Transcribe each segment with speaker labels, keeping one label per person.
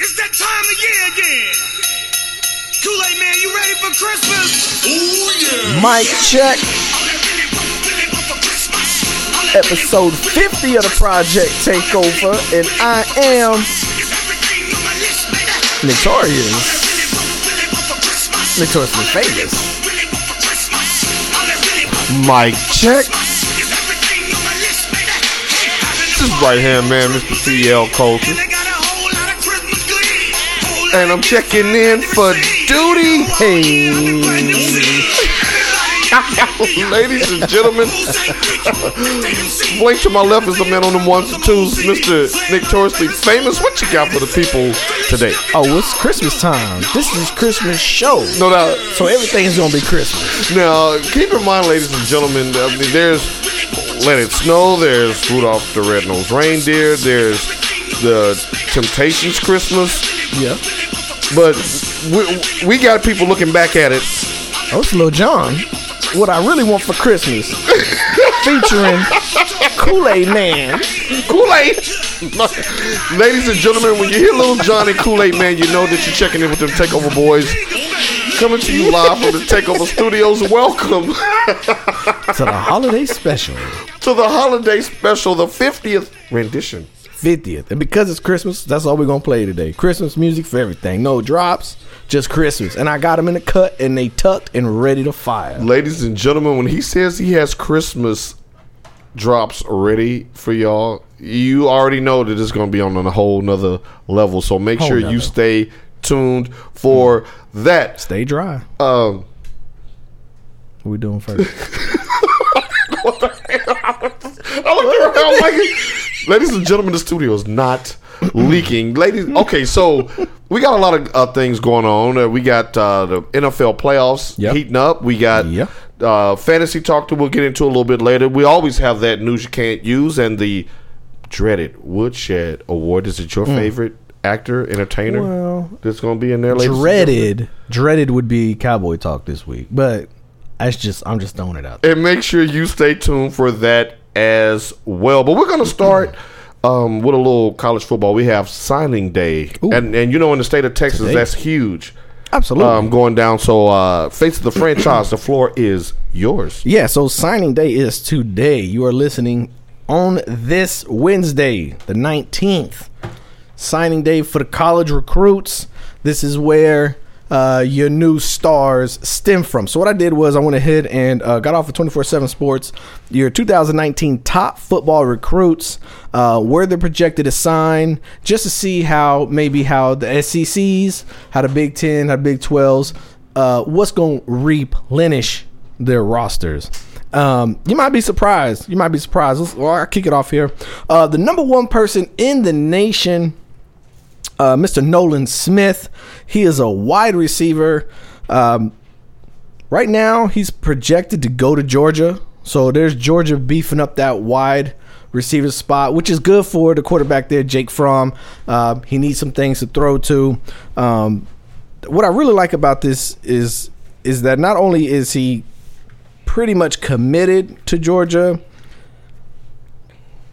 Speaker 1: It's that time of year again. Kool-Aid man, you ready for Christmas? Ooh yeah.
Speaker 2: Mic check,
Speaker 1: All that really want, really want for Christmas. All that really
Speaker 2: episode
Speaker 1: want,
Speaker 2: 50 of the Project Takeover, and I am
Speaker 1: It's everything on my list, baby.
Speaker 2: notorious.
Speaker 1: Really want, really want for Christmas.
Speaker 2: Notoriously famous.
Speaker 1: Really want for Christmas. All that really want
Speaker 2: Mic check.
Speaker 1: is everything on my list, baby. Hey, I've been
Speaker 3: This is right hand man, E Mr. CL Coulter.
Speaker 1: And I got a whole lot of Christmas goodies. Whole lot
Speaker 3: And I'm
Speaker 1: of
Speaker 3: checking in for duty. Ah. Ladies and gentlemen,
Speaker 1: Blink
Speaker 3: blink to my left is the man on the ones and twos, Mr. Notoriously Famous. What you got for the people today?
Speaker 2: Oh, it's Christmas time. This is Christmas show.
Speaker 3: No doubt.
Speaker 2: So everything's gonna be Christmas.
Speaker 3: Now, keep in mind, ladies and gentlemen, I mean, there's Let It Snow, there's Rudolph the Red-Nosed Reindeer, there's the Temptations Christmas,
Speaker 2: Yeah.
Speaker 3: but we, we got people looking back at it.
Speaker 2: Oh, it's Lil John. What I really want for Christmas. Featuring Kool-Aid Man.
Speaker 3: Kool-Aid. Ladies and gentlemen, when you hear Little John and Kool-Aid Man, you know that you're checking in with them Takeover boys. Coming to you live from the Takeover Studios. Welcome
Speaker 2: To the holiday special.
Speaker 3: to the holiday special, the 50th rendition.
Speaker 2: 50th. And because it's Christmas, that's all we're gonna play today. Christmas music for everything. No drops, just Christmas. And I got them in the cut and they tucked and ready to fire.
Speaker 3: Ladies and gentlemen, when he says he has Christmas drops ready for y'all, you already know that it's going to be on a whole nother level. So make
Speaker 2: Whole
Speaker 3: sure
Speaker 2: nother.
Speaker 3: you stay tuned for that.
Speaker 2: Stay dry.
Speaker 3: Um,
Speaker 2: What we doing first?
Speaker 3: I looked around like, it. ladies and gentlemen, the studio is not leaking. Ladies, okay, so we got a lot of uh, things going on. Uh, we got uh, the NFL playoffs
Speaker 2: Yep.
Speaker 3: heating up. We got
Speaker 2: Yep.
Speaker 3: uh, fantasy talk that we'll get into a little bit later. We always have that news you can't use and the dreaded Woodshed Award. Is it your favorite actor, entertainer
Speaker 2: Mm. Well,
Speaker 3: that's going to be in there? Ladies and
Speaker 2: dreaded. Dreaded would be cowboy talk this week. But that's just I'm just throwing it out there.
Speaker 3: and make sure you stay tuned for that as well. But we're going to start um, with a little college football. We have signing day,
Speaker 2: Ooh.
Speaker 3: and and you know in the state of Texas
Speaker 2: Today.
Speaker 3: that's huge.
Speaker 2: Absolutely.
Speaker 3: Um, going down. So uh, face of the franchise, the floor is yours.
Speaker 2: Yeah, so signing day is today. You are listening on this Wednesday, the 19th. Signing day for the college recruits. This is where uh, your new stars stem from. So, what I did was I went ahead and uh, got off of 24 7 Sports your 2019 top football recruits, uh, where they're projected to sign, just to see how maybe how the SECs, how the Big 10, how the Big 12s, uh, what's going to replenish their rosters. Um, you might be surprised. You might be surprised. Let's, well, I'll kick it off here. Uh, the number one person in the nation, uh, Mr. Nolan Smith. He is a wide receiver. Um, right now, he's projected to go to Georgia. So there's Georgia beefing up that wide receiver spot, which is good for the quarterback there, Jake Fromm. Uh, he needs some things to throw to. Um, what I really like about this is is that not only is he pretty much committed to Georgia,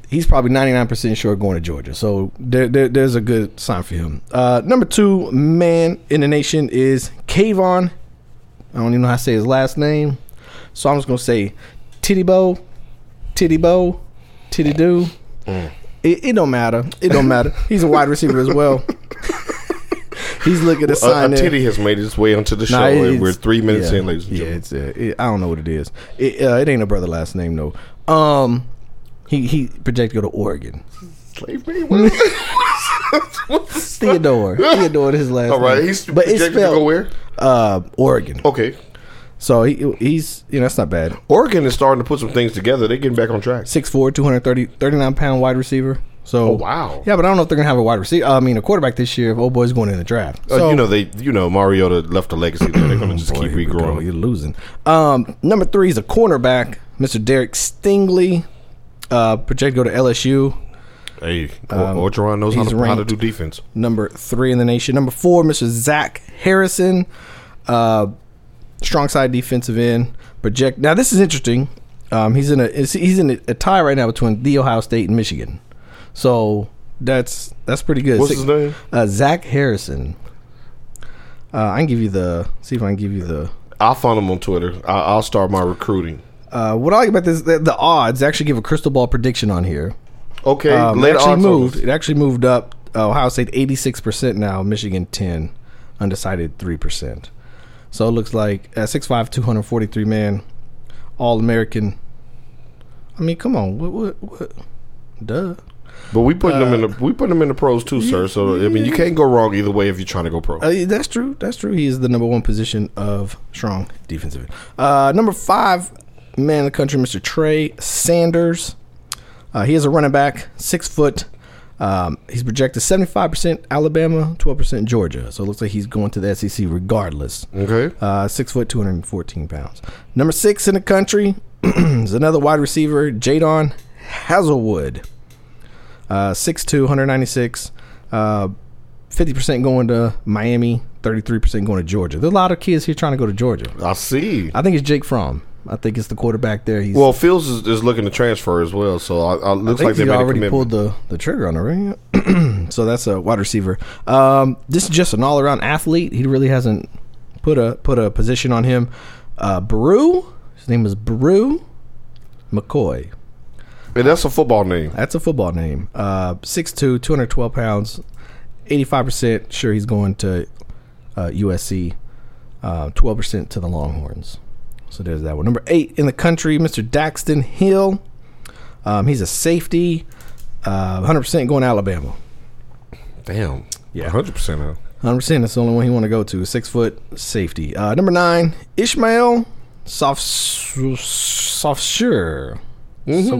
Speaker 2: he's probably 99% sure going to Georgia. So there, there, there's a good sign for him. Uh, number two man in the nation is Kayvon. I don't even know how to say his last name. So I'm just going to say Titty Bow, Titty Bow, Titty Doo.
Speaker 3: Mm.
Speaker 2: It, it don't matter. It don't matter. He's a wide receiver as well. He's looking to
Speaker 3: A, a
Speaker 2: sign there.
Speaker 3: titty has made its way onto the show,
Speaker 2: Nah,
Speaker 3: and
Speaker 2: it's-
Speaker 3: we're three minutes
Speaker 2: yeah,
Speaker 3: in, ladies and
Speaker 2: Yeah,
Speaker 3: gentlemen.
Speaker 2: it's uh, it, I don't know what it is. It, uh, it ain't a brother last name though. Um, he he projected to go to Oregon.
Speaker 3: Slave me? What is it?
Speaker 2: Theodore, Theodore is his last.
Speaker 3: All right,
Speaker 2: name.
Speaker 3: he's projected to go where?
Speaker 2: uh Oregon.
Speaker 3: Okay.
Speaker 2: So he, he's you know that's not bad.
Speaker 3: Oregon is starting to put some things together. They're getting back on track.
Speaker 2: 6'4", 230, 39 pound wide receiver. So
Speaker 3: Oh, wow.
Speaker 2: Yeah, but I don't know if they're gonna have a wide receiver. I mean, a quarterback this year. If old boy's going in the draft.
Speaker 3: Uh,
Speaker 2: So,
Speaker 3: you know they. You know Mariota left a legacy there. They're going to just
Speaker 2: Boy,
Speaker 3: keep
Speaker 2: here we go.
Speaker 3: regrowing.
Speaker 2: You're losing. Um, number three is a cornerback, Mr. Derek Stingley. Uh, projected to go to LSU.
Speaker 3: Hey, or Orgeron knows how
Speaker 2: Um, he's
Speaker 3: to, how to
Speaker 2: ranked.
Speaker 3: do defense.
Speaker 2: Number three in the nation. Number four, Mr. Zach Harrison. Uh, strong side defensive end. Project. Now this is interesting. Um, he's in a is- he's in a tie right now between the Ohio State and Michigan. So That's that's pretty good.
Speaker 3: What's
Speaker 2: Six-
Speaker 3: his name?
Speaker 2: Uh, Zach Harrison. Uh, I can give you the. See if I can give you the.
Speaker 3: I'll find him on Twitter. I, I'll start my recruiting.
Speaker 2: Uh, what I like about this, the, the odds actually give a crystal ball prediction on here.
Speaker 3: Okay,
Speaker 2: Um, it
Speaker 3: later
Speaker 2: actually
Speaker 3: on,
Speaker 2: moved.
Speaker 3: so-
Speaker 2: It actually moved up. Ohio State eighty six percent now. Michigan ten, undecided three percent. So it looks like uh, 6'5", 243 man, all American. I mean, come on, what, what, what? Duh.
Speaker 3: But we putting them
Speaker 2: Uh,
Speaker 3: in the we putting them in the pros too, sir. So I mean, you can't go wrong either way if you're trying to go pro.
Speaker 2: Uh, yeah, that's true. That's true. He is the number one position of strong defensive. end. Uh, number five man in the country, Mr. Trey Sanders. Uh, he is a running back, six foot. Um, he's projected seventy five percent Alabama, twelve percent Georgia. So it looks like he's going to the SEC regardless.
Speaker 3: Okay,
Speaker 2: Uh, six foot, two hundred and fourteen pounds. Number six in the country is another wide receiver, Jadon Hazelwood. Uh, 6'2", 196. Uh, 50% going to Miami, 33% going to Georgia. There's a lot of kids here trying to go to Georgia.
Speaker 3: I see.
Speaker 2: I think it's Jake Fromm. I think it's the quarterback there. He's,
Speaker 3: Well, Fields is, is looking to transfer as well, so I, I, looks
Speaker 2: I
Speaker 3: like
Speaker 2: think
Speaker 3: they
Speaker 2: he
Speaker 3: made a
Speaker 2: already
Speaker 3: commitment.
Speaker 2: pulled the, the trigger on it, right? so that's a wide receiver. Um, this is just an all around athlete. He really hasn't put a put a position on him. Uh, Brew, his name is Brew McCoy.
Speaker 3: and that's a football name.
Speaker 2: That's a football name. Uh, 6'2", 212 pounds, eighty five percent sure he's going to uh, USC, uh, twelve percent to the Longhorns. So there's that one. Number eight in the country, Mr. Daxton Hill. Um, he's a safety, uh, hundred percent going to Alabama.
Speaker 3: Damn.
Speaker 2: Yeah.
Speaker 3: hundred percent. huh?
Speaker 2: Hundred percent. That's the only one he want to go to. Six foot safety. Uh, number nine, Ishmael Soft Soft Sure.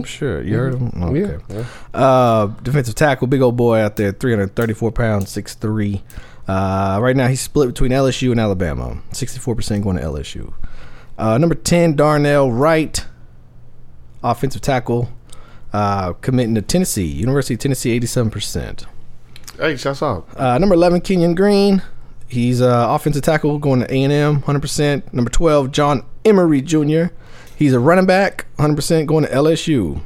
Speaker 2: sure. You heard him? Okay.
Speaker 3: Mm-hmm. Yeah.
Speaker 2: Uh, defensive tackle, big old boy out there, 334 pounds, 6'3. Uh, right now, he's split between LSU and Alabama. 64% going to LSU. Uh, number 10, Darnell Wright, offensive tackle, uh, committing to Tennessee, University of Tennessee, 87%.
Speaker 3: Hey, shouts out.
Speaker 2: Uh, number 11, Kenyon Green. He's uh, offensive tackle going to A&M, 100%. Number 12, John Emery Jr. He's a running back, 100% going to LSU.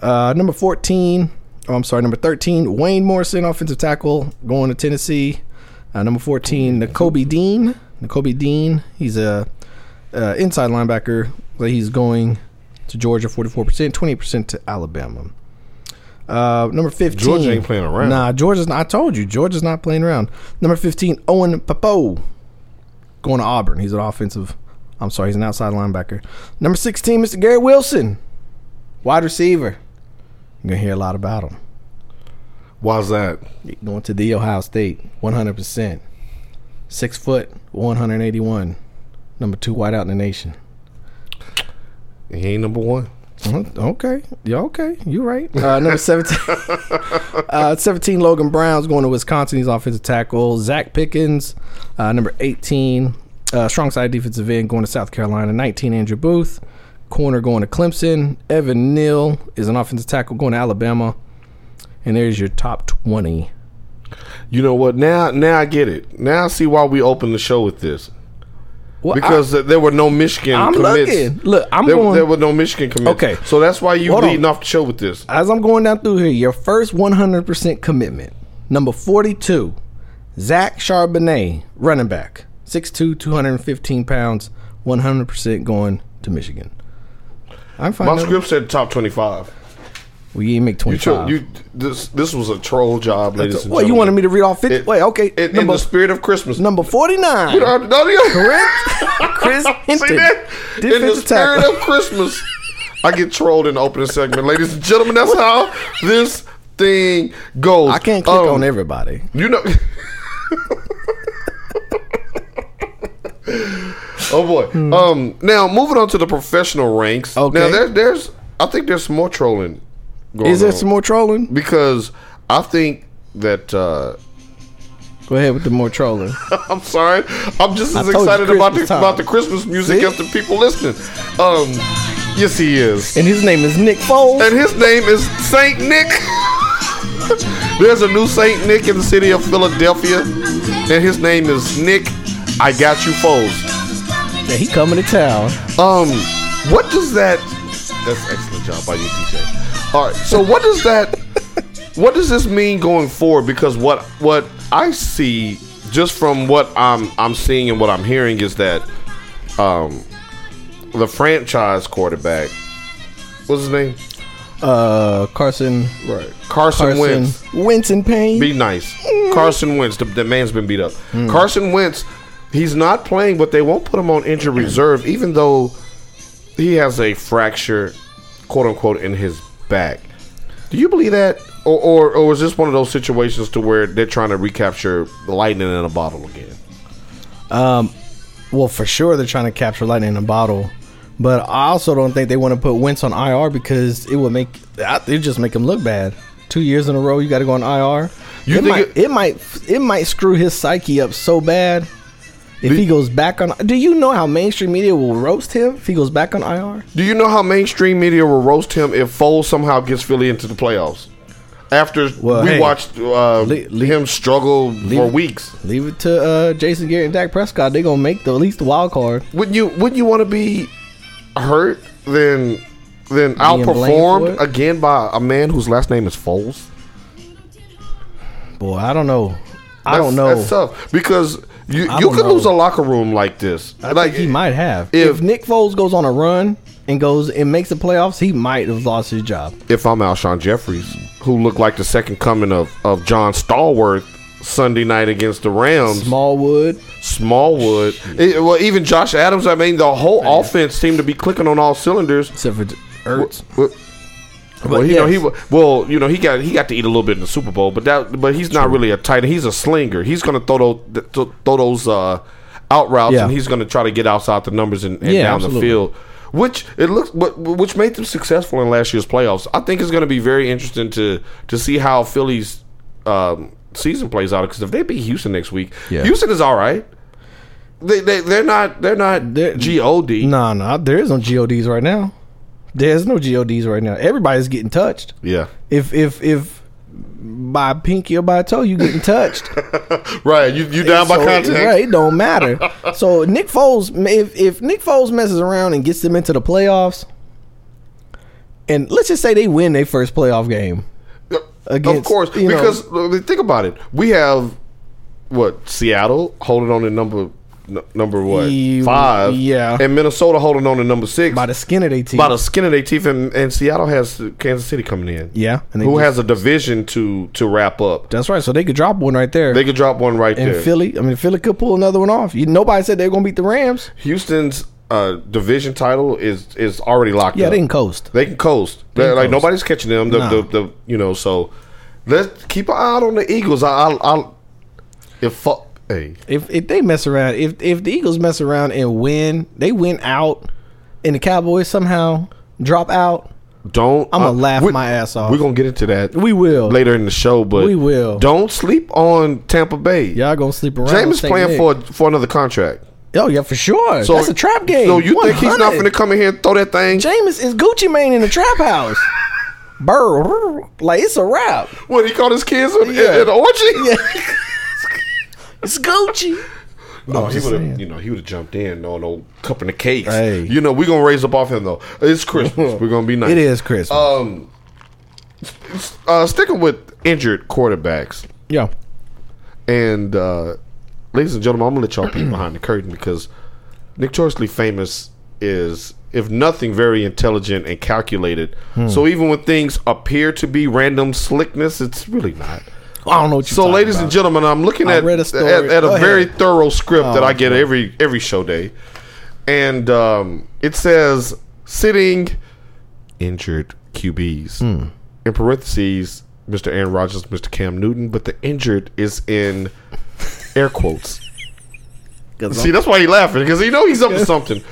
Speaker 2: Uh, number 14, oh, I'm sorry, number 13, Wayne Morrison, offensive tackle going to Tennessee. Uh, number 14, N'Kobe Dean. N'Kobe Dean, he's a uh, inside linebacker, but he's going to Georgia, 44%, 20% to Alabama. Uh, number 15.
Speaker 3: Georgia ain't playing around.
Speaker 2: Nah, Georgia's not. I told you, Georgia's not playing around. Number 15, Owen Papo. Going to Auburn. He's an offensive. I'm sorry, he's an outside linebacker. Number 16, Mr. Gary Wilson. Wide receiver. You're going to hear a lot about him.
Speaker 3: Why's that?
Speaker 2: Going to the Ohio State, 100%. Six foot, 181. Number two wideout in the nation.
Speaker 3: He ain't number one.
Speaker 2: Uh, Okay. Yeah, okay. You're right. Uh, number 17. uh, 17, Logan Brown's going to Wisconsin. He's offensive tackle. Zach Pickens, uh, number 18, uh, strong side defensive end going to South Carolina. 19, Andrew Booth, corner going to Clemson. Evan Neal is an offensive tackle going to Alabama. And there's your top 20.
Speaker 3: You know what? Now, now I get it. Now I see why we opened the show with this
Speaker 2: Well,
Speaker 3: because th- there were no Michigan
Speaker 2: I, am
Speaker 3: commits.
Speaker 2: looking. Look, I'm
Speaker 3: There,
Speaker 2: going.
Speaker 3: there were no Michigan commits.
Speaker 2: Okay.
Speaker 3: so that's why you
Speaker 2: Hold on.
Speaker 3: leading off the show with this.
Speaker 2: as I'm going down through here, your first 100% commitment. Number 42, Zach Charbonnet, running back. 6'2, 215 pounds, 100% going to Michigan. I'm fine.
Speaker 3: My
Speaker 2: with-
Speaker 3: script said top twenty-five.
Speaker 2: Well, you didn't make
Speaker 3: You, tro-
Speaker 2: 25.
Speaker 3: you this this was a troll job, ladies and
Speaker 2: what, you wanted me to read all 50? Wait, okay.
Speaker 3: In, in
Speaker 2: number,
Speaker 3: the spirit of Christmas,
Speaker 2: number 49.
Speaker 3: You don't have to- no, you-
Speaker 2: Chris Hinton.
Speaker 3: See that? In the
Speaker 2: defensive
Speaker 3: spirit
Speaker 2: tackle.
Speaker 3: of Christmas, I get trolled in the opening segment, ladies and gentlemen. That's how this thing goes.
Speaker 2: I can't click
Speaker 3: Um,
Speaker 2: on everybody.
Speaker 3: You know. oh boy. Um. Now moving on to the professional ranks.
Speaker 2: Hmm. Okay.
Speaker 3: Now there, there's, I think there's some more trolling. Going
Speaker 2: Is there
Speaker 3: on.
Speaker 2: some more trolling?
Speaker 3: Because I think that. Uh,
Speaker 2: Go ahead with the more trolling.
Speaker 3: I'm sorry. I'm just as
Speaker 2: told you
Speaker 3: excited about the,
Speaker 2: Christmas time.
Speaker 3: about the Christmas music
Speaker 2: See?
Speaker 3: as the people listening. Um, yes, he is.
Speaker 2: and his name is Nick Foles.
Speaker 3: And his name is Saint Nick. There's a new Saint Nick in the city of Philadelphia, and his name is Nick. I got you, Foles.
Speaker 2: Yeah, he coming to town.
Speaker 3: Um, what does that? That's excellent job by you, DJ. All right. So what does that? What does this mean going forward? Because what what I see just from what I'm I'm seeing and what I'm hearing is that um, the franchise quarterback, what's his name?
Speaker 2: Uh, Carson.
Speaker 3: Right, Carson, Wentz.
Speaker 2: Wentz and Payne.
Speaker 3: Be nice, Carson Wentz. The, the man's been beat up.
Speaker 2: Mm.
Speaker 3: Carson Wentz. He's not playing, but they won't put him on injured reserve, even though he has a fracture, quote unquote, in his back. Do you believe that, or or, or is this one of those situations to where they're trying to recapture lightning in a bottle again?
Speaker 2: well, for sure they're trying to capture lightning in a bottle, but I also don't think they want to put Wentz on IR because it would make it would just make him look bad. Two years in a row, you got to go on IR.
Speaker 3: You
Speaker 2: it,
Speaker 3: think
Speaker 2: might,
Speaker 3: it-
Speaker 2: it, might it might screw his psyche up so bad if he goes back on. Do you know how mainstream media will roast him if he goes back on IR?
Speaker 3: Do you know how mainstream media will roast him if Foles somehow gets Philly into the playoffs? After
Speaker 2: Well,
Speaker 3: we
Speaker 2: hey.
Speaker 3: watched uh,
Speaker 2: Le- le-
Speaker 3: him struggle for weeks,
Speaker 2: Leave it to uh, Jason Garrett and Dak Prescott. They're gonna make the at least the wild card.
Speaker 3: wouldn't you? Wouldn't you want to be hurt then? Then
Speaker 2: blamed for
Speaker 3: outperformed
Speaker 2: it?
Speaker 3: again by a man whose last name is Foles.
Speaker 2: Boy, I don't know. I
Speaker 3: That's-
Speaker 2: don't know.
Speaker 3: That's tough because you
Speaker 2: I
Speaker 3: you
Speaker 2: don't
Speaker 3: could
Speaker 2: know.
Speaker 3: lose a locker room like this.
Speaker 2: I
Speaker 3: like
Speaker 2: think he might have.
Speaker 3: if-
Speaker 2: If, Nick Foles goes on a run and goes and makes the playoffs, he might have lost his job.
Speaker 3: if I'm Alshon Jeffries, who looked like the second coming of of John Stallworth Sunday night against the Rams,
Speaker 2: Smallwood,
Speaker 3: Smallwood, It- well even Josh Adams. I mean, the whole offense seemed to be clicking on all cylinders.
Speaker 2: except for Ertz.
Speaker 3: Well, well,
Speaker 2: But
Speaker 3: you know he
Speaker 2: yes.
Speaker 3: wa- well, you know he got he got to eat a little bit in the Super Bowl, but that but he's not really a tight end. He's a slinger. He's going to throw those th- throw those uh, out routes,
Speaker 2: Yeah.
Speaker 3: and he's going to try to get outside the numbers and, and
Speaker 2: Yeah,
Speaker 3: down the
Speaker 2: absolutely.
Speaker 3: field. Which it looks, but which made them successful in last year's playoffs. I think it's going to be very interesting to to see how Philly's um, season plays out. Because if they beat Houston next week,
Speaker 2: Yeah.
Speaker 3: Houston is all right. They they they're not they're not
Speaker 2: They're-
Speaker 3: god.
Speaker 2: No, no, there is no GODs right now. There's no GODs right now. Everybody's getting touched.
Speaker 3: Yeah,
Speaker 2: If if if by pinky or by toe, you getting touched.
Speaker 3: right. You you down by
Speaker 2: So,
Speaker 3: contact.
Speaker 2: Right, it don't matter. so Nick Foles, if if Nick Foles messes around and gets them into the playoffs, and let's just say they win their first playoff game.
Speaker 3: of
Speaker 2: against,
Speaker 3: course,
Speaker 2: you know-
Speaker 3: because uh, think about it. We have what Seattle holding on to number n- number what
Speaker 2: Ye-
Speaker 3: five,
Speaker 2: yeah.
Speaker 3: and Minnesota holding on to number six
Speaker 2: by the skin of their teeth.
Speaker 3: by the skin of their teeth, and, and Seattle has Kansas City coming in.
Speaker 2: yeah, and they
Speaker 3: who
Speaker 2: just-
Speaker 3: has a division to to wrap up?
Speaker 2: That's right. So they could drop one right there.
Speaker 3: They could drop one right
Speaker 2: and
Speaker 3: there.
Speaker 2: Philly, I mean, Philly could pull another one off. You, nobody said they were going to beat the Rams.
Speaker 3: Houston's uh, division title is is already locked.
Speaker 2: Yeah,
Speaker 3: up.
Speaker 2: they can coast.
Speaker 3: They can coast.
Speaker 2: They can
Speaker 3: like
Speaker 2: coast.
Speaker 3: nobody's catching them. The,
Speaker 2: Nah.
Speaker 3: the, the you know so let's keep an eye out on the Eagles. I I, I if fuck hey
Speaker 2: If if they mess around, if if the Eagles mess around and win, they win out, and the Cowboys somehow drop out.
Speaker 3: don't
Speaker 2: I'ma
Speaker 3: uh,
Speaker 2: laugh
Speaker 3: we-
Speaker 2: my ass off.
Speaker 3: We're gonna get into that.
Speaker 2: We will.
Speaker 3: later in the show, but
Speaker 2: We will.
Speaker 3: Don't sleep on Tampa Bay.
Speaker 2: Y'all gonna sleep around.
Speaker 3: James
Speaker 2: with
Speaker 3: is
Speaker 2: Saint
Speaker 3: playing
Speaker 2: Nick.
Speaker 3: for for another contract.
Speaker 2: Oh yeah, for sure. That's a trap game.
Speaker 3: So you think he's not
Speaker 2: 100.
Speaker 3: gonna come in here and throw that thing?
Speaker 2: Jameis is Gucci Mane in the trap house. Burr, like it's a wrap.
Speaker 3: What he called his kids an,
Speaker 2: Yeah.
Speaker 3: an orgy?
Speaker 2: Yeah. it's Gucci.
Speaker 3: No, he
Speaker 2: just
Speaker 3: would have.
Speaker 2: saying.
Speaker 3: You know, he would have jumped in on no cupping the cakes.
Speaker 2: Hey.
Speaker 3: You know, we're gonna raise up off him though. It's Christmas. we're gonna be nice.
Speaker 2: It is Christmas.
Speaker 3: Um, uh, sticking with injured quarterbacks,
Speaker 2: yeah.
Speaker 3: and uh, ladies and gentlemen, I'm gonna let y'all peek behind the curtain because notoriously famous is, if nothing, very intelligent and calculated. So even when things appear to be random slickness, it's really not.
Speaker 2: I don't know what you
Speaker 3: So, ladies and gentlemen, I'm looking
Speaker 2: I
Speaker 3: at
Speaker 2: read a story.
Speaker 3: at, at a
Speaker 2: Go ahead. Oh,
Speaker 3: very thorough script that I get every every show day, and um, it says sitting injured QBs
Speaker 2: Hmm.
Speaker 3: in parentheses Mr. Aaron Rodgers, Mr. Cam Newton, but the injured is in air quotes. See, that's why he laughing because he know he's up to something.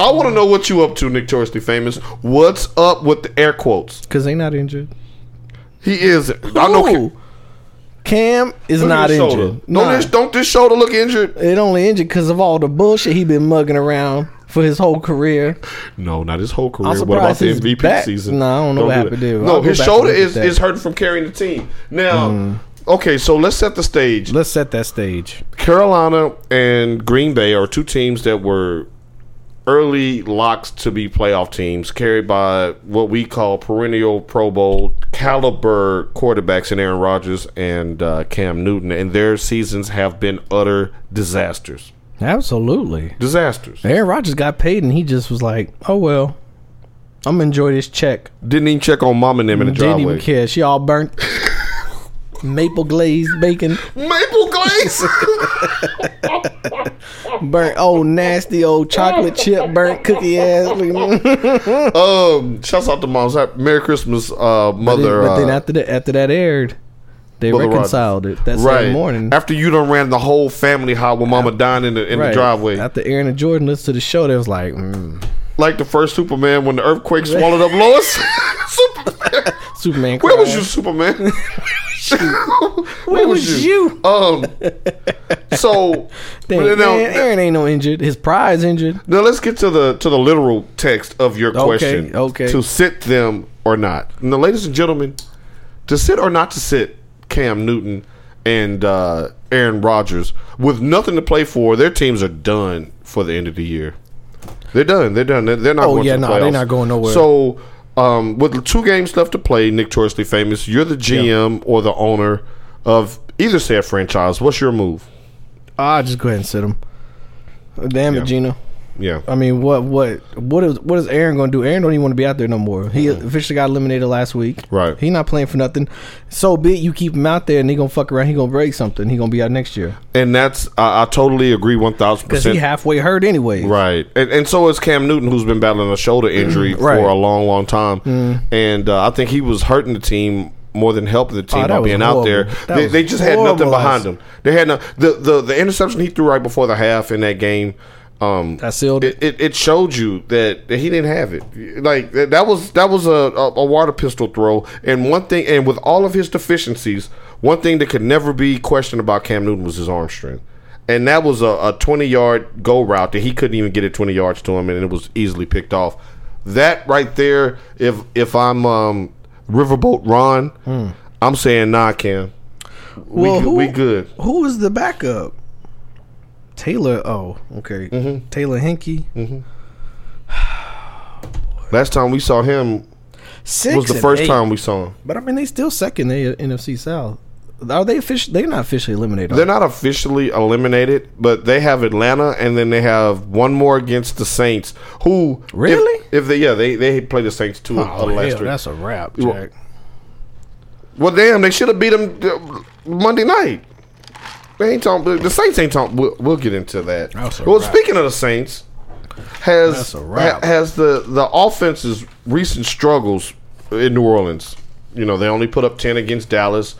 Speaker 3: I want to know what you up to, notoriously famous. What's up with the air quotes?
Speaker 2: because they not injured.
Speaker 3: He is. I know.
Speaker 2: Ooh. Cam is
Speaker 3: Look at
Speaker 2: not
Speaker 3: his shoulder.
Speaker 2: injured.
Speaker 3: Don't,
Speaker 2: Nah.
Speaker 3: this, don't this shoulder look injured?
Speaker 2: It only injured because of all the bullshit he been mugging around for his whole career.
Speaker 3: No, not his whole career.
Speaker 2: I'm
Speaker 3: What about
Speaker 2: surprised
Speaker 3: the
Speaker 2: his
Speaker 3: MVP
Speaker 2: back-
Speaker 3: season?
Speaker 2: Nah, I don't know what
Speaker 3: do
Speaker 2: happened
Speaker 3: that.
Speaker 2: there.
Speaker 3: No,
Speaker 2: I'll go
Speaker 3: his
Speaker 2: back and
Speaker 3: shoulder
Speaker 2: look at
Speaker 3: is,
Speaker 2: that. Mm.
Speaker 3: is hurting from carrying the team. Now, okay, so let's set the stage.
Speaker 2: Let's set that stage.
Speaker 3: Carolina and Green Bay are two teams that were early locks to be playoff teams carried by what we call perennial Pro Bowl caliber quarterbacks in Aaron Rodgers and uh, Cam Newton, and their seasons have been utter disasters.
Speaker 2: Absolutely.
Speaker 3: Disasters.
Speaker 2: Aaron Rodgers got paid and he just was like, oh, well, I'm going to enjoy this check.
Speaker 3: Didn't even check on mom and them in the
Speaker 2: Didn't
Speaker 3: driveway.
Speaker 2: even care. She all burnt. Maple glazed bacon.
Speaker 3: Maple glaze.
Speaker 2: Burnt old nasty old chocolate chip burnt cookie ass. but
Speaker 3: um, shouts out to moms. Happy- Merry Christmas, uh, mother.
Speaker 2: then, but then
Speaker 3: uh,
Speaker 2: after that after that aired, they
Speaker 3: Brother Rodgers.
Speaker 2: reconciled it that
Speaker 3: right
Speaker 2: same morning.
Speaker 3: after you done ran the whole family high with mama dying in the in the
Speaker 2: Right.
Speaker 3: driveway.
Speaker 2: After Aaron and Jordan listened to the show, they was like, mm,
Speaker 3: like the first Superman when the earthquake swallowed up Lois. Superman.
Speaker 2: Superman.
Speaker 3: Where was
Speaker 2: cried.
Speaker 3: you, Superman?
Speaker 2: Where was you?
Speaker 3: Um. So
Speaker 2: Dang,
Speaker 3: now,
Speaker 2: man, Aaron ain't no injured. His pride's injured.
Speaker 3: now let's get to the to the literal text of your
Speaker 2: Okay,
Speaker 3: question.
Speaker 2: okay.
Speaker 3: To sit them or not. Now, ladies and gentlemen, to sit or not to sit Cam Newton and uh, Aaron Rodgers with nothing to play for, their teams are done for the end of the year. They're done. They're done. They're, they're not.
Speaker 2: Oh,
Speaker 3: going
Speaker 2: yeah,
Speaker 3: to the
Speaker 2: no, they're
Speaker 3: playoffs.
Speaker 2: not going nowhere.
Speaker 3: So, um, with two games left to play, Nick Torsley famous. You're the GM or the owner of either said franchise. What's your move?
Speaker 2: Ah, just go ahead and sit him. Damn it, Gino.
Speaker 3: Yeah,
Speaker 2: I mean, what, what, what is, what is Aaron going to do? Aaron don't even want to be out there no more. He officially got eliminated last week.
Speaker 3: Right.
Speaker 2: He not playing for nothing. So be it, you keep him out there, and he gonna fuck around. He gonna break something. He gonna be out next year
Speaker 3: and that's I, I totally agree one thousand
Speaker 2: because he
Speaker 3: percent.
Speaker 2: halfway hurt anyway.
Speaker 3: Right, and, and so is Cam Newton, who's been battling a shoulder injury
Speaker 2: Right. Mm-hmm.
Speaker 3: for a long, long time, and uh, I think he was hurting the team more than helping the team
Speaker 2: Oh, that
Speaker 3: by
Speaker 2: was
Speaker 3: being out there.
Speaker 2: horrible. That
Speaker 3: They,
Speaker 2: was
Speaker 3: they just had nothing
Speaker 2: horrible
Speaker 3: behind
Speaker 2: last-
Speaker 3: them. They had no, the, the the interception he threw right before the half in that game. Um,
Speaker 2: That sealed it.
Speaker 3: it, it, it showed you that, that he didn't have it. Like that, that was that was a, a, a water pistol throw. And one thing, and with all of his deficiencies, one thing that could never be questioned about Cam Newton was his arm strength. And that was a, a twenty yard go route that he couldn't even get it twenty yards to him, and it was easily picked off. That right there, if if I'm um, Riverboat Ron, I'm saying nah, Cam. We
Speaker 2: Hmm. Well,
Speaker 3: good,
Speaker 2: who-
Speaker 3: we good.
Speaker 2: Who was the backup? Taylor. Oh, okay.
Speaker 3: Mm-hmm.
Speaker 2: Taylor Henke.
Speaker 3: Last time we saw him
Speaker 2: Six
Speaker 3: was the
Speaker 2: and
Speaker 3: first
Speaker 2: eight.
Speaker 3: time we saw him.
Speaker 2: But I mean, they still second the NFC South. Are they officially? They're not officially eliminated.
Speaker 3: They're not officially eliminated, but they have Atlanta, and then they have one more against the Saints. Who if-
Speaker 2: Really?
Speaker 3: If, they yeah they they play the Saints too. uh,
Speaker 2: Oh,
Speaker 3: last
Speaker 2: hell,
Speaker 3: week.
Speaker 2: that's a wrap,
Speaker 3: Well,
Speaker 2: Jack.
Speaker 3: well, damn, they should have beat them uh, Monday night. They ain't talking. The Saints ain't talking. We'll, we'll get into that.
Speaker 2: That's a
Speaker 3: well,
Speaker 2: wrap.
Speaker 3: speaking of the Saints, has
Speaker 2: That's a wrap.
Speaker 3: ha- has the the offense's recent struggles in New Orleans. You know, they only put up ten against Dallas.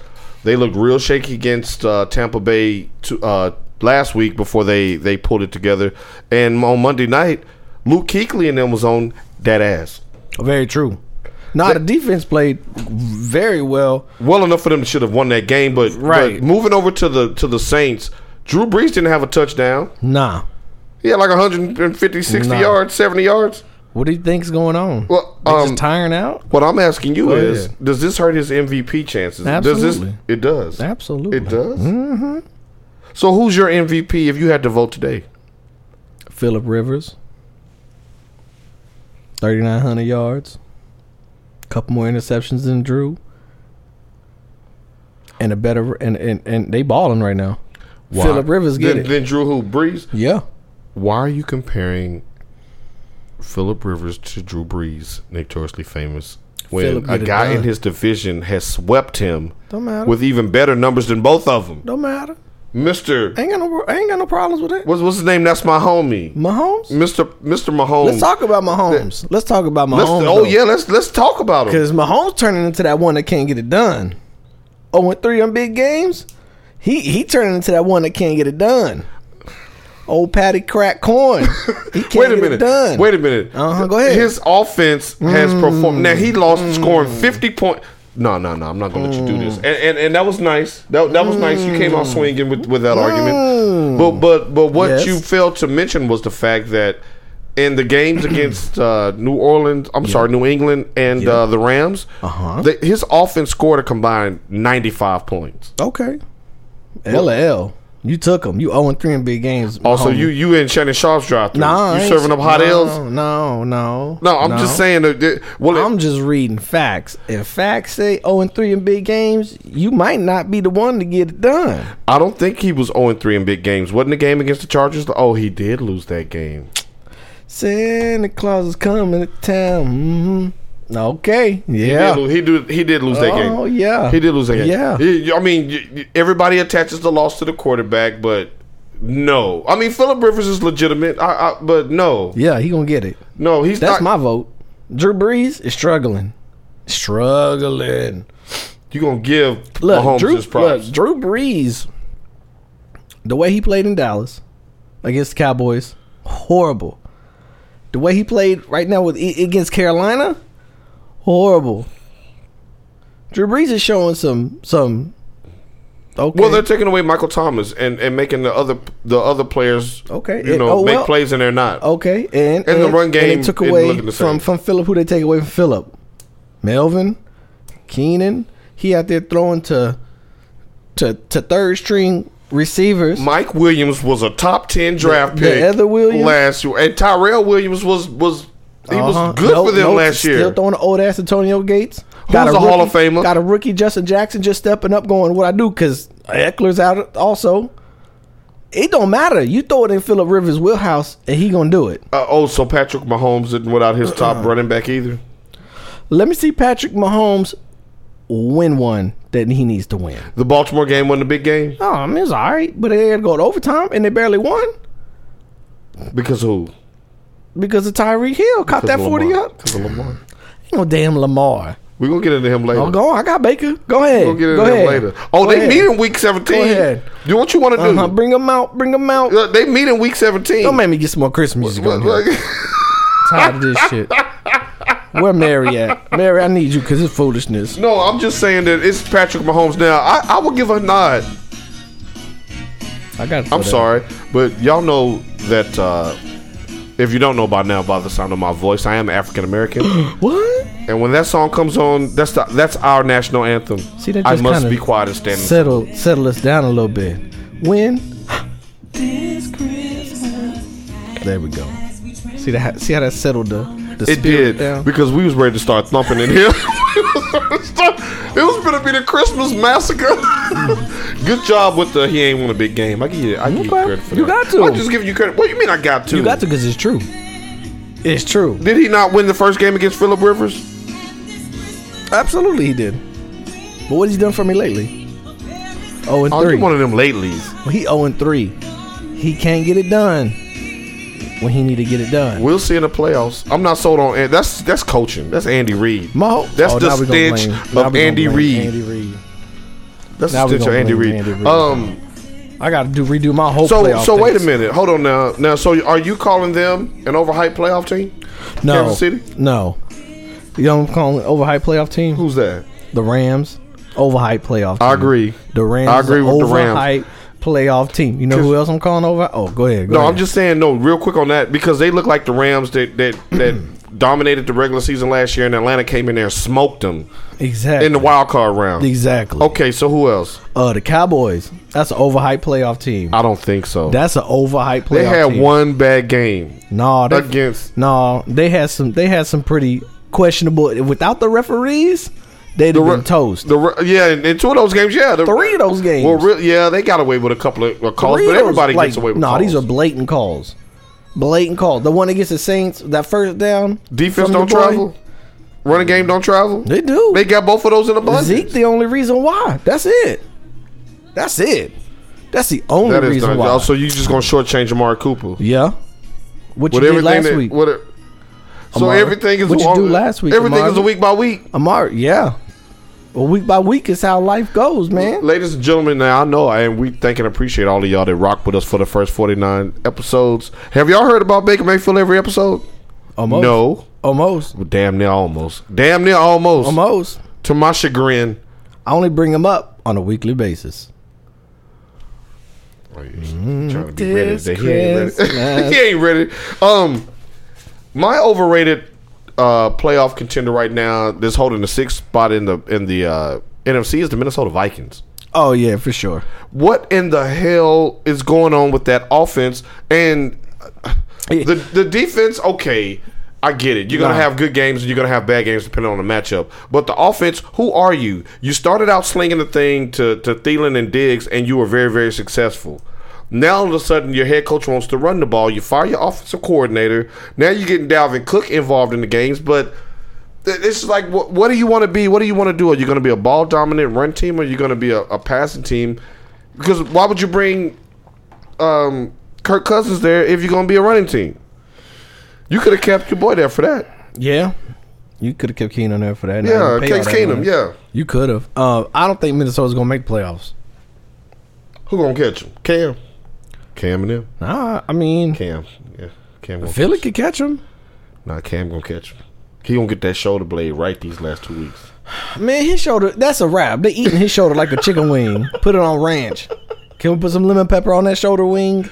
Speaker 3: They looked real shaky against uh, Tampa Bay to, uh, last week before they they pulled it together. And on Monday night, Luke Kuechly and them was on that ass.
Speaker 2: Very true. No, the defense played very well.
Speaker 3: well enough for them to should have won that game. But,
Speaker 2: Right.
Speaker 3: but moving over to the to the Saints, Drew Brees didn't have a touchdown.
Speaker 2: Nah.
Speaker 3: He had like 150, 60
Speaker 2: No.
Speaker 3: yards, 70 yards.
Speaker 2: What do you think's going on?
Speaker 3: Well,
Speaker 2: they
Speaker 3: um,
Speaker 2: just tiring out?
Speaker 3: What I'm asking you
Speaker 2: Go
Speaker 3: is,
Speaker 2: ahead.
Speaker 3: does this hurt his MVP chances? Does this?
Speaker 2: Oh, Absolutely.
Speaker 3: It does.
Speaker 2: Absolutely.
Speaker 3: It does. Mm-hmm. So who's your MVP if you had to vote today?
Speaker 2: Philip Rivers, 3,900 yards, couple more interceptions than Drew, and a better and and, and they balling right now. Philip Rivers get
Speaker 3: then,
Speaker 2: it.
Speaker 3: Then Drew who Brees?
Speaker 2: yeah.
Speaker 3: Why are you comparing Philip Rivers to Drew Brees, notoriously famous? When
Speaker 2: Phillip
Speaker 3: a
Speaker 2: get it
Speaker 3: guy in
Speaker 2: done.
Speaker 3: his division has swept him
Speaker 2: Don't matter.
Speaker 3: with even better numbers than both of them.
Speaker 2: Don't matter.
Speaker 3: Mr.
Speaker 2: Ain't got no ain't got no problems with that.
Speaker 3: What's, what's his name? That's my homie.
Speaker 2: Mahomes.
Speaker 3: Mr. Mr. Mahomes.
Speaker 2: Let's talk about Mahomes. Let's talk about Mahomes.
Speaker 3: Let's- oh yeah, let's let's talk about him.
Speaker 2: because Mahomes turning into that one that can't get it done. Oh, and three on big games, he he turning into that one that can't get it done. Old Patty crack corn. He can't
Speaker 3: Wait a
Speaker 2: get
Speaker 3: minute.
Speaker 2: It done.
Speaker 3: Wait a minute.
Speaker 2: Uh-huh, go ahead. Mm.
Speaker 3: His offense has performed. Now he lost scoring fifty point. No, no, no. I'm not going to let you do this.
Speaker 2: Mm.
Speaker 3: And, and and that was nice. That that was nice. You came out swinging with with that argument. But but but what
Speaker 2: Mm. Yes.
Speaker 3: you failed to mention was the fact that in the games against uh, New Orleans, I'm sorry, New England and uh, the Rams,
Speaker 2: Uh-huh.
Speaker 3: they- his offense scored a combined 95 points.
Speaker 2: Okay. LL. You took them. You 0 and 3 in big games.
Speaker 3: Also,
Speaker 2: homie.
Speaker 3: Oh, you you in Shannon Sharp's drive through.
Speaker 2: Oh. Nah, I
Speaker 3: you
Speaker 2: ain't-
Speaker 3: serving up hot
Speaker 2: no,
Speaker 3: L's.
Speaker 2: No, no.
Speaker 3: No, I'm just saying that. that- well, it-
Speaker 2: I'm just reading facts. If facts say 0 and 3 in big games, you might not be the one to get it done.
Speaker 3: I don't think he was 0 3 in big games. Wasn't the game against the Chargers? Oh, he did lose that game.
Speaker 2: Santa Claus is coming to town. hmm Okay.
Speaker 3: He did,
Speaker 2: Yeah.
Speaker 3: lo- he did, he did lose that game.
Speaker 2: Oh, yeah.
Speaker 3: He did lose that game.
Speaker 2: Yeah.
Speaker 3: You- you- I mean, you- you- everybody attaches the loss to the quarterback, but no. I mean, Philip Rivers is legitimate, I, I, but no.
Speaker 2: Yeah, he going to get it.
Speaker 3: No, he's
Speaker 2: That's
Speaker 3: not.
Speaker 2: my vote. Drew Brees is struggling. Struggling.
Speaker 3: You're going to give
Speaker 2: Look,
Speaker 3: Mahomes
Speaker 2: Drew,
Speaker 3: his props.
Speaker 2: look, Drew Brees, the way he played in Dallas against the Cowboys, horrible. The way he played right now with against Carolina, horrible. Drew Brees is showing some some. Okay.
Speaker 3: well, they're taking away Michael Thomas and, and making the other the other players
Speaker 2: Okay,
Speaker 3: you
Speaker 2: and-
Speaker 3: know
Speaker 2: oh,
Speaker 3: make
Speaker 2: well-
Speaker 3: plays and they're not.
Speaker 2: Okay, and
Speaker 3: And the run game
Speaker 2: they took
Speaker 3: isn't
Speaker 2: away
Speaker 3: looking the
Speaker 2: from
Speaker 3: same.
Speaker 2: from Philip. Who they take away from Philip? Melvin, Keenan. He out there throwing to to to third string receivers.
Speaker 3: Mike Williams was a top ten draft
Speaker 2: The- the
Speaker 3: pick
Speaker 2: other Williams?
Speaker 3: last year, and Tyrell Williams was was he
Speaker 2: Uh-huh.
Speaker 3: was good
Speaker 2: Nope,
Speaker 3: for them
Speaker 2: nope,
Speaker 3: last year.
Speaker 2: Still throwing the old ass Antonio Gates.
Speaker 3: a Hall of
Speaker 2: rookie-
Speaker 3: Famer?
Speaker 2: Got a rookie Justin Jackson just stepping up, going what I do because Eckler's out also. It don't matter. You throw it in Philip Rivers' wheelhouse, and he gonna do it.
Speaker 3: Uh, oh, so Patrick Mahomes didn't without his top
Speaker 2: Uh-uh.
Speaker 3: running back either.
Speaker 2: Let me see Patrick Mahomes win one that he needs to win.
Speaker 3: The Baltimore game wasn't a big game
Speaker 2: Oh, I mean, it's all right, but they had to go to overtime and they barely won
Speaker 3: because who?
Speaker 2: because of Tyreek Hill caught that
Speaker 3: Because of
Speaker 2: forty
Speaker 3: Lamar.
Speaker 2: up.
Speaker 3: Because of Lamar.
Speaker 2: Ain't No damn Lamar.
Speaker 3: We're gonna get into him later.
Speaker 2: Oh, go on. I got Baker. Go ahead.
Speaker 3: We'll get into
Speaker 2: go
Speaker 3: him
Speaker 2: ahead.
Speaker 3: later. Oh,
Speaker 2: Go
Speaker 3: they
Speaker 2: ahead.
Speaker 3: meet in week seventeen.
Speaker 2: Go ahead.
Speaker 3: Do what you want to do.
Speaker 2: Uh-huh. Bring them out. Bring them out.
Speaker 3: Look, They meet in week seventeen.
Speaker 2: Don't make me get some more Christmas music on
Speaker 3: Look,
Speaker 2: here.
Speaker 3: look.
Speaker 2: Tired of this shit. Where Mary at? Mary, I need you because it's foolishness.
Speaker 3: No, I'm just saying that it's Patrick Mahomes now. I, I will give a nod.
Speaker 2: I got.
Speaker 3: I'm sorry, but y'all know that uh, if you don't know by now, by the sound of my voice, I am African American,
Speaker 2: What?
Speaker 3: and when that song comes on, that's the, that's our national anthem.
Speaker 2: See, that
Speaker 3: I
Speaker 2: just
Speaker 3: must
Speaker 2: kinda
Speaker 3: be quiet and standing.
Speaker 2: Settle, settle us down a little bit. When? There we go. See that? See how that settled the, the
Speaker 3: it
Speaker 2: spirit
Speaker 3: did
Speaker 2: down.
Speaker 3: because we was ready to start thumping in here. it was gonna be the Christmas massacre. Good job with the he ain't won a big game. I give you, I give you
Speaker 2: Okay.
Speaker 3: credit for
Speaker 2: You
Speaker 3: that.
Speaker 2: got to.
Speaker 3: I'm just giving you credit. What do you mean I got to?
Speaker 2: You got to because it's true. It's true.
Speaker 3: Did he not win the first game against Philip Rivers?
Speaker 2: Absolutely, he did. But what has he done for me lately? Oh and
Speaker 3: Oh,
Speaker 2: three.
Speaker 3: you one of them latelys.
Speaker 2: he zero and three. He can't get it done when he need to get it done.
Speaker 3: We'll see in the playoffs. I'm not sold on that's that's coaching. That's Andy Reid.
Speaker 2: Mo,
Speaker 3: That's the
Speaker 2: Oh, now we gonna
Speaker 3: stench
Speaker 2: blame-
Speaker 3: of
Speaker 2: now we gonna
Speaker 3: Andy
Speaker 2: blame
Speaker 3: Reid.
Speaker 2: Andy Reid.
Speaker 3: That's
Speaker 2: Now
Speaker 3: the
Speaker 2: we
Speaker 3: stitch of
Speaker 2: gonna
Speaker 3: Andy
Speaker 2: blame
Speaker 3: Reid.
Speaker 2: Andy Reid.
Speaker 3: Um,
Speaker 2: I got to do redo my whole.
Speaker 3: so
Speaker 2: playoff
Speaker 3: so wait a
Speaker 2: things.
Speaker 3: minute. Hold on now. Now, so are you calling them an overhyped playoff team?
Speaker 2: No,
Speaker 3: Kansas City?
Speaker 2: No, you know what I'm calling it? overhyped playoff team.
Speaker 3: Who's that?
Speaker 2: The Rams, overhyped playoff. Team.
Speaker 3: I agree.
Speaker 2: The Rams.
Speaker 3: I agree
Speaker 2: is a
Speaker 3: with the Rams.
Speaker 2: overhyped Playoff team. You know who else I'm calling over? Oh, go ahead. go
Speaker 3: No, I'm
Speaker 2: ahead.
Speaker 3: just saying no. Real quick on that because they look like the Rams that that that dominated the regular season last year, and Atlanta came in there and smoked them
Speaker 2: exactly
Speaker 3: in the wild card round.
Speaker 2: Exactly.
Speaker 3: Okay, so who else?
Speaker 2: Uh, the Cowboys. That's an overhyped playoff team.
Speaker 3: I don't think so.
Speaker 2: That's an overhyped playoff.
Speaker 3: Uh. They had
Speaker 2: team.
Speaker 3: one bad game
Speaker 2: No, they,
Speaker 3: against
Speaker 2: No, they had some. They had some pretty questionable. Without the referees, they'd have
Speaker 3: re-
Speaker 2: been toast.
Speaker 3: The re- yeah, in, in two of those games, yeah, the,
Speaker 2: Three of those games.
Speaker 3: Well, re- yeah, they got away with a couple of uh, calls,
Speaker 2: Three
Speaker 3: but
Speaker 2: of those,
Speaker 3: everybody
Speaker 2: like,
Speaker 3: gets away with.
Speaker 2: Nah,
Speaker 3: calls.
Speaker 2: these are blatant calls. Blatant call. The one against the Saints, that first down.
Speaker 3: defense
Speaker 2: from the
Speaker 3: don't
Speaker 2: boy,
Speaker 3: travel, running game don't travel.
Speaker 2: They do.
Speaker 3: They got both of those in abundance.
Speaker 2: Zeke, the only reason why. That's it. That's it. That's the only
Speaker 3: that is
Speaker 2: reason
Speaker 3: done.
Speaker 2: why.
Speaker 3: Oh, so you just gonna shortchange Amari Cooper?
Speaker 2: yeah. What you
Speaker 3: With
Speaker 2: did
Speaker 3: everything
Speaker 2: last
Speaker 3: that,
Speaker 2: week,
Speaker 3: What it- so
Speaker 2: Amari,
Speaker 3: everything is
Speaker 2: what you
Speaker 3: a-
Speaker 2: do last week,
Speaker 3: Everything
Speaker 2: Amari?
Speaker 3: is a week by week.
Speaker 2: Amari. Yeah. Well, week by week is how life goes, man.
Speaker 3: Ladies and gentlemen, now I know, and we thank and appreciate all of y'all that rock with us for the first forty nine episodes. Have y'all heard about Baker Mayfield every episode?
Speaker 2: Almost.
Speaker 3: No,
Speaker 2: Almost.
Speaker 3: damn near almost. Damn near almost.
Speaker 2: Almost.
Speaker 3: to my chagrin.
Speaker 2: I only bring them up on a weekly basis.
Speaker 3: Oh, Trying to be ready today. He ain't ready.
Speaker 2: Christmas.
Speaker 3: he ain't ready. Um, my overrated uh, playoff contender right now that's holding the sixth spot in the in the uh, NFC is the Minnesota Vikings.
Speaker 2: Oh yeah, for sure.
Speaker 3: What in the hell is going on with that offense and
Speaker 2: Eh.
Speaker 3: the the defense? Okay, I get it. You're gonna
Speaker 2: Nah.
Speaker 3: have good games and you're gonna have bad games depending on the matchup. But the offense, who are you? You started out slinging the thing to to Thielen and Diggs, and you were very very successful. Now all of a sudden, your head coach wants to run the ball. You fire your offensive coordinator. Now you're getting Dalvin Cook involved in the games, but th- it's just like what, what do you want to be? What do you want to do? Are you going to be a ball dominant run team, or are you going to be a, a passing team? Because why would you bring um, Kirk Cousins there if you're going to be a running team? You could have kept your boy there for that.
Speaker 2: Yeah. You could have kept Keenum there for that. and
Speaker 3: Yeah,
Speaker 2: I didn't pay all
Speaker 3: Case
Speaker 2: that
Speaker 3: Keenum.
Speaker 2: money.
Speaker 3: Yeah,
Speaker 2: You could have. Uh, I don't think Minnesota's gonna make playoffs.
Speaker 3: who gonna catch him? Cam, Cam and him.
Speaker 2: Nah, I mean,
Speaker 3: Cam. Yeah, Cam. Gonna
Speaker 2: Philly could catch him.
Speaker 3: Nah, Cam gonna catch him. He gonna get that shoulder blade right these last two weeks.
Speaker 2: Man, his shoulder, that's a wrap. They eating his shoulder like a chicken wing. Put it on ranch. Can we put some lemon pepper on that shoulder wing?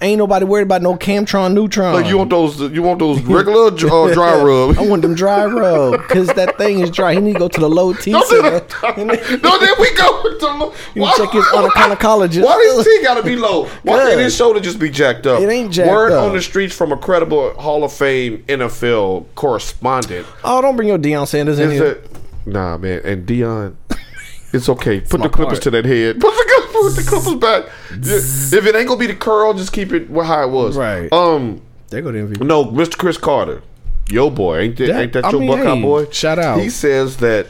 Speaker 2: Ain't nobody worried about no Camtron Neutron.
Speaker 3: Like you want those? You want those regular uh, dry rub?
Speaker 2: I want them dry rub because that thing is dry. He need to go to the low T
Speaker 3: Don't do
Speaker 2: center.
Speaker 3: that. no, then we go with the
Speaker 2: You check his gynecologist.
Speaker 3: Why does he gotta be low? Why can't
Speaker 2: Good.
Speaker 3: his shoulder just be jacked up?
Speaker 2: It ain't jacked
Speaker 3: Word
Speaker 2: up.
Speaker 3: on the streets from a credible Hall of Fame NFL correspondent
Speaker 2: Oh, don't bring your Deion Sanders in
Speaker 3: is
Speaker 2: here.
Speaker 3: that nah, man, and Dion. It's okay. Put the
Speaker 2: my
Speaker 3: clippers
Speaker 2: part.
Speaker 3: to that head. Put the, clip- put the clippers back. Yeah, If it ain't gonna be the curl, just keep it wh- how it was.
Speaker 2: Right.
Speaker 3: Um.
Speaker 2: There go the MVP.
Speaker 3: No, Mr. Chris Carter, yo boy, ain't that,
Speaker 2: That-
Speaker 3: ain't that
Speaker 2: I
Speaker 3: your
Speaker 2: mean,
Speaker 3: Buckeye
Speaker 2: hey,
Speaker 3: boy?
Speaker 2: shout out.
Speaker 3: He says that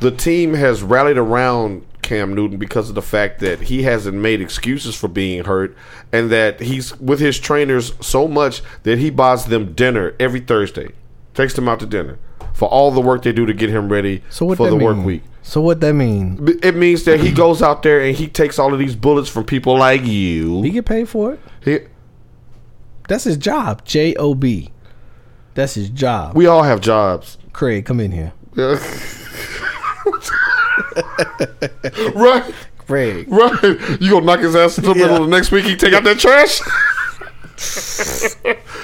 Speaker 3: the team has rallied around Cam Newton because of the fact that he hasn't made excuses for being hurt, and that he's with his trainers so much that he buys them dinner every Thursday, takes them out to dinner for all the work they do to get him ready
Speaker 2: So what
Speaker 3: for
Speaker 2: that
Speaker 3: the
Speaker 2: mean?
Speaker 3: work week.
Speaker 2: So what that mean?
Speaker 3: B- It means that he goes out there and he takes all of these bullets from people like you.
Speaker 2: He get paid for it.
Speaker 3: He-
Speaker 2: That's his job. J O B. That's his job.
Speaker 3: we all have jobs.
Speaker 2: Craig, come in here.
Speaker 3: right.
Speaker 2: Craig.
Speaker 3: Right. You gonna knock his ass in the middle of the next week he take out that trash?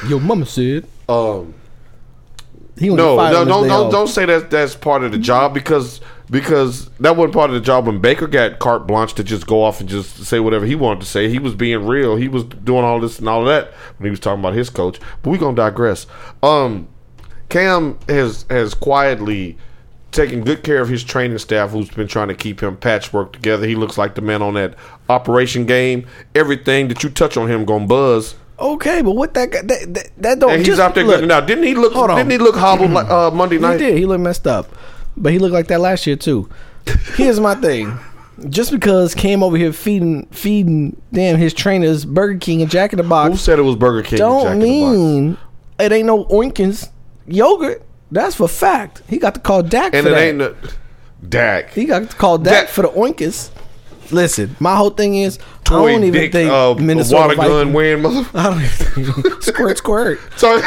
Speaker 2: Your mama said
Speaker 3: Um
Speaker 2: he only
Speaker 3: No,
Speaker 2: fired
Speaker 3: no,
Speaker 2: on this
Speaker 3: don't
Speaker 2: day
Speaker 3: don't,
Speaker 2: off.
Speaker 3: don't say that that's part of the job because because that wasn't part of the job when Baker got carte blanche to just go off and just say whatever he wanted to say. He was being real. He was doing all this and all that when he was talking about his coach. But we're gonna digress. Um Cam has has quietly taken good care of his training staff who's been trying to keep him patchwork together. He looks like the man on that operation game. Everything that you touch on him gonna buzz.
Speaker 2: Okay, but what that guy, that, that that don't
Speaker 3: And he's
Speaker 2: just
Speaker 3: out there
Speaker 2: look,
Speaker 3: good now. Didn't he look
Speaker 2: Hold on.
Speaker 3: didn't he look hobbled like uh, Monday
Speaker 2: He
Speaker 3: night?
Speaker 2: did. He looked messed up, but he looked like that last year too. Here's my thing: just because came over here feeding feeding damn his trainers Burger King and Jack in the
Speaker 3: Who
Speaker 2: Box
Speaker 3: said it was Burger King? and Jack
Speaker 2: don't
Speaker 3: in the Box?
Speaker 2: mean it ain't no Oinkins yogurt. That's for fact. He got to call Dak
Speaker 3: And
Speaker 2: for
Speaker 3: it
Speaker 2: that.
Speaker 3: ain't no, Dak.
Speaker 2: He got called that
Speaker 3: That-
Speaker 2: for the Oinkus. Listen, my whole thing is I
Speaker 3: Toy
Speaker 2: don't even
Speaker 3: dick,
Speaker 2: think
Speaker 3: uh,
Speaker 2: Minnesota
Speaker 3: water gun
Speaker 2: Vikings-
Speaker 3: wearing motherfucker.
Speaker 2: I don't even think, squirt squirt.
Speaker 3: Sorry.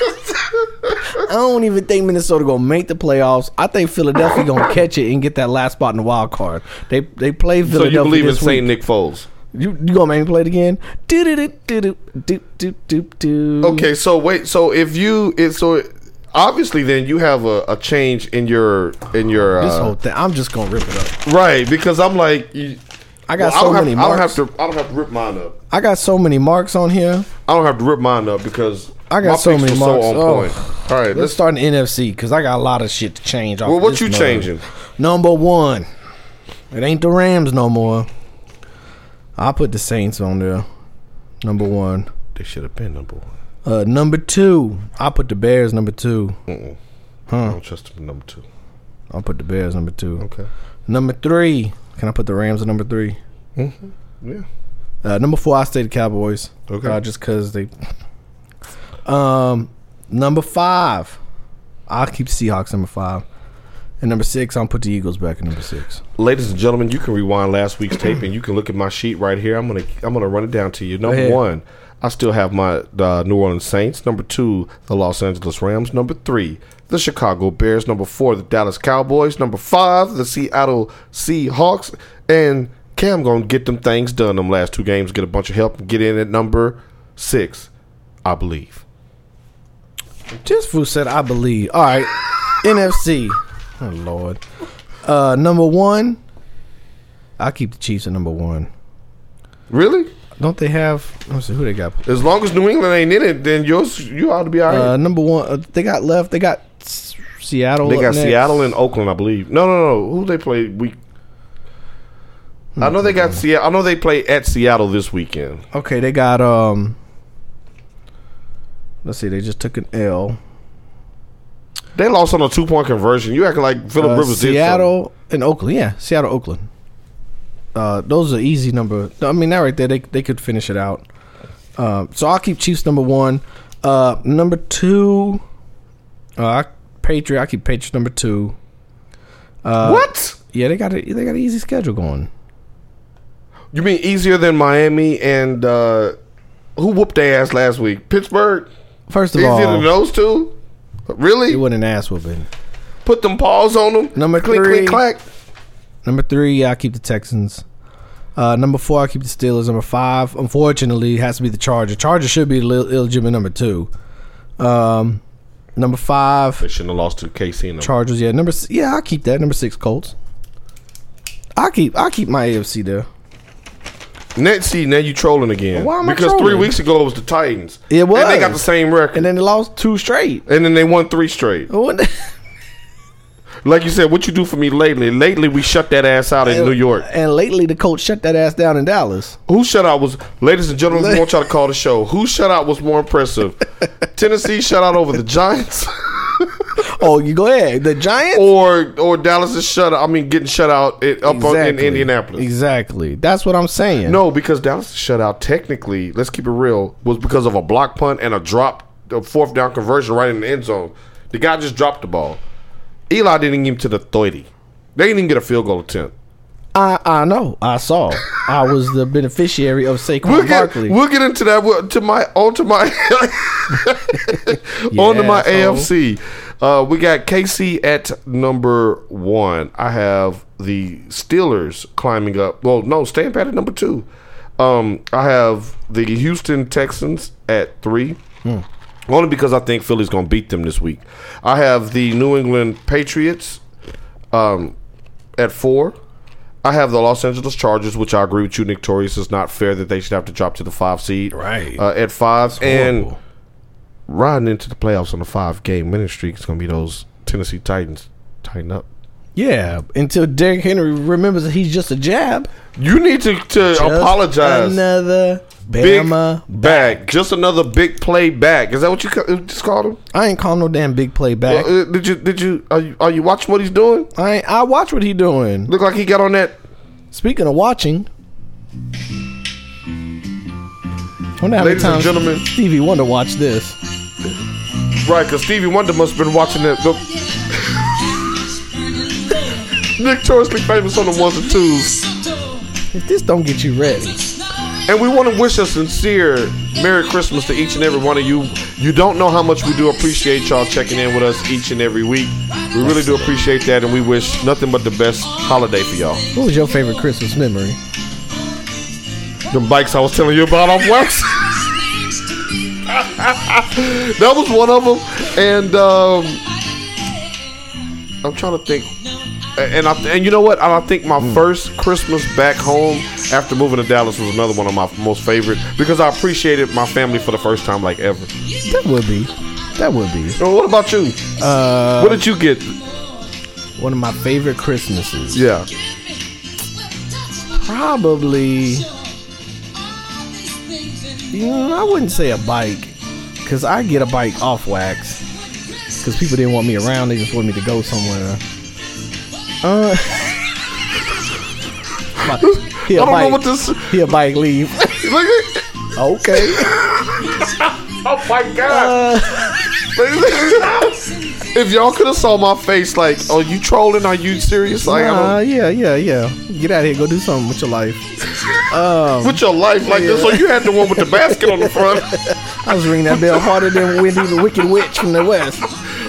Speaker 2: I don't even think Minnesota gonna make the playoffs. I think Philadelphia gonna catch it and get that last spot in the wild card. They they play
Speaker 3: so
Speaker 2: Philadelphia
Speaker 3: you believe in
Speaker 2: this week.
Speaker 3: Saint Nick Foles?
Speaker 2: You, you gonna make me play it again? Do do do do do do do do.
Speaker 3: Okay, so wait, so if you, it, so obviously then you have a, a change in your in your
Speaker 2: This
Speaker 3: uh,
Speaker 2: whole thing, I'm just gonna rip it up.
Speaker 3: right because I'm like, you,
Speaker 2: I got
Speaker 3: well,
Speaker 2: so
Speaker 3: I don't
Speaker 2: many
Speaker 3: have, I don't have
Speaker 2: marks.
Speaker 3: to. I don't have to rip mine up.
Speaker 2: I got so many marks on here.
Speaker 3: I don't have to rip mine up because
Speaker 2: I got
Speaker 3: my
Speaker 2: so
Speaker 3: picks
Speaker 2: many
Speaker 3: were
Speaker 2: marks.
Speaker 3: on
Speaker 2: Oh.
Speaker 3: point. All right,
Speaker 2: Let's
Speaker 3: let's.
Speaker 2: start in NFC because I got a lot of shit to change. Off
Speaker 3: Well,
Speaker 2: of
Speaker 3: what
Speaker 2: this
Speaker 3: you
Speaker 2: mug.
Speaker 3: changing?
Speaker 2: Number one, it ain't the Rams no more. I put the Saints on there. Number one.
Speaker 3: They should have been number one.
Speaker 2: Uh, number two, I put the Bears number two.
Speaker 3: I don't trust them number two.
Speaker 2: I'll put the Bears number two.
Speaker 3: Okay.
Speaker 2: Number three, can I put the Rams at number three?
Speaker 3: Yeah.
Speaker 2: Uh, number four, I stay the Cowboys.
Speaker 3: Okay.
Speaker 2: Uh, just because they. Um, number five, I'll keep Seahawks number five. And number six, I'll put the Eagles back at number six.
Speaker 3: Ladies and gentlemen, you can rewind last week's tape and you can look at my sheet right here. I'm gonna I'm gonna run it down to you. Number
Speaker 2: ahead.
Speaker 3: one, I still have my uh, New Orleans Saints. Number two, the Los Angeles Rams. Number three, the Chicago Bears. Number four, the Dallas Cowboys. Number five, the Seattle Seahawks. And Cam gonna get them things done. Them last two games, get a bunch of help and get in at number six, I believe.
Speaker 2: Just Fu said, I believe. All right. NFC. Oh, Lord. Uh, number one, I keep the Chiefs at number one.
Speaker 3: Really?
Speaker 2: Don't they have? Let's see who they got.
Speaker 3: As long as New England ain't in it, then yours you ought to be all right.
Speaker 2: Uh, number one, uh, they got left. They got S- Seattle.
Speaker 3: they
Speaker 2: up
Speaker 3: got
Speaker 2: next.
Speaker 3: Seattle and Oakland, I believe. No, no, no. Who they play week?
Speaker 2: Hmm.
Speaker 3: I know they got Seattle. I know they play at Seattle this weekend.
Speaker 2: Okay, they got um. Let's see. They just took an L.
Speaker 3: They lost on a two point conversion. You acting like Philip
Speaker 2: Uh,
Speaker 3: Rivers did something.
Speaker 2: Seattle and Oakland. Yeah, Seattle, Oakland. Uh, those are easy number. I mean, that right there, they they could finish it out. Um, so I'll keep Chiefs number one. Uh, number two, uh, I, Patriot. I keep Patriots number two.
Speaker 3: Uh, what?
Speaker 2: Yeah, they got a, they got an easy schedule going.
Speaker 3: You mean easier than Miami and uh, who whooped their ass last week? Pittsburgh.
Speaker 2: First of
Speaker 3: Easier than
Speaker 2: all,
Speaker 3: those two?
Speaker 2: it
Speaker 3: Really?
Speaker 2: wasn't an ass whooping.
Speaker 3: Put them paws on them.
Speaker 2: Number
Speaker 3: click,
Speaker 2: three.
Speaker 3: click, clack.
Speaker 2: Number three, I keep the Texans. Uh, number four, I keep the Steelers. Number five, unfortunately, has to be the Charger. Charger should be the ill- illegitimate number two. Um, number five,
Speaker 3: They shouldn't have lost to KC. in the-
Speaker 2: Chargers. Yeah, number s- yeah, I keep that. Number six, Colts. I keep I keep my AFC there.
Speaker 3: Next see, now you trolling again.
Speaker 2: Why am I
Speaker 3: because three
Speaker 2: trolling?
Speaker 3: weeks ago it was the Titans.
Speaker 2: It
Speaker 3: And they
Speaker 2: was.
Speaker 3: got the same
Speaker 2: And
Speaker 3: record. And then,
Speaker 2: then they lost two straight.
Speaker 3: they won three straight.
Speaker 2: What the-
Speaker 3: Like you said, what you do for me lately? Lately we shut that ass out in New York.
Speaker 2: And lately, the Colts shut that ass down in Dallas.
Speaker 3: Who shutout was ladies and gentlemen, we want y'all to call the show. Who shutout was more impressive? Tennessee shutout over the Giants?
Speaker 2: Oh, you go ahead. The Giants.
Speaker 3: Oh, or or Dallas's shutout I mean getting shut out at, up on, in
Speaker 2: Exactly.
Speaker 3: Indianapolis.
Speaker 2: Exactly. That's what I'm saying.
Speaker 3: No, because Dallas' shutout technically, let's keep it real, was because of a block punt and a drop, a fourth down conversion right in the end zone. The guy just dropped the ball. Eli didn't even get to the thirty. They didn't even get a field goal attempt.
Speaker 2: I I know. I saw. I was the beneficiary of Saquon
Speaker 3: We'll get,
Speaker 2: Barkley.
Speaker 3: we'll get into that with- to my onto my onto my
Speaker 2: asshole.
Speaker 3: AFC. Uh, we got KC at number one. I have the Steelers climbing up. Well, no, staying pat at number two. Um, I have the Houston Texans at three.
Speaker 2: Hmm.
Speaker 3: Only because I think Philly's going to beat them this week. I have the New England Patriots um, at four. I have the Los Angeles Chargers, which I agree with you, Nick Torres. It's not fair that they should have to drop to the five seed.
Speaker 2: Right.
Speaker 3: Uh, at five. and
Speaker 2: horrible.
Speaker 3: riding into the playoffs on a five game winning streak is going to be those Tennessee Titans. Tighten up.
Speaker 2: yeah, until Derrick Henry remembers that he's just a jab.
Speaker 3: You need to, to
Speaker 2: Just
Speaker 3: apologize.
Speaker 2: Another
Speaker 3: big
Speaker 2: Bama.
Speaker 3: back. Just another big play back. Is that what you ca- uh, just called him?
Speaker 2: I ain't calling no damn big play back.
Speaker 3: Uh, did you? Did you? Are you, are you watching what he's doing?
Speaker 2: I ain't, I watch what he doing.
Speaker 3: Look like he got on that.
Speaker 2: Speaking of watching, wonder how many
Speaker 3: Ladies and
Speaker 2: times
Speaker 3: gentlemen.
Speaker 2: Stevie Wonder watched this.
Speaker 3: Right, because Stevie Wonder must have been watching that. The, notoriously famous on the ones and twos.
Speaker 2: If this don't get you ready,
Speaker 3: And we want to wish a sincere Merry Christmas to each and every one of you. You don't know how much we do appreciate y'all checking in with us each and every week. We really do appreciate that, and we wish nothing but the best holiday for y'all.
Speaker 2: what was your favorite Christmas memory?
Speaker 3: The bikes I was telling you about off wax. that was one of them, and um, I'm trying to think. And I and you know what? And I think my first Christmas back home after moving to Dallas was another one of my most favorite because I appreciated my family for the first time like ever.
Speaker 2: That would be, that would be
Speaker 3: So what about you? Uh, what did you get?
Speaker 2: one of my favorite Christmases.
Speaker 3: Yeah,
Speaker 2: Probably, mm, I wouldn't say a bike, cause I get a bike off wax, cause people didn't want me around. They just wanted me to go somewhere. Uh. my- he a
Speaker 3: I don't know
Speaker 2: bike.
Speaker 3: what this.
Speaker 2: He a bike leave.
Speaker 3: Look at,
Speaker 2: Okay.
Speaker 3: oh my god.
Speaker 2: Uh,
Speaker 3: if y'all could have saw my face, like, are you trolling? Are you serious? Like,
Speaker 2: nah,
Speaker 3: I
Speaker 2: yeah, yeah, yeah. Get out of here. Go do something with your life.
Speaker 3: don't, with your life like this, so you had the one with the basket on the front.
Speaker 2: I was ringing that bell harder than Wendy the Wicked Witch from the West.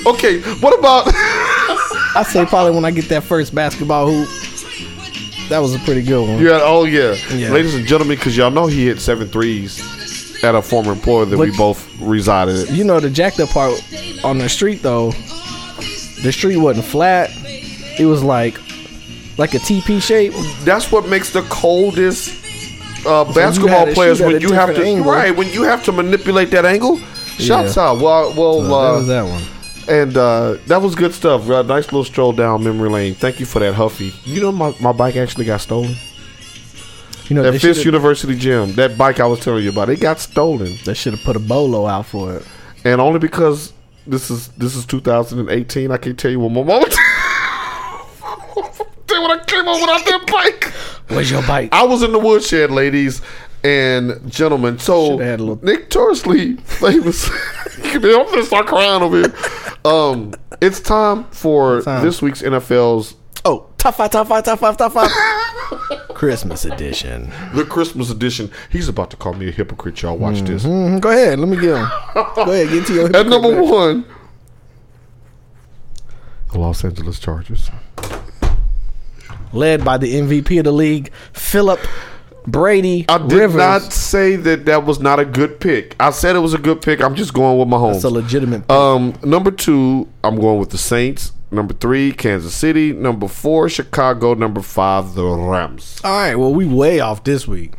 Speaker 3: Okay, what about?
Speaker 2: I say probably when I get that first basketball hoop. That was a pretty good one.
Speaker 3: You had oh yeah,
Speaker 2: Yeah.
Speaker 3: ladies and gentlemen, because y'all know he hit seven threes at a former employer that we
Speaker 2: But-
Speaker 3: both resided. at.
Speaker 2: You know the jacked up part on the street though. The street wasn't flat. It was like like a TP shape.
Speaker 3: That's what makes the coldest uh, basketball
Speaker 2: had to
Speaker 3: players
Speaker 2: shoot at
Speaker 3: when
Speaker 2: a
Speaker 3: you have to
Speaker 2: different angle.
Speaker 3: right when you have to manipulate that angle. Shots out. Well, well, uh,
Speaker 2: that was that one.
Speaker 3: and uh, that was good stuff. Uh, nice little stroll down memory lane. Thank you for that, Huffy. You know my, my bike actually got stolen
Speaker 2: You know,
Speaker 3: at
Speaker 2: they
Speaker 3: Fisk
Speaker 2: should've-
Speaker 3: University gym. That bike I was telling you about, it got stolen,
Speaker 2: they should have put a bolo out for it.
Speaker 3: and only because this is this is 2018. I can't tell you what my mom. Did when I came over without that bike.
Speaker 2: Where's your bike?
Speaker 3: I was in the woodshed, ladies and gentlemen. So
Speaker 2: Should've had a little-
Speaker 3: Nick Torsley, famous. I'm gonna start crying over here. Um, it's time for
Speaker 2: time?
Speaker 3: this week's NFL's
Speaker 2: Oh, tough five, tough five, tough five, tough five. Christmas edition.
Speaker 3: the Christmas edition. He's about to call me a hypocrite. Y'all watch this.
Speaker 2: Mhm, go ahead, let me get him. Go ahead, get to your.
Speaker 3: At number one, the Los Angeles Chargers.
Speaker 2: led by the MVP of the league, Philip Brady
Speaker 3: I did
Speaker 2: Rivers.
Speaker 3: not say that that was not a good pick. I said it was a good pick. I'm just going with my home.
Speaker 2: it's a legitimate.
Speaker 3: Um, number two, I'm going with the Saints. Number three, Kansas City. Number four, Chicago. Number five, the Rams.
Speaker 2: All right, well, we way off this week.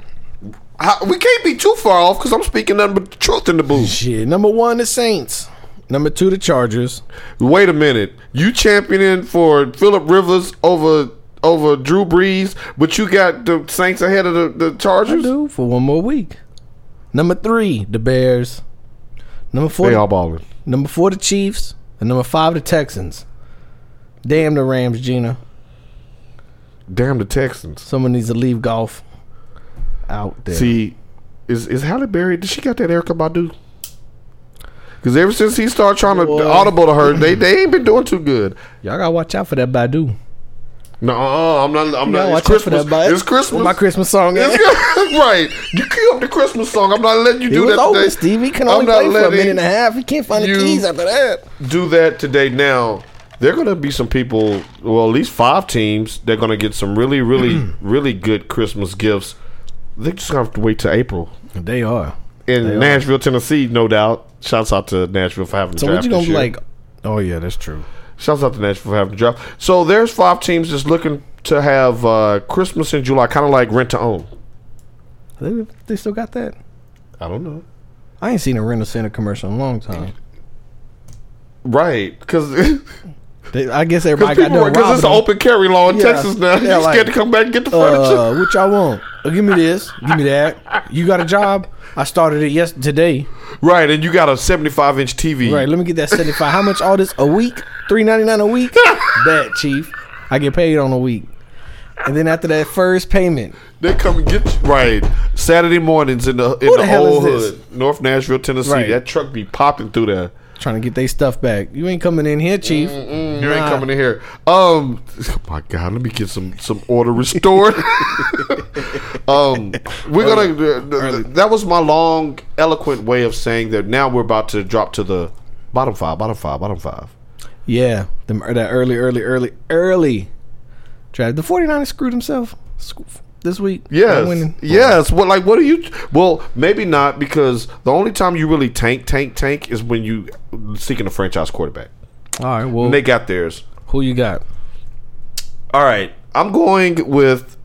Speaker 3: I- we can't be too far off because I'm speaking nothing but the truth in the booth.
Speaker 2: Shit, number one, the Saints. Number two, the Chargers.
Speaker 3: Wait a minute, you championing for Philip Rivers over over Drew Brees, but you got the Saints ahead of the, the Chargers.
Speaker 2: Dude, for one more week. Number three, the Bears. Number four,
Speaker 3: They all balling.
Speaker 2: number four, the Chiefs, and number five, the Texans. Damn the Rams, Gina.
Speaker 3: Damn the Texans.
Speaker 2: Someone needs to leave golf out there.
Speaker 3: See, is is Halle Berry? Did she got that Erica Badu? Because ever since he started trying to
Speaker 2: Boy.
Speaker 3: audible to her, they they ain't been doing too good.
Speaker 2: y'all gotta watch out for that Badu.
Speaker 3: No, I'm not. I'm
Speaker 2: Y'all
Speaker 3: not. It's
Speaker 2: watch out for
Speaker 3: Christmas.
Speaker 2: that Badu.
Speaker 3: It's Christmas.
Speaker 2: Where My Christmas song. at?
Speaker 3: It's- right. You killed the Christmas song. I'm not letting you
Speaker 2: It
Speaker 3: do
Speaker 2: was
Speaker 3: that
Speaker 2: over,
Speaker 3: today.
Speaker 2: Steve. He can
Speaker 3: I'm
Speaker 2: only
Speaker 3: not
Speaker 2: play for a
Speaker 3: letting
Speaker 2: minute and a half. He can't find the
Speaker 3: you-
Speaker 2: keys after that.
Speaker 3: Do that today. Now there are going to be some people. Well, at least five teams. They're going to get some really, really, really good Christmas gifts. They just gonna have to wait till April
Speaker 2: They are.
Speaker 3: in
Speaker 2: They are.
Speaker 3: Nashville, Tennessee. No doubt. Shouts out to Nashville for having. the
Speaker 2: So
Speaker 3: draft
Speaker 2: what you gonna
Speaker 3: this
Speaker 2: be
Speaker 3: year.
Speaker 2: like? Oh yeah, that's true.
Speaker 3: Shouts out to Nashville for having the draft. So there's five teams that's looking to have uh, Christmas in July, kind of like rent to own.
Speaker 2: They, they still got that.
Speaker 3: I don't know.
Speaker 2: I ain't seen a rental center commercial in a long time.
Speaker 3: Right, because
Speaker 2: They, I guess
Speaker 3: Because
Speaker 2: everybody got
Speaker 3: people
Speaker 2: done
Speaker 3: because it's an
Speaker 2: robbing
Speaker 3: open carry law in
Speaker 2: Yeah.
Speaker 3: Texas now.
Speaker 2: Yeah,
Speaker 3: you
Speaker 2: like-
Speaker 3: scared to come back and get the
Speaker 2: them.
Speaker 3: furniture.
Speaker 2: Uh, what y'all want? Oh, give me this. Give me that. You got a job? I started it yes today.
Speaker 3: Right, and you got a 75 inch TV.
Speaker 2: Right. Let me get that seventy five. How much all this a week? Three ninety nine a week. Bet, chief. I get paid on a week. And then after that first payment,
Speaker 3: They come and get you. Right. Saturday mornings in the in
Speaker 2: Who
Speaker 3: the,
Speaker 2: the hell is
Speaker 3: old
Speaker 2: this?
Speaker 3: hood, North Nashville, Tennessee.
Speaker 2: Right.
Speaker 3: That truck be popping through there.
Speaker 2: trying to get their stuff back. You ain't coming in here, chief.
Speaker 3: Mm, you ain't
Speaker 2: Nah.
Speaker 3: coming in here. Um, oh my God, let me get some some order restored. um, we're gonna. that was my long, eloquent way of saying that. Now we're about to drop to the bottom five, bottom five, bottom five.
Speaker 2: Yeah, them, that early, early, early, early draft. The 49ers screwed himself sc- this week. By
Speaker 3: Yes.
Speaker 2: winning.
Speaker 3: Yes. Well, like, what are you? Well, maybe not because the only time you really tank, tank, tank is when you seeking a franchise quarterback.
Speaker 2: All right, well,
Speaker 3: And they got theirs.
Speaker 2: who you got?
Speaker 3: All right. I'm going with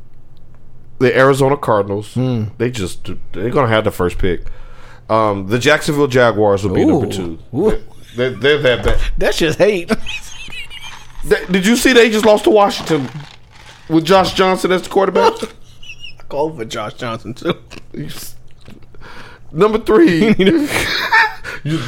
Speaker 3: the Arizona Cardinals.
Speaker 2: Hmm.
Speaker 3: They just they're gonna have the first pick. Um, the Jacksonville Jaguars will be number
Speaker 2: Ooh.
Speaker 3: two.
Speaker 2: Ooh.
Speaker 3: They, they, they have that.
Speaker 2: That's just hate.
Speaker 3: They- did you see they just lost to Washington with Josh Johnson as the quarterback?
Speaker 2: Call for Josh Johnson, too.
Speaker 3: Number three. you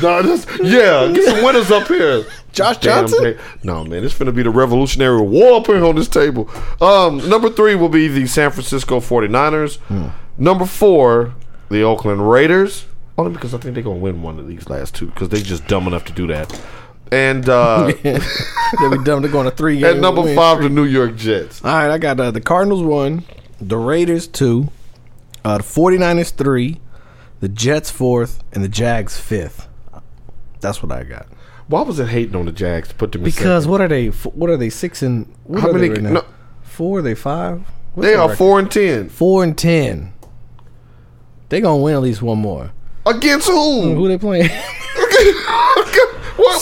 Speaker 3: nah, that's- yeah, get some winners up here.
Speaker 2: Josh
Speaker 3: Damn
Speaker 2: Johnson?
Speaker 3: thing. No, man, it's going to be the Revolutionary War up here on this table. Um, number three will be the San Francisco 49ers.
Speaker 2: Hmm.
Speaker 3: Number four, the Oakland Raiders. Only because I think they're going to win one of these last two because they just dumb enough to do that. And uh,
Speaker 2: They'll be dumb to go on a three game.
Speaker 3: at number
Speaker 2: win.
Speaker 3: five, the New York Jets.
Speaker 2: All right, I got uh, the Cardinals one, the Raiders two, uh, the 49ers three, the Jets fourth, and the Jags fifth. That's what I got.
Speaker 3: Why was it hating on the Jags to put them in
Speaker 2: Because
Speaker 3: second?
Speaker 2: what are they? f- What are they? Six and what
Speaker 3: How
Speaker 2: are
Speaker 3: many-
Speaker 2: They right now?
Speaker 3: no.
Speaker 2: Four? Are they five? What's
Speaker 3: they
Speaker 2: their
Speaker 3: are
Speaker 2: record?
Speaker 3: four and ten
Speaker 2: four and ten. They gonna win at least one more.
Speaker 3: against who?
Speaker 2: Who they playing?
Speaker 3: What?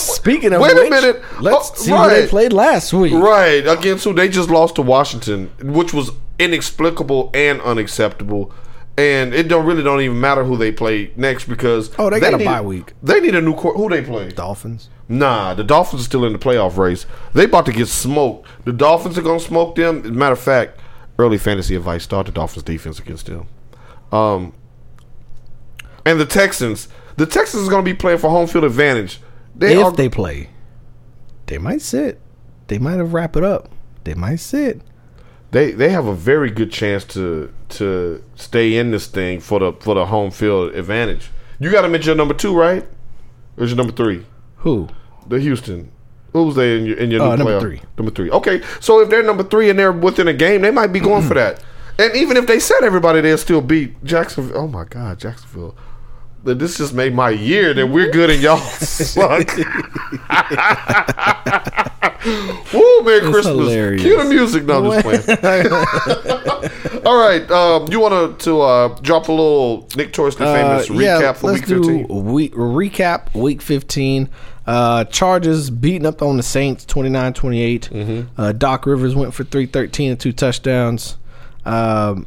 Speaker 2: Speaking of
Speaker 3: wait
Speaker 2: which,
Speaker 3: a minute.
Speaker 2: let's
Speaker 3: Oh,
Speaker 2: see who they played last week.
Speaker 3: Right against who they just lost to Washington, which was inexplicable and unacceptable. And it don't really don't even matter who they play next because
Speaker 2: Oh, they got a
Speaker 3: need-
Speaker 2: bye week.
Speaker 3: They need a new court. Who they play?
Speaker 2: Dolphins.
Speaker 3: Nah, the Dolphins are still in the playoff race. They about to get smoked. The Dolphins are gonna smoke them. As a matter of fact, early fantasy advice: start the Dolphins defense against them. Um, and the Texans. The Texans is gonna be playing for home field advantage. They
Speaker 2: if
Speaker 3: are,
Speaker 2: they play, they might sit. They might have wrap it up. They might sit.
Speaker 3: they they have a very good chance to to stay in this thing for the for the home field advantage. You got to mention your number two, right? Or is your number three?
Speaker 2: Who?
Speaker 3: The Houston. Who was they in your in your
Speaker 2: Uh,
Speaker 3: new
Speaker 2: number
Speaker 3: playoff?
Speaker 2: three.
Speaker 3: Number three. Okay, so if they're number three and they're within a game, they might be going for that. And even if they said everybody, they'll still beat Jacksonville. Oh my God, Jacksonville. Th- This just made my year that we're good and y'all suck. Woo, Merry Christmas.
Speaker 2: hilarious.
Speaker 3: Cue the music. No, I'm just playing. All right, um, you want to to uh, drop a little Nick Torres the famous
Speaker 2: Uh,
Speaker 3: recap for week 15?
Speaker 2: Do week, recap week 15. Uh, Chargers beating up on the Saints 29 28.
Speaker 3: Mm-hmm.
Speaker 2: Uh, Doc Rivers went for 313 and two touchdowns. Um,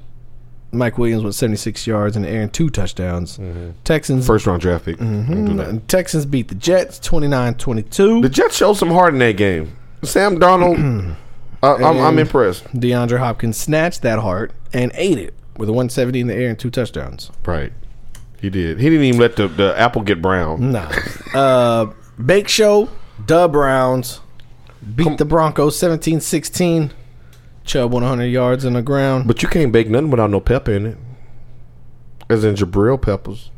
Speaker 2: Mike Williams with 76 yards and Aaron two touchdowns. Texans
Speaker 3: Mm-hmm.
Speaker 2: uh,
Speaker 3: First round draft pick.
Speaker 2: Mm-hmm.
Speaker 3: Do that.
Speaker 2: Texans beat the Jets 29 22.
Speaker 3: The Jets showed some heart in that game. Sam Donald, I, I'm, I'm impressed.
Speaker 2: DeAndre Hopkins snatched that heart and ate it with a 170 in the air and two touchdowns.
Speaker 3: Right. He did. He didn't even let the, the apple get brown.
Speaker 2: No. uh, Bake Show, Dub Browns, beat the Broncos 17 16. Chubb 100 yards on the ground.
Speaker 3: But you can't bake nothing without no pepper in it. As in Jabril Peppers,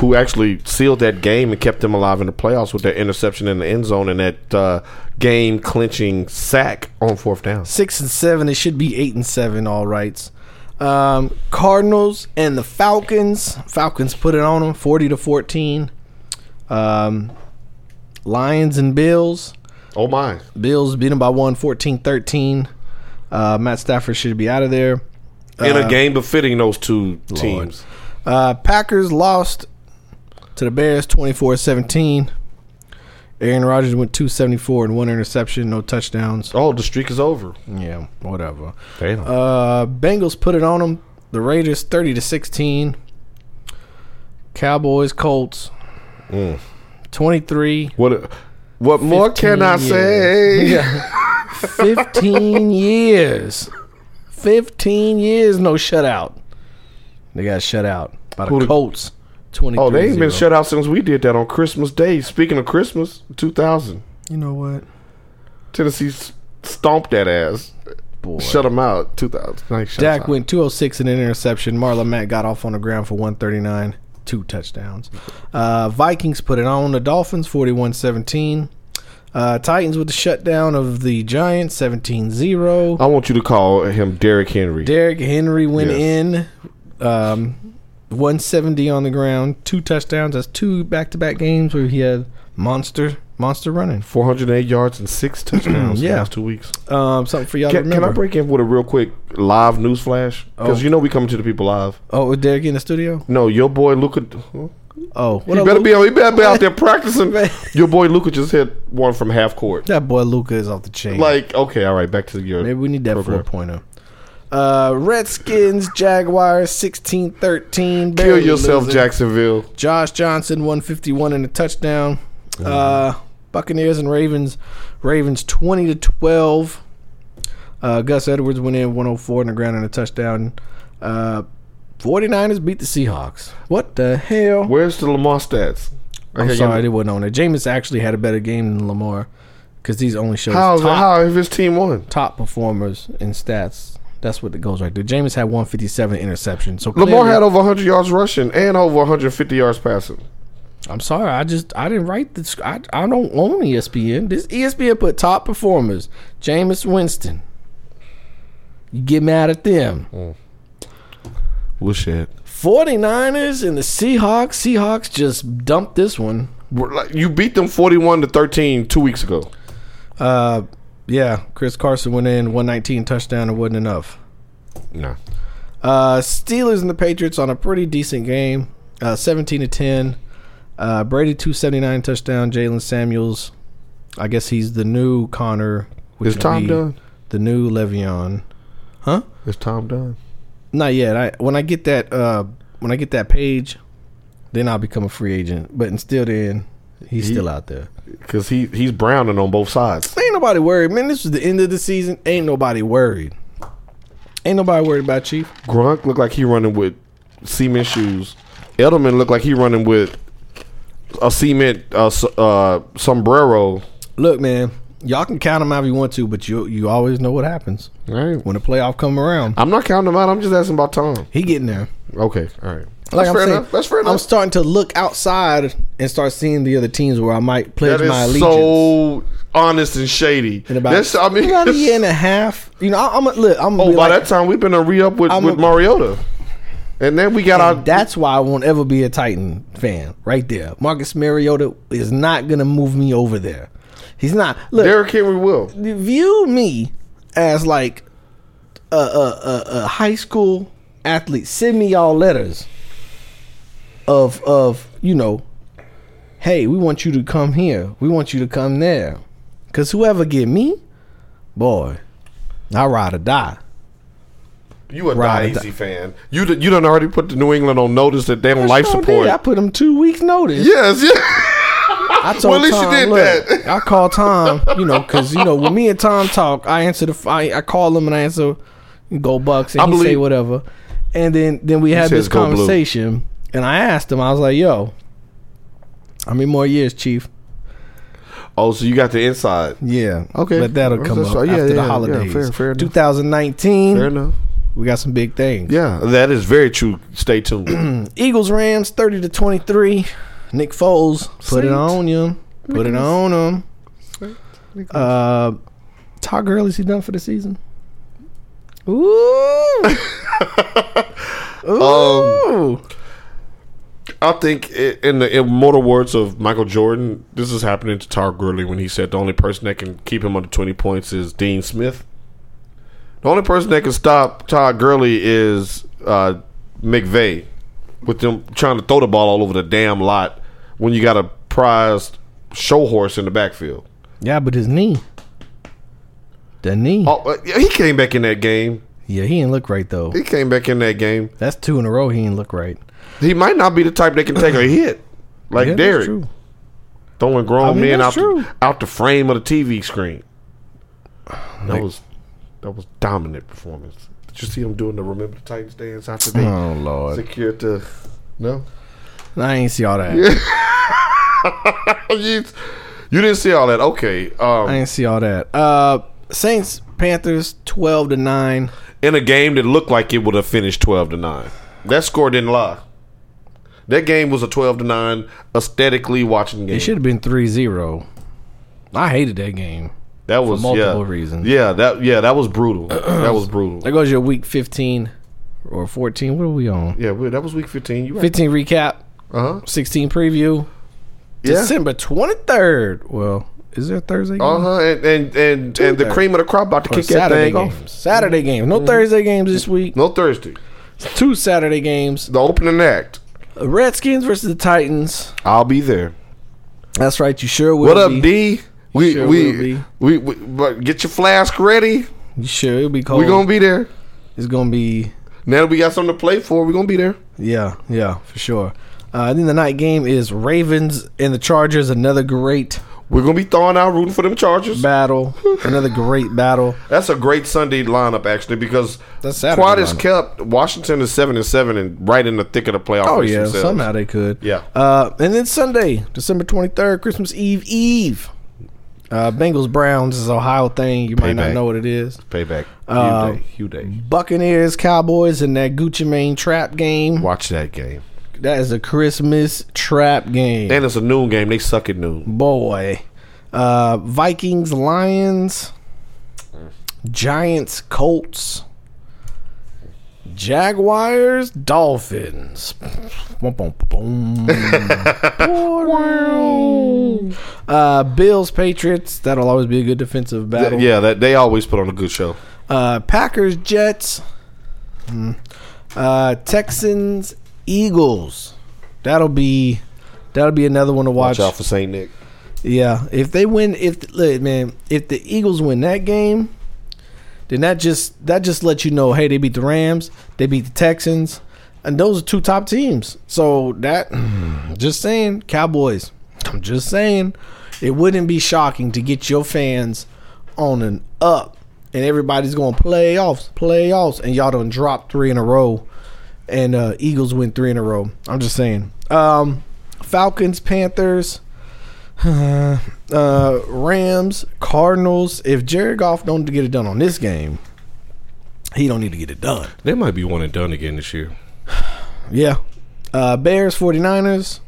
Speaker 3: who actually sealed that game and kept them alive in the playoffs with that interception in the end zone and that uh, game clinching sack on fourth down.
Speaker 2: 6 and 7. It should be 8 and 7, all rights. Um, Cardinals and the Falcons. Falcons put it on them 40 to 14. Um, Lions and Bills.
Speaker 3: Oh, my.
Speaker 2: Bills beat them by 1, 14 13. Uh, Matt Stafford should be out of there.
Speaker 3: In a game befitting those two teams.
Speaker 2: Uh, Packers lost to the Bears 24 17. Aaron Rodgers went 274 and one interception, no touchdowns.
Speaker 3: Oh, the streak is over.
Speaker 2: Yeah, whatever.
Speaker 3: Damn.
Speaker 2: Uh, Bengals put it on them. The Raiders 30 to 16. Cowboys, Colts 23.
Speaker 3: what, what Mm. more can I
Speaker 2: 15
Speaker 3: say?
Speaker 2: 15 years. 15 years, no shutout. They got shut out by
Speaker 3: Who
Speaker 2: the
Speaker 3: the-
Speaker 2: Colts 23
Speaker 3: Oh, they ain't been shut out since we did that on Christmas Day. Speaking of Christmas, 2000.
Speaker 2: You know what?
Speaker 3: Tennessee s- stomped that ass.
Speaker 2: Boy.
Speaker 3: Shut them out. 2000. Nice shots
Speaker 2: Dak
Speaker 3: out.
Speaker 2: went 206 in an interception. Marlon Mack got off on the ground for 139, two touchdowns. Uh, Vikings put it on the Dolphins 41 17. Uh, Titans with the shutdown of the Giants 17 0.
Speaker 3: I want you to call him Derrick Henry.
Speaker 2: Derrick Henry went
Speaker 3: Yes.
Speaker 2: in um, 170 on the ground, two touchdowns. That's two back to back games where he had monster monster running.
Speaker 3: 408 yards and six touchdowns yeah.
Speaker 2: Yeah.
Speaker 3: the last two weeks.
Speaker 2: Um, something for y'all to
Speaker 3: Can, can
Speaker 2: remember.
Speaker 3: I break in with a real quick live news flash? Because
Speaker 2: Oh.
Speaker 3: you know we coming to the people live.
Speaker 2: oh, with Derrick in the studio?
Speaker 3: No, your boy Luca.
Speaker 2: Oh, what
Speaker 3: He
Speaker 2: up,
Speaker 3: better
Speaker 2: Luke?
Speaker 3: be, he better be out there practicing. your boy Luca just hit one from half court.
Speaker 2: That boy Luca is off the chain.
Speaker 3: Like, okay, all right, back to your.
Speaker 2: Maybe we need that
Speaker 3: program.
Speaker 2: four pointer. Uh, Redskins, Jaguars, 16 13.
Speaker 3: Kill yourself, Jacksonville.
Speaker 2: Josh Johnson, 151 and a touchdown.
Speaker 3: Uh-huh.
Speaker 2: Uh, Buccaneers and Ravens. Ravens 20 to 12. Uh, Gus Edwards went in 104 on the ground and a touchdown. Uh, 49ers beat the Seahawks. What the hell?
Speaker 3: Where's the Lamar stats?
Speaker 2: I'm
Speaker 3: Okay,
Speaker 2: sorry,
Speaker 3: you-
Speaker 2: they wasn't on there. Jameis actually had a better game than Lamar because these only shows
Speaker 3: How,
Speaker 2: top
Speaker 3: how if his team won?
Speaker 2: top performers in stats. That's what it goes right there. Jameis had 157 interceptions. So
Speaker 3: Lamar
Speaker 2: clearly-
Speaker 3: had over 100 yards rushing and over 150 yards passing.
Speaker 2: I'm sorry, I just I didn't write this. I, I don't own E ESPN. This ESPN put top performers. Jameis Winston. You get mad at them.
Speaker 3: Well, shit.
Speaker 2: 49ers and the Seahawks. Seahawks just dumped this one.
Speaker 3: You beat them 41 to 13 two weeks ago.
Speaker 2: Uh, yeah, Chris Carson went in 119 touchdown. It wasn't enough.
Speaker 3: No.
Speaker 2: Uh, Steelers and the Patriots on a pretty decent game, uh, seventeen to ten. Uh, Brady two seventy nine touchdown. Jalen Samuels, I guess he's the new Connor. which
Speaker 3: Is
Speaker 2: would
Speaker 3: Tom
Speaker 2: be
Speaker 3: done?
Speaker 2: The new Le'Veon. Huh?
Speaker 3: Is Tom done?
Speaker 2: Not yet. I when I get that uh, when I get that page, then I'll become a free agent. But until then, he's
Speaker 3: He-
Speaker 2: still out there.
Speaker 3: Because he he's browning on both sides.
Speaker 2: Ain't nobody worried, man. This is the end of the season. Ain't nobody worried. Ain't nobody worried about Chief.
Speaker 3: Gronk looked like he running with cement shoes. Edelman looked like he running with a cement uh, s- uh, sombrero.
Speaker 2: Look, man, y'all can count them out if you want to, but you you always know what happens
Speaker 3: Right.
Speaker 2: when the playoff come around.
Speaker 3: I'm not counting him out. I'm just asking about Tom.
Speaker 2: He getting there.
Speaker 3: Okay. All right.
Speaker 2: Like
Speaker 3: That's
Speaker 2: I'm
Speaker 3: fair
Speaker 2: saying,
Speaker 3: enough. That's fair
Speaker 2: I'm
Speaker 3: enough.
Speaker 2: starting to look outside and start seeing the other teams where I might pledge
Speaker 3: That is
Speaker 2: my allegiance.
Speaker 3: so honest and shady.
Speaker 2: in about,
Speaker 3: That's, I mean,
Speaker 2: in about a year and a half, you know, I, I'm a, look. I'm gonna
Speaker 3: oh,
Speaker 2: be
Speaker 3: by
Speaker 2: like,
Speaker 3: that time we've been a re up with,
Speaker 2: I'm
Speaker 3: with
Speaker 2: a-
Speaker 3: Mariota, and then we got our
Speaker 2: And that's why I won't ever be a Titan fan. Right there, Marcus Mariota is not gonna move me over there. He's not. Look,
Speaker 3: Derrick Henry will.
Speaker 2: view me as like a, a, a, a high school athlete. Send me y'all letters of of you know, hey, we want you to come here. We want you to come there. Cause whoever get me, boy, I ride or die.
Speaker 3: You a
Speaker 2: Right.
Speaker 3: die easy fan. You d- you done already put the New England on notice that they don't life
Speaker 2: Sure
Speaker 3: support.
Speaker 2: did. I put him two weeks notice.
Speaker 3: Yes, yeah.
Speaker 2: I told
Speaker 3: Well, at least you
Speaker 2: Tom,
Speaker 3: did
Speaker 2: look,
Speaker 3: that.
Speaker 2: I called Tom, you know, because you know when me and Tom talk, I answer the, I, I call him and I answer, go Bucks, and
Speaker 3: I
Speaker 2: he say
Speaker 3: believe-
Speaker 2: whatever, and then then we had
Speaker 3: says
Speaker 2: this
Speaker 3: go blue.
Speaker 2: conversation, and I asked him, I was like, yo, how many more years, Chief?
Speaker 3: Oh, so you got the inside.
Speaker 2: Yeah,
Speaker 3: Okay.
Speaker 2: but that'll come
Speaker 3: That's
Speaker 2: up
Speaker 3: right. Yeah,
Speaker 2: after
Speaker 3: yeah,
Speaker 2: the
Speaker 3: yeah,
Speaker 2: holidays.
Speaker 3: fair- fair enough.
Speaker 2: 2019,
Speaker 3: Fair enough.
Speaker 2: we got some big things.
Speaker 3: Yeah, that is very true. Stay tuned.
Speaker 2: Eagles Rams 30 to 23. Nick Foles put
Speaker 3: Sweet.
Speaker 2: it on you. Put it on him. Uh, Todd Gurley is he done for the season? Ooh. Ooh.
Speaker 3: Um, I think i- in the immortal words of Michael Jordan, this is happening to Todd Gurley when he said the only person that can keep him under 20 points is Dean Smith. The only person that can stop Todd Gurley is uh, McVay with them trying to throw the ball all over the damn lot when you got a prized show horse in the backfield.
Speaker 2: yeah, but his knee. The knee.
Speaker 3: Oh, uh, he came back in that game.
Speaker 2: Yeah, he didn't look right though.
Speaker 3: He came back in that game.
Speaker 2: That's two in a row. He didn't look right.
Speaker 3: He might not be the type that can take a hit like
Speaker 2: Yeah, that's
Speaker 3: Derek.
Speaker 2: true.
Speaker 3: throwing grown
Speaker 2: I mean,
Speaker 3: men out
Speaker 2: that's true.
Speaker 3: the, out the frame of the TV screen. That was that was dominant performance. Did you see him doing the Remember the Titans dance after they
Speaker 2: Oh lord,
Speaker 3: secured the? No,
Speaker 2: I ain't see all that.
Speaker 3: Oh, you, you didn't see all that. Okay,
Speaker 2: I
Speaker 3: um,
Speaker 2: ain't see all that. Uh, Saints Panthers twelve to nine.
Speaker 3: in a game that looked like it would have finished twelve to nine. That score didn't lie. That game was a twelve to nine aesthetically watching game.
Speaker 2: It should have been 3-0. I hated that game.
Speaker 3: that was
Speaker 2: multiple
Speaker 3: yeah.
Speaker 2: reasons.
Speaker 3: Yeah, that yeah that was brutal. that was brutal.
Speaker 2: There goes your week 15 or 14. What are we on?
Speaker 3: Yeah, well, that was week fifteen. You right?
Speaker 2: 15 recap,
Speaker 3: Uh huh.
Speaker 2: 16 preview.
Speaker 3: Yeah.
Speaker 2: December 23rd. Well, is there a Thursday game?
Speaker 3: Uh huh, and and and, and the
Speaker 2: Tuesday.
Speaker 3: cream of the crop about to
Speaker 2: Mm-hmm. Or
Speaker 3: kick that
Speaker 2: Saturday
Speaker 3: thing
Speaker 2: games.
Speaker 3: off. Mm-hmm.
Speaker 2: Saturday games. No Thursday games this week.
Speaker 3: No Thursday,
Speaker 2: Two Saturday games.
Speaker 3: the opening act.
Speaker 2: Redskins versus the Titans.
Speaker 3: I'll be there.
Speaker 2: That's right. You sure will
Speaker 3: What up,
Speaker 2: be.
Speaker 3: D? We
Speaker 2: Sure will
Speaker 3: we,
Speaker 2: be.
Speaker 3: we we but get your flask ready.
Speaker 2: You sure it'll be cold.
Speaker 3: We're gonna be there.
Speaker 2: it's going to be
Speaker 3: Now that we got something to play for, we're gonna be there.
Speaker 2: Yeah, yeah, for sure. Uh, then the night game is Ravens and the Chargers. Another great
Speaker 3: We're gonna be throwing out rooting for them Chargers.
Speaker 2: battle. Another great battle.
Speaker 3: That's a great Sunday lineup actually because
Speaker 2: That's Saturday
Speaker 3: Quad is
Speaker 2: lineup.
Speaker 3: kept. Washington is seven and seven and right in the thick of the playoff.
Speaker 2: Oh
Speaker 3: race
Speaker 2: yeah,
Speaker 3: themselves.
Speaker 2: somehow they could.
Speaker 3: Yeah.
Speaker 2: Uh, and then Sunday, December twenty third, Christmas Eve Eve. Uh, Bengals Browns is an Ohio thing. You might not
Speaker 3: Payback.
Speaker 2: know what it is.
Speaker 3: Payback.
Speaker 2: Uh,
Speaker 3: Hugh Day. Hugh Day.
Speaker 2: Buccaneers Cowboys in that Gucci Mane trap game.
Speaker 3: Watch that game.
Speaker 2: That is a Christmas trap game.
Speaker 3: And it's a noon game. They suck at noon.
Speaker 2: boy. Uh, Vikings, Lions, Giants, Colts, Jaguars, Dolphins. Boom, boom, boom, boom. uh, Bills, Patriots. That'll always be a good defensive
Speaker 3: Th-
Speaker 2: battle.
Speaker 3: yeah, that they always put on a good show.
Speaker 2: Uh, Packers, Jets, Hmm. uh, Texans, Eagles. That'll be That'll be another one to watch.
Speaker 3: Watch out for Saint Nick.
Speaker 2: Yeah, if they win, if look, man, if the Eagles win that game, then that just that just lets you know, hey, they beat the Rams, they beat the Texans, and those are two top teams. So that, just saying, Cowboys. I'm just saying, it wouldn't be shocking to get your fans on an up, and everybody's going playoffs, playoffs, and y'all done drop three in a row, and uh, Eagles win three in a row. I'm just saying, um, Falcons, Panthers. Uh, uh, Rams, Cardinals. If Jared Goff don't get it done on this game, he don't need to get it done.
Speaker 3: They might be one and done again this year.
Speaker 2: Yeah. Uh, Bears, 49ers,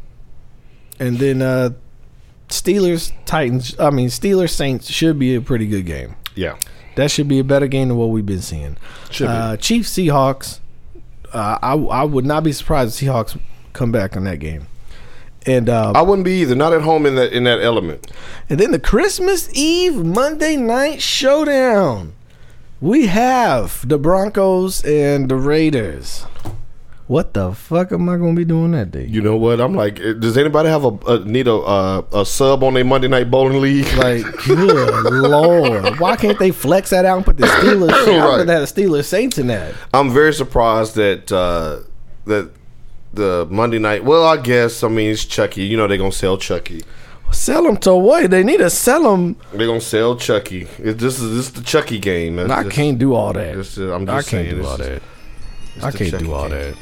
Speaker 2: and then uh, Steelers, Titans. I mean, Steelers, Saints should be a pretty good game.
Speaker 3: Yeah.
Speaker 2: That should be a better game than what we've been seeing.
Speaker 3: Should be.
Speaker 2: Uh, Chiefs, Seahawks. Uh, I, I would not be surprised if Seahawks come back on that game. And uh,
Speaker 3: I wouldn't be either. Not at home in that in that element.
Speaker 2: And then the Christmas Eve Monday night showdown. We have the Broncos and the Raiders. What the fuck am I gonna be doing that day?
Speaker 3: You know what? I'm like, eh, does anybody have a, a need a uh, a sub on their Monday night bowling league?
Speaker 2: Like, good lord, why can't they flex that out and put the Steelers? I
Speaker 3: Right.
Speaker 2: would have the Steelers Saints in that.
Speaker 3: I'm very surprised that uh, that the Monday night. Well, I guess I mean it's Chucky. You know they're gonna sell Chucky.
Speaker 2: Sell them to what? They need to sell them.
Speaker 3: They're gonna sell Chucky. It, this is this is the Chucky game. That's
Speaker 2: I
Speaker 3: just-
Speaker 2: can't do all that.
Speaker 3: It's just- I'm
Speaker 2: I
Speaker 3: just
Speaker 2: can't
Speaker 3: saying,
Speaker 2: do
Speaker 3: it's
Speaker 2: all
Speaker 3: just-
Speaker 2: that.
Speaker 3: it's
Speaker 2: I
Speaker 3: the
Speaker 2: can't
Speaker 3: Chucky
Speaker 2: do all
Speaker 3: game.
Speaker 2: that.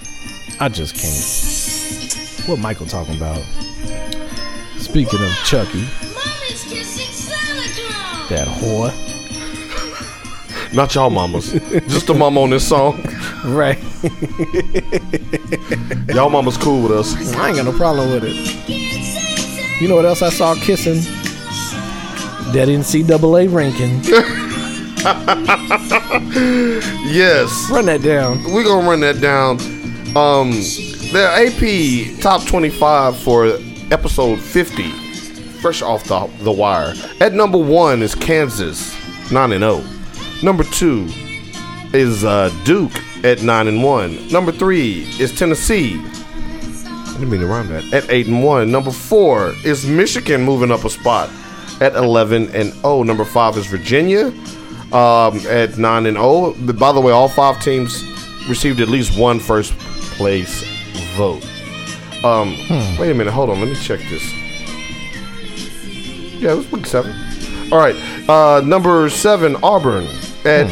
Speaker 2: I just can't. What Michael talking about? Speaking of Chucky,
Speaker 4: Mommy's kissing Santa Claus.
Speaker 2: that whore.
Speaker 3: Not y'all mamas. just the mama on this song.
Speaker 2: Right.
Speaker 3: Y'all mamas cool with us.
Speaker 2: I ain't got no problem with it. You know what else I saw kissing? That NCAA ranking.
Speaker 3: Yes.
Speaker 2: Run that down.
Speaker 3: we're gonna run that down. Um, the AP top 25 for episode 50, fresh off the, the wire. At number one is Kansas, 9 and 0. Number two is uh, Duke at 9 and 1. Number three is Tennessee. I didn't mean to rhyme that. At 8 and 1. Number four is Michigan moving up a spot at 11 and 0. Number five is Virginia um, at 9 and 0. But By the way, all five teams received at least one first place vote. Um, Wait a minute. Hold on. Let me check this. Yeah, it was week seven. All right. Uh, number seven, Auburn. At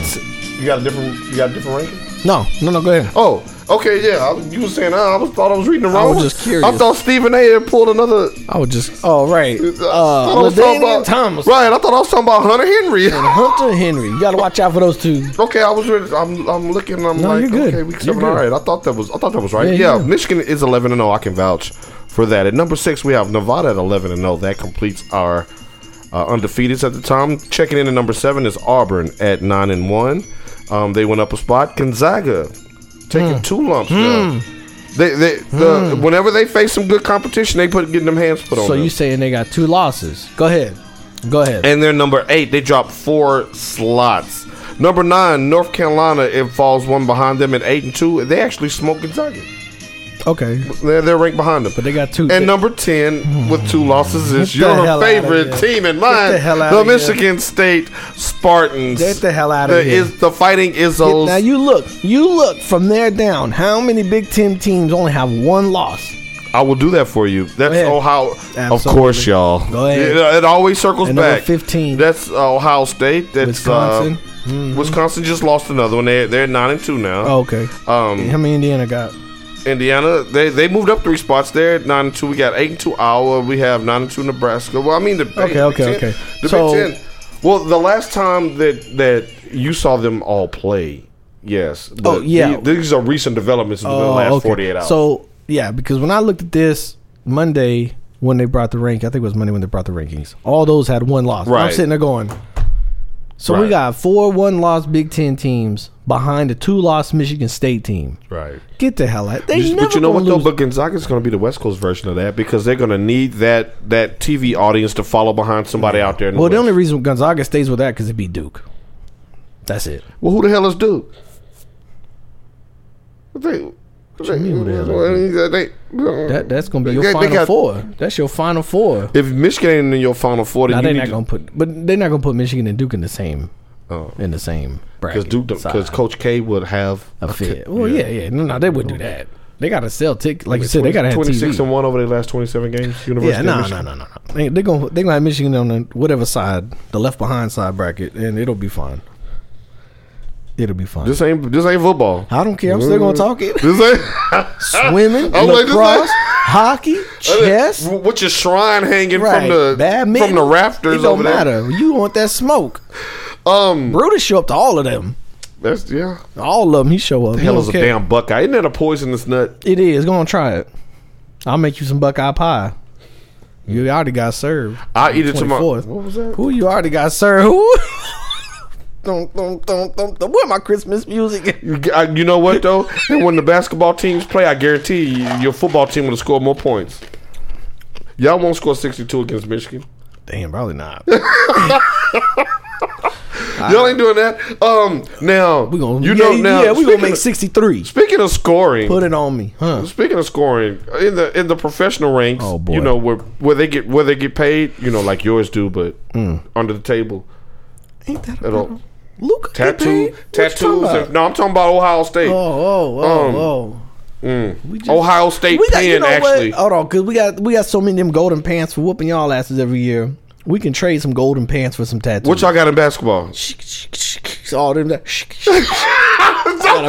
Speaker 3: you got a different you got a different ranking.
Speaker 2: No, no, no, go ahead.
Speaker 3: Oh, okay, yeah. I, you were saying I, I was, thought I was reading the wrong.
Speaker 2: was
Speaker 3: one.
Speaker 2: just curious.
Speaker 3: I thought Stephen A. had pulled another.
Speaker 2: I would just. Oh, right. Uh,
Speaker 3: I was talking
Speaker 2: LaDainian
Speaker 3: about-
Speaker 2: Thomas.
Speaker 3: Right, I thought I was talking about Hunter Henry.
Speaker 2: Hunter Henry. You got to watch out for those two.
Speaker 3: okay, I was. Ready. I'm. I'm looking. I'm
Speaker 2: No,
Speaker 3: like,
Speaker 2: you're good.
Speaker 3: okay, week
Speaker 2: You're
Speaker 3: seven.
Speaker 2: good.
Speaker 3: All right, I thought that was. I thought that was right.
Speaker 2: Yeah,
Speaker 3: Yeah,
Speaker 2: yeah.
Speaker 3: Michigan is 11 and 0. I can vouch for that. At number six, we have Nevada at 11 and 0. That completes our uh, undefeateds at the time. Checking in at number seven is Auburn at 9 and 1. Um, they went up a spot. Gonzaga taking
Speaker 2: Hmm.
Speaker 3: two lumps now. They, they, the, whenever they face some good competition, they put getting them hands put on
Speaker 2: So
Speaker 3: them.
Speaker 2: you saying they got two losses? Go ahead. Go ahead.
Speaker 3: And they're number eight. They dropped four slots. Number nine, North Carolina. It falls one behind them at eight and two. They actually smoke Gonzaga.
Speaker 2: okay.
Speaker 3: They're, they're ranked behind them.
Speaker 2: But they got two. Hmm.
Speaker 3: and number ten with two losses is
Speaker 2: Get the hell
Speaker 3: your
Speaker 2: outta
Speaker 3: favorite
Speaker 2: here.
Speaker 3: team and
Speaker 2: Get
Speaker 3: mine,
Speaker 2: the hell
Speaker 3: the,
Speaker 2: outta here.
Speaker 3: Michigan State Spartans.
Speaker 2: Get the hell outta
Speaker 3: The
Speaker 2: here.
Speaker 3: Is, the fighting Izzos.
Speaker 2: now you look. You look from there down. How many Big Ten teams only have one loss?
Speaker 3: I will do that for you. That's
Speaker 2: ahead.
Speaker 3: Ohio. Of
Speaker 2: Absolutely.
Speaker 3: course, y'all.
Speaker 2: Go ahead.
Speaker 3: It, it always circles
Speaker 2: And number
Speaker 3: back.
Speaker 2: 15.
Speaker 3: That's Ohio State. That's
Speaker 2: Wisconsin. Hmm.
Speaker 3: Wisconsin. Wisconsin just lost another one. They're they're nine and two now.
Speaker 2: Oh, okay.
Speaker 3: Um,
Speaker 2: How many Indiana got?
Speaker 3: Indiana, they they moved up three spots there. Nine and two. We got eight and two Iowa. We have nine and two Nebraska. Well, I mean the
Speaker 2: Okay,
Speaker 3: the
Speaker 2: okay,
Speaker 3: Big Ten-
Speaker 2: okay.
Speaker 3: The
Speaker 2: So-
Speaker 3: Big Ten. Well, the last time that that you saw them all play, yes. but
Speaker 2: Oh, yeah.
Speaker 3: the- these are recent developments in the
Speaker 2: Oh,
Speaker 3: last
Speaker 2: okay.
Speaker 3: forty eight hours.
Speaker 2: So yeah, because when I looked at this Monday when they brought the rank, I think it was Monday when they brought the rankings. All those had one loss. And I'm
Speaker 3: Right.
Speaker 2: sitting there going. So we
Speaker 3: Right.
Speaker 2: got four one loss Big Ten teams behind a two loss Michigan State team.
Speaker 3: right.
Speaker 2: Get the hell out! They
Speaker 3: Just-
Speaker 2: never
Speaker 3: but you know what
Speaker 2: gonna
Speaker 3: though?
Speaker 2: lose.
Speaker 3: But Gonzaga's going to be the West Coast version of that because they're going to need that that TV audience to follow behind somebody out there. In
Speaker 2: well,
Speaker 3: the
Speaker 2: the
Speaker 3: West.
Speaker 2: only reason Gonzaga stays with that because it beat Duke. That's it.
Speaker 3: well, who the hell is Duke? What they-
Speaker 2: you mean whatever? That, that's gonna be your
Speaker 3: They- they
Speaker 2: final
Speaker 3: got-
Speaker 2: four. That's your final four.
Speaker 3: If Michigan ain't in your final four,
Speaker 2: Now
Speaker 3: then
Speaker 2: they're
Speaker 3: you
Speaker 2: not
Speaker 3: need
Speaker 2: gonna put, but they're not gonna put Michigan and Duke in the same,
Speaker 3: Oh.
Speaker 2: in the same
Speaker 3: because
Speaker 2: bracket.
Speaker 3: Duke, because Coach K would have
Speaker 2: a fit. Well, yeah, yeah. No, no, they wouldn't do that. They gotta sell tickets. Like you said, they gotta have
Speaker 3: twenty six
Speaker 2: TV.
Speaker 3: and one over their last twenty seven games. University
Speaker 2: Yeah,
Speaker 3: of
Speaker 2: no, no,
Speaker 3: Michigan.
Speaker 2: no, no, no. They- They're gonna they're gonna have Michigan on the whatever side, the left behind side bracket, and it'll be fine. It'll be fine.
Speaker 3: This ain't this ain't football.
Speaker 2: I don't care. I'm still gonna talk it.
Speaker 3: This ain't
Speaker 2: Swimming,
Speaker 3: I'm like, this
Speaker 2: lacrosse,
Speaker 3: ain't-
Speaker 2: hockey, chess.
Speaker 3: What's your shrine hanging
Speaker 2: Right,
Speaker 3: from the
Speaker 2: badminton.
Speaker 3: from the rafters
Speaker 2: It don't
Speaker 3: over
Speaker 2: matter. You want that smoke?
Speaker 3: there? Um,
Speaker 2: Brutus show up to all of them.
Speaker 3: that's yeah.
Speaker 2: All of them. He show up. He
Speaker 3: Hell
Speaker 2: don't
Speaker 3: is a
Speaker 2: care.
Speaker 3: damn Buckeye. Isn't that a poisonous nut?
Speaker 2: It is. Go on, try it. I'll make you some Buckeye pie. You already got served.
Speaker 3: I eat it tomorrow.
Speaker 2: 24th.
Speaker 3: What was that?
Speaker 2: Who you already got served? Who? dum, dum, dum, dum, dum. Where my Christmas music?
Speaker 3: You, I, you know what though? and when the basketball teams play, I guarantee you, your football team will score more points. Y'all won't score sixty two against Michigan.
Speaker 2: Damn, probably not.
Speaker 3: Y'all ain't doing that. Um, now
Speaker 2: Ah. We gonna
Speaker 3: you
Speaker 2: yeah,
Speaker 3: know now.
Speaker 2: Yeah, we gonna
Speaker 3: speaking
Speaker 2: make
Speaker 3: of-
Speaker 2: sixty three.
Speaker 3: Speaking of scoring,
Speaker 2: Put it on me, huh?
Speaker 3: Speaking of scoring in the in the professional ranks,
Speaker 2: Oh, boy.
Speaker 3: you know where where they get where they get paid, you know, like yours do, but
Speaker 2: Mm.
Speaker 3: under the table
Speaker 2: Ain't that
Speaker 3: at all.
Speaker 2: Luca
Speaker 3: Tattoo, tattoos. and- no, I'm talking about Ohio State.
Speaker 2: Oh, oh, oh,
Speaker 3: Um,
Speaker 2: oh. We just-
Speaker 3: Ohio State
Speaker 2: we got,
Speaker 3: pen
Speaker 2: you know
Speaker 3: actually.
Speaker 2: what? Uh, Hold on, cause we got we got so many of them golden pants for whooping y'all asses every year. We can trade some golden pants for some tattoos.
Speaker 3: What y'all got in basketball? Is
Speaker 2: all them that
Speaker 3: that, is that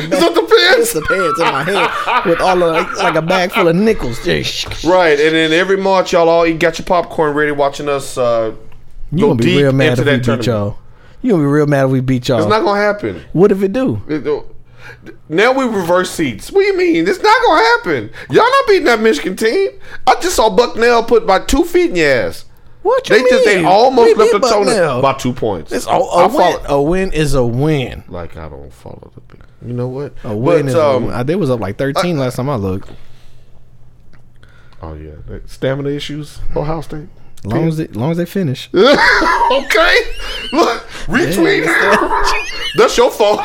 Speaker 2: It's
Speaker 3: the
Speaker 2: the pants in my hand with all of like, like a bag full of nickels. Just-
Speaker 3: pins? Right, and then every March y'all all you got your popcorn ready, watching us. Uh,
Speaker 2: You gonna
Speaker 3: go
Speaker 2: be
Speaker 3: deep
Speaker 2: real mad
Speaker 3: into
Speaker 2: if we
Speaker 3: that
Speaker 2: beat
Speaker 3: tournament.
Speaker 2: y'all. You gonna be real mad if we beat y'all.
Speaker 3: It's not gonna happen.
Speaker 2: what if it do?
Speaker 3: It- uh, Now we reverse seats. What do you mean? It's not gonna happen. Y'all not beating that Michigan team. I just saw Bucknell put by two feet in your ass.
Speaker 2: What you
Speaker 3: They just they
Speaker 2: mean?
Speaker 3: almost
Speaker 2: We
Speaker 3: left the
Speaker 2: beat Bucknell.
Speaker 3: total by two points.
Speaker 2: It's a, a
Speaker 3: I
Speaker 2: win.
Speaker 3: follow-
Speaker 2: A win is a win.
Speaker 3: Like I don't follow the big. You know what?
Speaker 2: A win
Speaker 3: But,
Speaker 2: is
Speaker 3: um,
Speaker 2: a win. I- They was up like thirteen last time I looked.
Speaker 3: oh yeah, That stamina issues. Ohio State.
Speaker 2: Long as they, long as they finish.
Speaker 3: okay, look, retweet. That's your fault.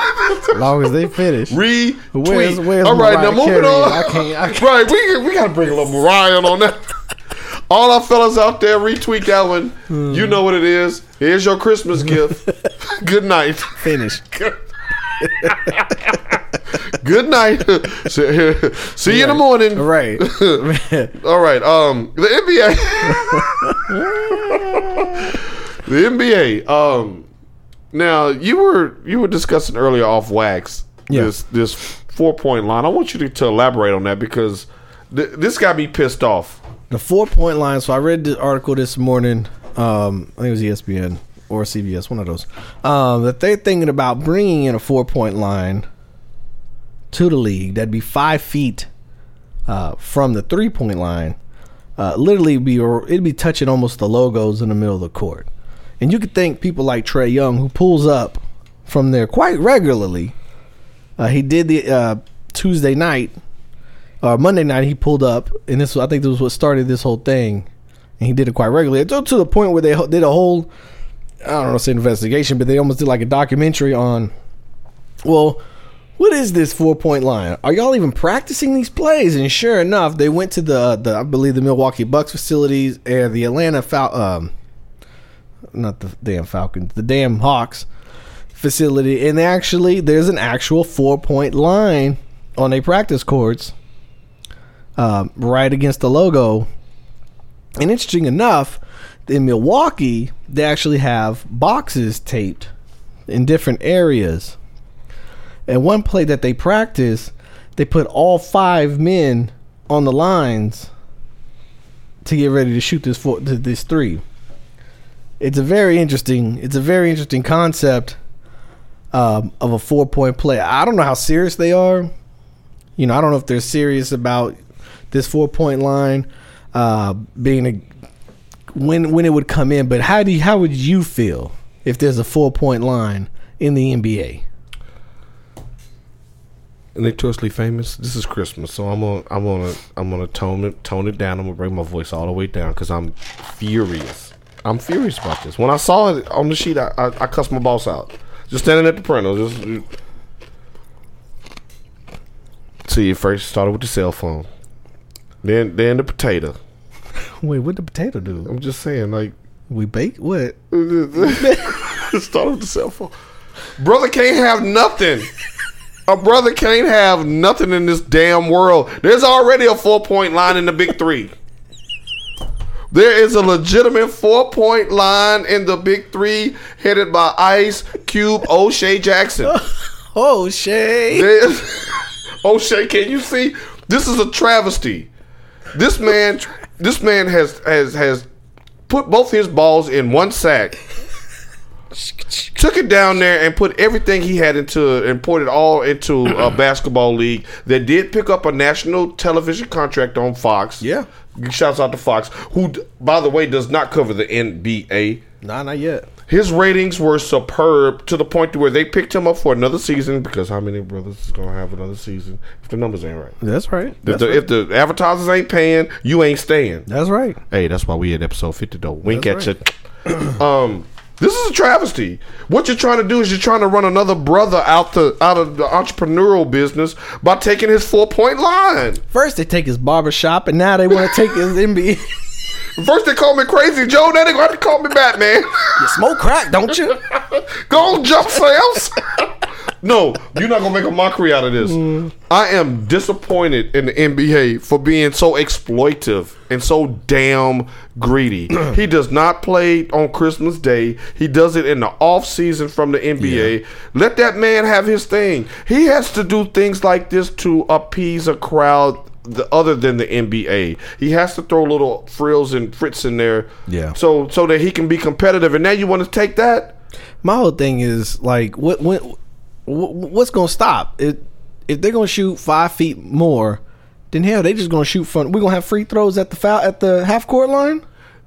Speaker 2: long as they finish.
Speaker 3: retweet.
Speaker 2: Where's- where's
Speaker 3: All right,
Speaker 2: Mariah
Speaker 3: now moving
Speaker 2: Carey?
Speaker 3: on.
Speaker 2: I can't- I can't-
Speaker 3: Right, we we gotta bring a little Mariah on that. All our fellas out there, retweet that one. You know what it is. Here's your Christmas gift. Good night.
Speaker 2: Finish.
Speaker 3: Good night. See see you in the morning.
Speaker 2: Right.
Speaker 3: All right. Um, the NBA. the NBA. Um, now you were you were discussing earlier off wax
Speaker 2: Yeah.
Speaker 3: this this four point line. I want you to, to elaborate on that because th- this got me pissed off.
Speaker 2: the four point line. So I read the article this morning. Um, I think it was ESPN or CBS, one of those. Um, that they're thinking about bringing in a four point line to the league. That'd be five feet uh, from the three point line. Uh, literally, it'd be or it'd be touching almost the logos in the middle of the court. And you could think people like Trey Young, who pulls up from there quite regularly. Uh, he did the uh, Tuesday night uh, Monday night he pulled up, and this I think this was what started this whole thing, and he did it quite regularly to, to the point where they ho- did a whole I don't know say investigation, but they almost did like a documentary on. Well, what is this four point line? Are y'all even practicing these plays? And sure enough, they went to the the I believe the Milwaukee Bucks facilities and the Atlanta Fal- um, not the damn Falcons, the damn Hawks facility, and they actually there's an actual four point line on their practice courts um, right against the logo. And interesting enough, in Milwaukee, they actually have boxes taped in different areas. And one play that they practice, they put all five men on the lines to get ready to shoot this four, th- this three. It's a very interesting. It's a very interesting concept um, of a four point play. I don't know how serious they are. You know, I don't know if they're serious about this four point line uh, being a when when it would come in. But how do you, how would you feel if there's a four point line in the NBA?
Speaker 3: Notoriously famous. This is Christmas, so I'm gonna I'm gonna I'm gonna tone it tone it down. I'm gonna bring my voice all the way down because I'm furious. I'm furious about this. When I saw it on the sheet, I, I, I cussed my boss out. Just standing at the printer. Just see, it first started with the cell phone, then then the potato.
Speaker 2: Wait, what the potato do?
Speaker 3: I'm just saying, like,
Speaker 2: We bake what?
Speaker 3: it started with the cell phone. Brother can't have nothing. A brother can't have nothing in this damn world. There's already a four point line in the big three. There is a legitimate four point line in the big three headed by Ice Cube O'Shea Jackson.
Speaker 2: Oh shit!
Speaker 3: There's- O'Shea, can you see? This is a travesty. This man, this man has has has put both his balls in one sack, took it down there and put everything he had into and poured it all into a basketball league that did pick up a national television contract on Fox.
Speaker 2: Yeah.
Speaker 3: shouts out to Fox, who by the way does not cover the NBA.
Speaker 2: Nah, not yet.
Speaker 3: His ratings were superb to the point to where they picked him up for another season because how many brothers is gonna have another season if the numbers ain't right?
Speaker 2: That's right.
Speaker 3: If the, if the advertisers ain't paying, you ain't staying.
Speaker 2: That's right.
Speaker 3: Hey, that's why we at episode fifty though. Wink
Speaker 2: That's
Speaker 3: at you. um, this is a travesty. What you're trying to do is you're trying to run another brother out the out of the entrepreneurial business by taking his four point line.
Speaker 2: First they take his barber shop, and now they want to take his NBA.
Speaker 3: First they call me crazy Joe, then they gonna have to call me Batman.
Speaker 2: you smoke crack, don't you?
Speaker 3: Go on, jump sales. no, you're not gonna make a mockery out of this. I am disappointed in the NBA for being so exploitive and so damn greedy. he does not play on Christmas Day. He does it in the off season from the NBA. Let that man have his thing. He has to do things like this to appease a crowd. The, other than the NBA, he has to throw little frills and fritz in there,
Speaker 2: Yeah.
Speaker 3: So so that he can be competitive. And now you want to take that?
Speaker 2: My whole thing is like, what, what, what what's gonna stop it? If they're gonna shoot five feet more, then hell, they just gonna shoot front. We're gonna have free throws at the foul at the half court line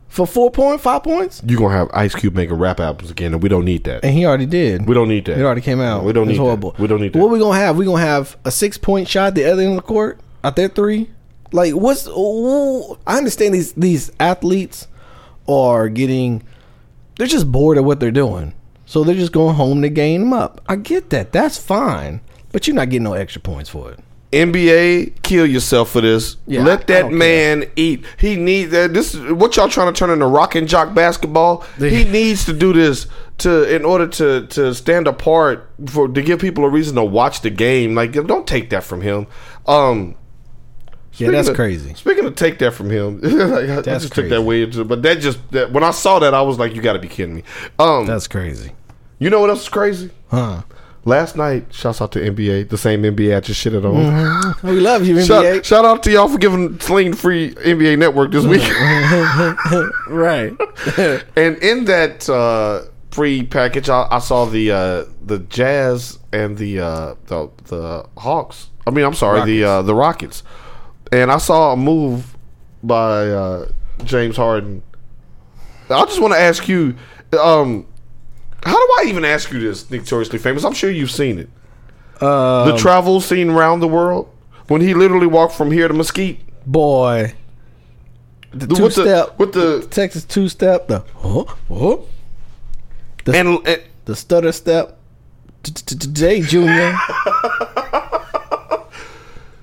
Speaker 2: for four point five points,
Speaker 3: you're gonna have Ice Cube making rap albums again, and we don't need that.
Speaker 2: and he already did.
Speaker 3: We don't need that.
Speaker 2: It already came out.
Speaker 3: We don't
Speaker 2: it's
Speaker 3: need
Speaker 2: horrible.
Speaker 3: That. We don't need that.
Speaker 2: What we gonna have? We gonna have a six point shot at the other end of the court out there three. Like what's? ooh, I understand these these athletes are getting. They're just bored of what they're doing, so they're just going home to gain them up. I get that. That's fine, but you're not getting no extra points for it.
Speaker 3: NBA, kill yourself for this.
Speaker 2: Yeah, I- I
Speaker 3: Let that
Speaker 2: don't
Speaker 3: man eat. He needs that. This is what y'all trying to turn into rock and jock basketball. he needs to do this to in order to to stand apart for to give people a reason to watch the game. Like don't take that from him. Um,
Speaker 2: Yeah, that's
Speaker 3: Speaking of-
Speaker 2: crazy.
Speaker 3: Speaking of take that from him, like, I- I
Speaker 2: That's
Speaker 3: just took
Speaker 2: crazy.
Speaker 3: that way into. But that just that, when I saw that, I was like, you got to be kidding me. Um,
Speaker 2: That's crazy.
Speaker 3: you know what else is crazy?
Speaker 2: Huh?
Speaker 3: Last night, shouts out to NBA, the same NBA I just shitted on.
Speaker 2: Oh, We love you,
Speaker 3: Shout,
Speaker 2: NBA.
Speaker 3: shout out to y'all for giving Sling free NBA network this week.
Speaker 2: right.
Speaker 3: and in that uh, free package, I, I saw the uh, the Jazz and the uh, the the Hawks. I mean, I'm sorry, the uh, the Rockets. And I saw a move by uh, James Harden. I just want to ask you, um, how do I even ask you this, notoriously famous? I'm sure you've seen it.
Speaker 2: Uh,
Speaker 3: the travel scene around the world when he literally walked from here to Mesquite.
Speaker 2: boy. The
Speaker 3: The-
Speaker 2: two
Speaker 3: with
Speaker 2: step.
Speaker 3: the with the
Speaker 2: Texas two step. The huh? Huh?
Speaker 3: and, and
Speaker 2: the stutter step t- t- today, Junior.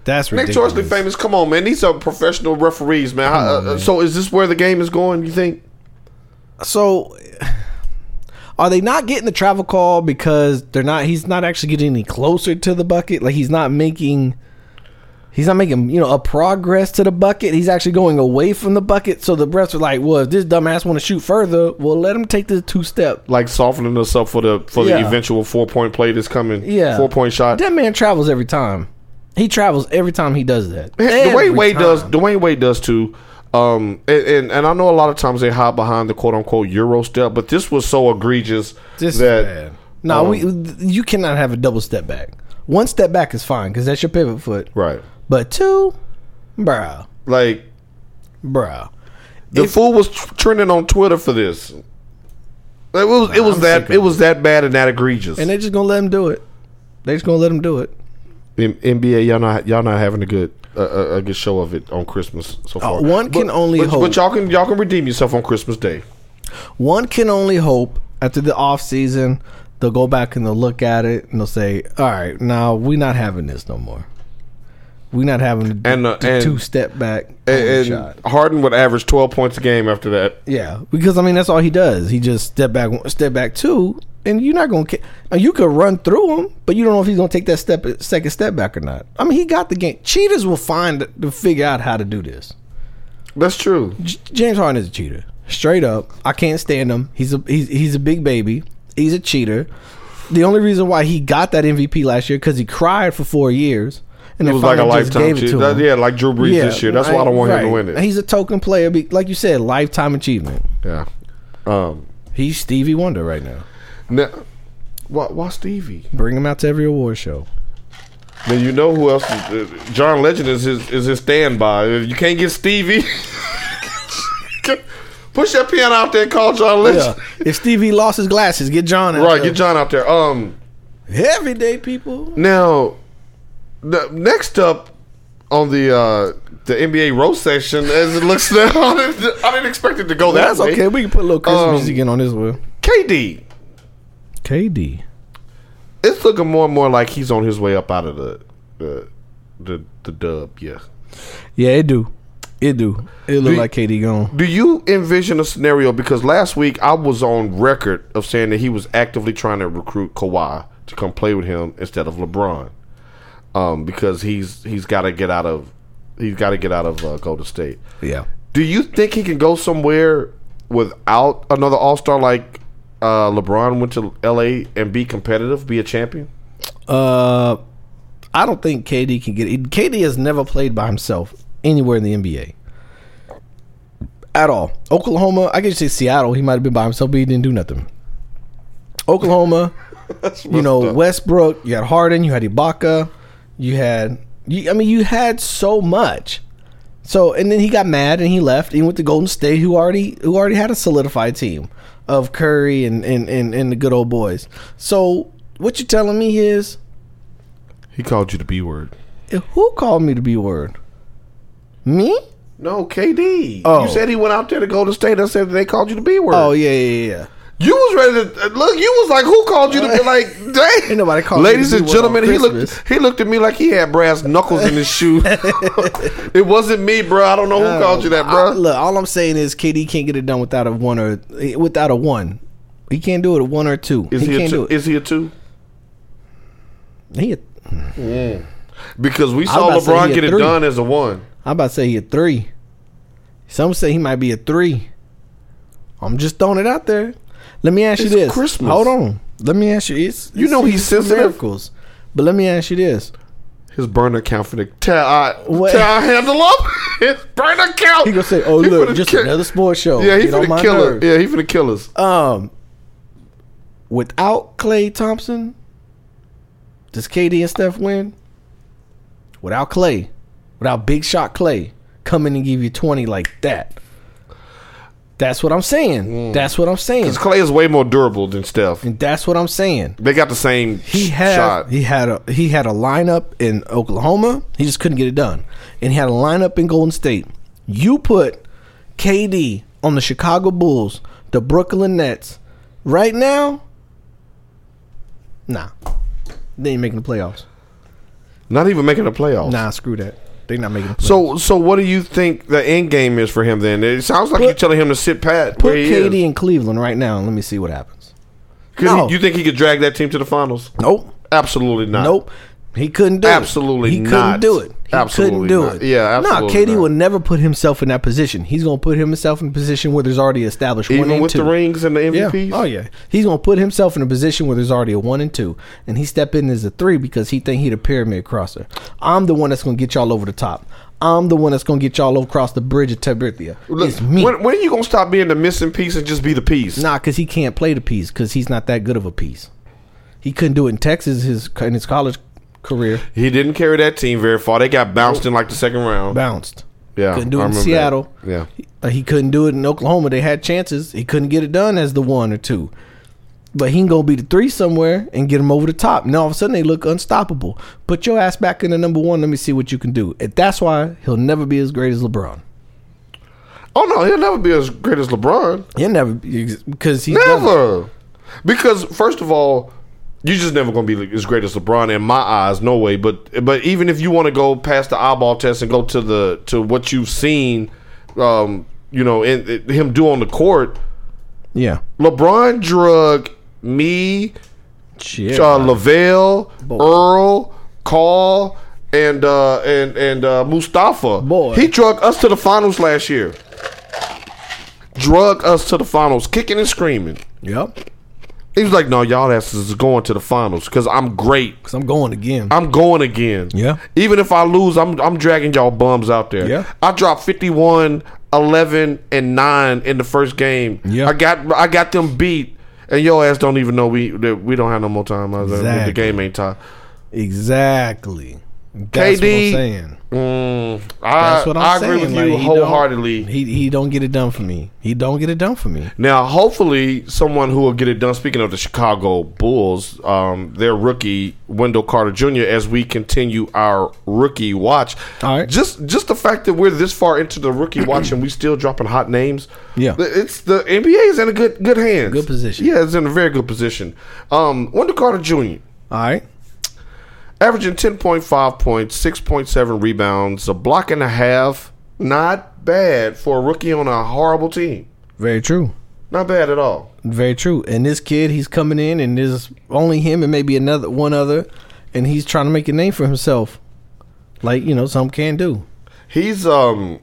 Speaker 2: That's ridiculous.
Speaker 3: notoriously famous. Come on, man, these are professional referees, man. How, uh, So is this where the game is going? You think?
Speaker 2: So, are they not getting the travel call because they're not? He's not actually getting any closer to the bucket. Like he's not making. He's not making you know a progress to the bucket. He's actually going away from the bucket. So the refs are like, "Well, if this dumbass want to shoot further, well, let him take this two step."
Speaker 3: Like softening us up for the for the
Speaker 2: Yeah.
Speaker 3: eventual four point play that's coming.
Speaker 2: Yeah,
Speaker 3: four point shot.
Speaker 2: That man travels every time. He travels every time he does that.
Speaker 3: the way
Speaker 2: Every
Speaker 3: Wade
Speaker 2: time.
Speaker 3: does, the way Wade does too. Um, and, and and I know a lot of times they hide behind the quote unquote Euro step, but this was so egregious
Speaker 2: This is
Speaker 3: that
Speaker 2: bad. No,
Speaker 3: um,
Speaker 2: we you cannot have a double step back. One step back is fine because that's your pivot foot.
Speaker 3: right,
Speaker 2: But two, bro,
Speaker 3: like
Speaker 2: bro.
Speaker 3: The fool was tr- trending on Twitter for this. It was it was
Speaker 2: I'm sick
Speaker 3: that
Speaker 2: of
Speaker 3: it was that bad and that egregious.
Speaker 2: And they're just gonna let him do it. They're just gonna let him do it.
Speaker 3: M- NBA, y'all not y'all not having a good uh, uh, a good show of it on Christmas so far.
Speaker 2: Oh, one can only
Speaker 3: but,
Speaker 2: hope.
Speaker 3: but y'all can y'all can redeem yourself on Christmas Day.
Speaker 2: One can only hope after the off season they'll go back and they'll look at it and they'll say, "All right, now we're not having this no more." We're not having
Speaker 3: And, uh, and-
Speaker 2: two step back
Speaker 3: And,
Speaker 2: shot.
Speaker 3: and Harden would average twelve points a game after that.
Speaker 2: Yeah, because I mean that's all he does. He just step back, one- step back two, and you're not gonna. ca- now, You could run through him, but you don't know if he's gonna take that step, second step back or not. I mean, he got the game. Cheaters will find to figure out how to do this.
Speaker 3: That's true.
Speaker 2: J- James Harden is a cheater, straight up. I can't stand him. He's a he's he's a big baby. He's a cheater. The only reason why he got that MVP last year because he cried for four years, and
Speaker 3: It
Speaker 2: they
Speaker 3: was like a
Speaker 2: finally just
Speaker 3: lifetime
Speaker 2: gave it
Speaker 3: cheat.
Speaker 2: to
Speaker 3: That-
Speaker 2: him.
Speaker 3: yeah, like Drew Brees this year. That's why I don't want him to
Speaker 2: right.
Speaker 3: win it.
Speaker 2: He's a token player, be- like you said, lifetime achievement.
Speaker 3: yeah. Um.
Speaker 2: He's Stevie Wonder right now.
Speaker 3: Now, why, why Stevie?
Speaker 2: Bring him out to every award show.
Speaker 3: Then you know who else? Is, uh, John Legend is his is his standby. If you can't get Stevie, push that piano out there and call John
Speaker 2: Yeah.
Speaker 3: Legend.
Speaker 2: if Stevie lost his glasses, get John out.
Speaker 3: Right, get John out there. Um.
Speaker 2: Everyday people.
Speaker 3: Now, the, next up on the uh, the NBA roast section, as it looks now, I didn't, I didn't expect it to go that
Speaker 2: That's
Speaker 3: way.
Speaker 2: okay. We can put a little Christmas
Speaker 3: Um,
Speaker 2: music in on this one.
Speaker 3: KD,
Speaker 2: KD.
Speaker 3: it's looking more and more like he's on his way up out of the the the, the dub. Yeah.
Speaker 2: Yeah, it do. It do. It look
Speaker 3: Do-
Speaker 2: like KD gone.
Speaker 3: Do you envision a scenario? Because last week I was on record of saying that he was actively trying to recruit Kawhi to come play with him instead of LeBron, um, because he's he's got to get out of he's got to get out of uh, Golden State.
Speaker 2: Yeah.
Speaker 3: Do you think he can go somewhere without another All Star like uh, LeBron went to L.A. and be competitive, be a champion?
Speaker 2: Uh, I don't think KD can get it. KD has never played by himself anywhere in the NBA. At all. Oklahoma, I guess you say Seattle, he might have been by himself, but he didn't do nothing. Oklahoma, you know, Westbrook, you had Harden, you had Ibaka, you had you, I mean you had so much. So and then he got mad and he left and he went to Golden State who already who already had a solidified team of Curry and and, and, and the good old boys. So what you're telling me is
Speaker 3: He called you the B word.
Speaker 2: who called me to be word? Me?
Speaker 3: No, KD.
Speaker 2: Oh.
Speaker 3: You said he went out there to Golden State. I said they called you the B word.
Speaker 2: Oh yeah, yeah, yeah.
Speaker 3: You was ready to look. You was like, "Who called you to be like?" Dang,
Speaker 2: Ain't nobody called
Speaker 3: Ladies
Speaker 2: me to
Speaker 3: and
Speaker 2: be one on
Speaker 3: gentlemen, he looked.
Speaker 2: Christmas.
Speaker 3: He looked at me like he had brass knuckles in his shoe. it wasn't me, bro. I don't know who
Speaker 2: Oh.
Speaker 3: called you that,
Speaker 2: I-
Speaker 3: bro.
Speaker 2: Uh, look, all I'm saying is KD can't get it done without a one or without a one. He can't do it a one or two.
Speaker 3: Is
Speaker 2: he,
Speaker 3: he, a
Speaker 2: can't
Speaker 3: two?
Speaker 2: do it.
Speaker 3: Is he a two?
Speaker 2: He a,
Speaker 3: Because we saw
Speaker 2: about to say
Speaker 3: LeBron
Speaker 2: he a
Speaker 3: get it
Speaker 2: three.
Speaker 3: done as a one.
Speaker 2: I'm about to say he a three. Some say he might be a three. I'm just throwing it out there. Let me ask
Speaker 3: It's
Speaker 2: you this.
Speaker 3: Christmas.
Speaker 2: Hold on. Let me ask you. It's
Speaker 3: You know
Speaker 2: it's-
Speaker 3: he's
Speaker 2: it's
Speaker 3: sensitive.
Speaker 2: Miracles. But let me ask you this.
Speaker 3: His burner count for the tell I
Speaker 2: What?
Speaker 3: tell I handle up. His burner count.
Speaker 2: He gonna say, "Oh
Speaker 3: He
Speaker 2: look,
Speaker 3: finna
Speaker 2: just
Speaker 3: ki-
Speaker 2: another sports show."
Speaker 3: Yeah, he
Speaker 2: Get on
Speaker 3: finna
Speaker 2: my
Speaker 3: kill us.
Speaker 2: nerves.
Speaker 3: Yeah, he finna kill us.
Speaker 2: Um, without Clay Thompson, does KD and Steph win? Without Clay, without big shot Clay, come in and give you twenty like that. That's what I'm saying. That's what I'm saying.
Speaker 3: Because Clay is way more durable than Steph.
Speaker 2: And that's what I'm saying.
Speaker 3: They got the same
Speaker 2: He had
Speaker 3: shot.
Speaker 2: he had a he had a lineup in Oklahoma. He just couldn't get it done. And he had a lineup in Golden State. You put KD on the Chicago Bulls, the Brooklyn Nets, right now. Nah, they ain't making the playoffs.
Speaker 3: Not even making the playoffs.
Speaker 2: Nah, screw that. They not making. The playoffs.
Speaker 3: So, so what do you think the end game is for him? Then it sounds like
Speaker 2: Put-
Speaker 3: you're telling him to sit pat.
Speaker 2: put
Speaker 3: where he is.
Speaker 2: KD in Cleveland right now and let me see what happens.
Speaker 3: Could he-
Speaker 2: No.
Speaker 3: you think he could drag that team to the finals?
Speaker 2: Nope,
Speaker 3: Absolutely not.
Speaker 2: nope. He couldn't do
Speaker 3: Absolutely
Speaker 2: it. He
Speaker 3: not.
Speaker 2: couldn't do it. He couldn't
Speaker 3: Absolutely
Speaker 2: do
Speaker 3: not.
Speaker 2: it.
Speaker 3: Yeah, absolutely
Speaker 2: Nah, KD
Speaker 3: not.
Speaker 2: will never put himself in that position. He's gonna put himself in a position where there's already established one
Speaker 3: Even
Speaker 2: and
Speaker 3: with
Speaker 2: two.
Speaker 3: the rings and the
Speaker 2: Yeah.
Speaker 3: MVPs.
Speaker 2: Oh yeah. He's gonna put himself in a position where there's already a one and two, and he step in as a three because he think he the pyramid crosser. I'm the one that's gonna get y'all over the top. I'm the one that's gonna get y'all over across the bridge of Tabithia.
Speaker 3: Look,
Speaker 2: it's me.
Speaker 3: When, when are you gonna stop being the missing piece and just be the piece?
Speaker 2: Nah, because he can't play the piece because he's not that good of a piece. He couldn't do it in Texas his in his college career.
Speaker 3: He didn't carry that team very far. They got bounced in like the second round.
Speaker 2: Bounced.
Speaker 3: Yeah,
Speaker 2: Couldn't do it
Speaker 3: I
Speaker 2: in
Speaker 3: remember
Speaker 2: Seattle.
Speaker 3: that. Yeah.
Speaker 2: He, uh, he couldn't do it in Oklahoma. They had chances. He couldn't get it done as the one or two. But he can go be the three somewhere and get him over the top. Now all of a sudden they look unstoppable. Put your ass back in the number one. Let me see what you can do. And that's why he'll never be as great as LeBron.
Speaker 3: Oh no, he'll never be as great as LeBron.
Speaker 2: He'll never be because he's done it.
Speaker 3: Never. Because first of all, You're just never going to be as great as LeBron in my eyes, no way. But but even if you want to go past the eyeball test and go to the to what you've seen, um, you know, in, in him do on the court,
Speaker 2: Yeah.
Speaker 3: LeBron drug me,
Speaker 2: Shit.
Speaker 3: uh, Lavelle, Earl, Call, and uh, and and uh, Mustafa.
Speaker 2: Boy.
Speaker 3: he drug us to the finals last year. Drug us to the finals, kicking and screaming.
Speaker 2: Yep.
Speaker 3: He was like, "No, y'all asses is going to the finals because I'm great.
Speaker 2: Because I'm going again.
Speaker 3: I'm going again.
Speaker 2: Yeah.
Speaker 3: Even if I lose, I'm I'm dragging y'all bums out there.
Speaker 2: Yeah.
Speaker 3: I dropped 51, 11, and 9 in the first game.
Speaker 2: Yeah.
Speaker 3: I got I got them beat. And your ass don't even know we that we don't have no more time. I was like,
Speaker 2: Exactly.
Speaker 3: The game ain't tied.
Speaker 2: exactly. That's
Speaker 3: KD.
Speaker 2: what I'm saying.
Speaker 3: Mm, I,
Speaker 2: That's what I'm
Speaker 3: I
Speaker 2: saying.
Speaker 3: agree with
Speaker 2: Like,
Speaker 3: you
Speaker 2: he don't-
Speaker 3: wholeheartedly.
Speaker 2: He he don't get it done for me. He don't get it done for me.
Speaker 3: Now, hopefully, someone who will get it done. Speaking of the Chicago Bulls, um, their rookie Wendell Carter Jr. As we continue our rookie watch,
Speaker 2: All right.
Speaker 3: just just the fact that we're this far into the rookie watch and we still dropping hot names.
Speaker 2: Yeah.
Speaker 3: it's the NBA is in a good good hands,
Speaker 2: Good position.
Speaker 3: Yeah, it's in a very good position. Um, Wendell Carter Jr
Speaker 2: All right.
Speaker 3: averaging 10.5 points, 6.7 rebounds, a block and a half. Not bad for a rookie on a horrible team.
Speaker 2: Very true.
Speaker 3: Not bad at all.
Speaker 2: Very true. And this kid, he's coming in, and there's only him and maybe another one other, and he's trying to make a name for himself. Like you know, some can do.
Speaker 3: He's um